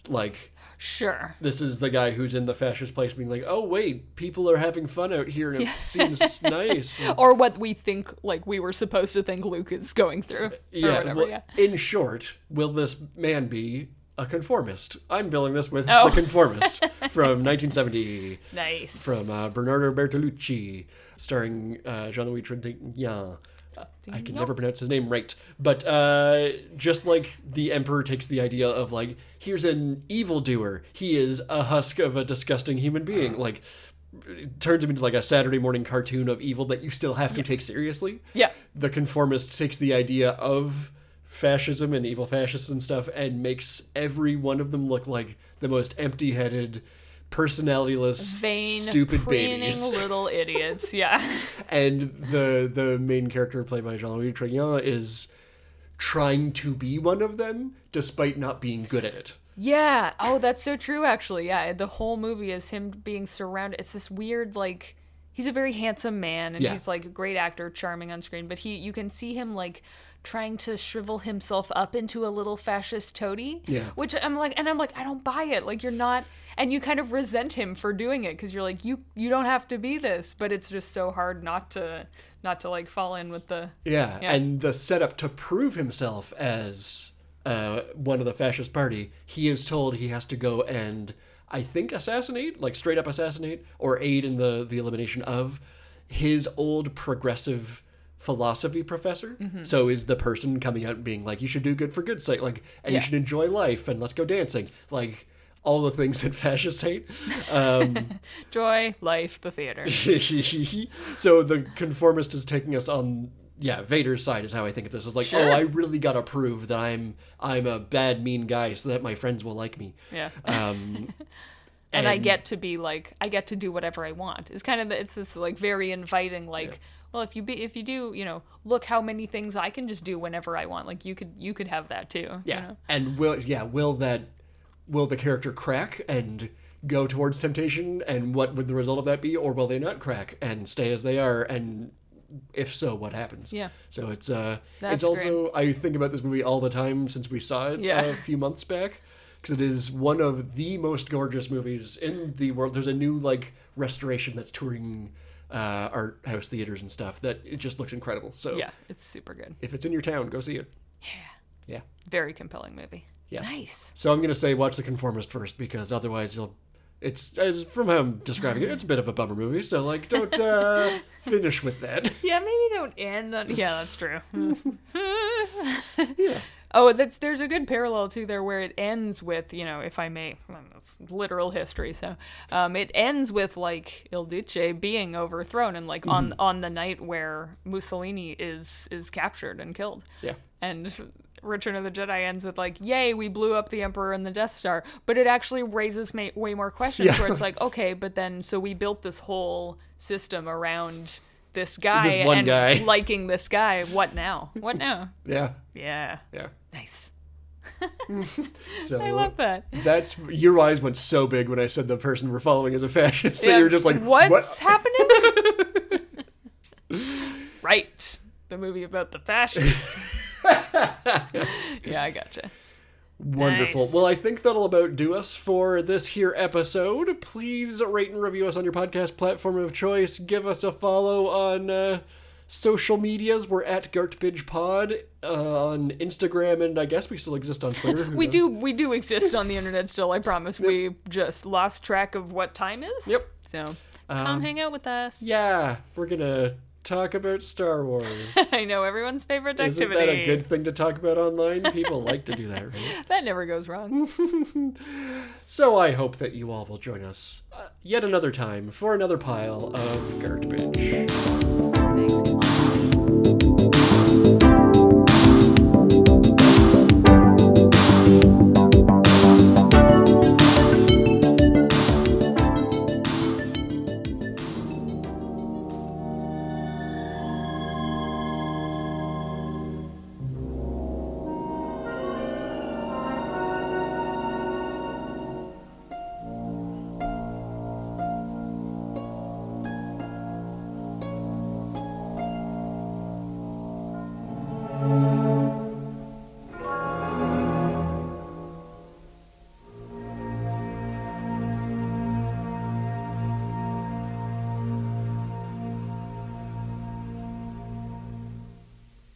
Speaker 1: Like
Speaker 2: Sure.
Speaker 1: this is the guy who's in the fascist place being like, oh, wait, people are having fun out here and it seems nice. And-
Speaker 2: Or what we think, like, we were supposed to think Luke is going through. Or
Speaker 1: yeah,
Speaker 2: whatever,
Speaker 1: well,
Speaker 2: yeah.
Speaker 1: In short, will this man be a conformist? I'm billing this with
Speaker 2: Oh.
Speaker 1: The Conformist from 1970
Speaker 2: Nice.
Speaker 1: from uh, Bernardo Bertolucci, starring uh, Jean Louis Trintignant. I can never pronounce his name right, but uh, just like the emperor takes the idea of like, here's an evildoer. He is a husk of a disgusting human being. Like, it turns him into like a Saturday morning cartoon of evil that you still have to take seriously.
Speaker 2: Yeah.
Speaker 1: The conformist takes the idea of fascism and evil fascists and stuff and makes every one of them look like the most empty headed, personalityless,
Speaker 2: Vain,
Speaker 1: stupid
Speaker 2: preening
Speaker 1: babies.
Speaker 2: little idiots. Yeah.
Speaker 1: and the the main character played by Jean Louis Trignan is trying to be one of them despite not being good at it.
Speaker 2: yeah. Oh, that's so true, actually. Yeah. The whole movie is him being surrounded. It's this weird, like, he's a very handsome man and
Speaker 1: Yeah.
Speaker 2: he's, like, a great actor, charming on screen, but he, you can see him, like, trying to shrivel himself up into a little fascist toady.
Speaker 1: Yeah.
Speaker 2: Which I'm like, and I'm like, I don't buy it. Like, you're not, and you kind of resent him for doing it because you're like, you you don't have to be this, but it's just so hard not to not to like fall in with the
Speaker 1: Yeah,
Speaker 2: Yeah.
Speaker 1: and the setup to prove himself as uh, one of the fascist party, he is told he has to go and I think assassinate, like straight up assassinate, or aid in the the elimination of his old progressive philosophy professor. So is the person coming out and being like, "You should do good for good sake," like, and you
Speaker 2: Yeah.
Speaker 1: should enjoy life, and let's go dancing, like all the things that fascists hate.
Speaker 2: joy, life, the theater.
Speaker 1: so the conformist is taking us on yeah vader's side is how i think of this it's like oh i really gotta prove that i'm i'm a bad mean guy so that my friends will like me
Speaker 2: Yeah.
Speaker 1: um
Speaker 2: and, I
Speaker 1: And-
Speaker 2: get to be like I get to do whatever I want. It's kind of the, it's this like very inviting like well if you be if you do you know look how many things I can just do whenever I want like you could you could have that too. you
Speaker 1: yeah
Speaker 2: know?
Speaker 1: and will yeah will that will the character crack and go towards temptation and what would the result of that be or will they not crack and stay as they are and if so what happens
Speaker 2: Yeah.
Speaker 1: so it's uh it's
Speaker 2: That's
Speaker 1: also i think about this movie all the time since we saw it
Speaker 2: Yeah.
Speaker 1: a few months back because it is one of the most gorgeous movies in the world there's a new like restoration that's touring uh, art house theaters and stuff that it just looks incredible so
Speaker 2: Yeah, it's super good.
Speaker 1: if it's in your town go see it yeah yeah
Speaker 2: Very compelling movie.
Speaker 1: Yes.
Speaker 2: Nice.
Speaker 1: So I'm gonna say watch the Conformist first because otherwise you'll. It's as from how I'm describing it. It's a bit of a bummer movie. So like, don't uh, finish with that.
Speaker 2: Yeah, maybe don't end on. Yeah, that's true. Oh, that's there's a good parallel too there where it ends with you know if I may well, that's literal history so um, it ends with like Il Duce being overthrown and like on on the night where Mussolini is is captured and killed
Speaker 1: Yeah.
Speaker 2: and Return of the Jedi ends with like, "Yay, we blew up the Emperor and the Death Star," but it actually raises ma- way more questions.
Speaker 1: Yeah.
Speaker 2: Where it's like, okay, but then so we built this whole system around this guy
Speaker 1: This one
Speaker 2: and
Speaker 1: guy.
Speaker 2: liking this guy. What now? What now?
Speaker 1: Yeah,
Speaker 2: yeah,
Speaker 1: yeah.
Speaker 2: nice.
Speaker 1: So
Speaker 2: I love that.
Speaker 1: That's your eyes went so big when I said the person we're following is a fascist that
Speaker 2: Yeah,
Speaker 1: you're just like,
Speaker 2: what's
Speaker 1: what?
Speaker 2: happening? right. The movie about the fascists. yeah, I gotcha.
Speaker 1: Wonderful.
Speaker 2: Nice.
Speaker 1: Well, I think that'll about do us for this here episode. Please rate and review us on your podcast platform of choice. Give us a follow on uh, social medias. We're at Gartbidge Pod uh, on Instagram, and I guess we still exist on Twitter. Who
Speaker 2: We
Speaker 1: knows?
Speaker 2: do we do exist on the internet still, I promise. We just lost track of what time is.
Speaker 1: Yep. Um,
Speaker 2: So come hang out with us.
Speaker 1: Yeah, we're gonna talk about Star Wars.
Speaker 2: I know everyone's favorite
Speaker 1: Isn't
Speaker 2: activity.
Speaker 1: that a good thing to talk about online? People like to do that, right?
Speaker 2: That never goes wrong.
Speaker 1: So I hope that you all will join us uh, yet another time for another pile of garbage.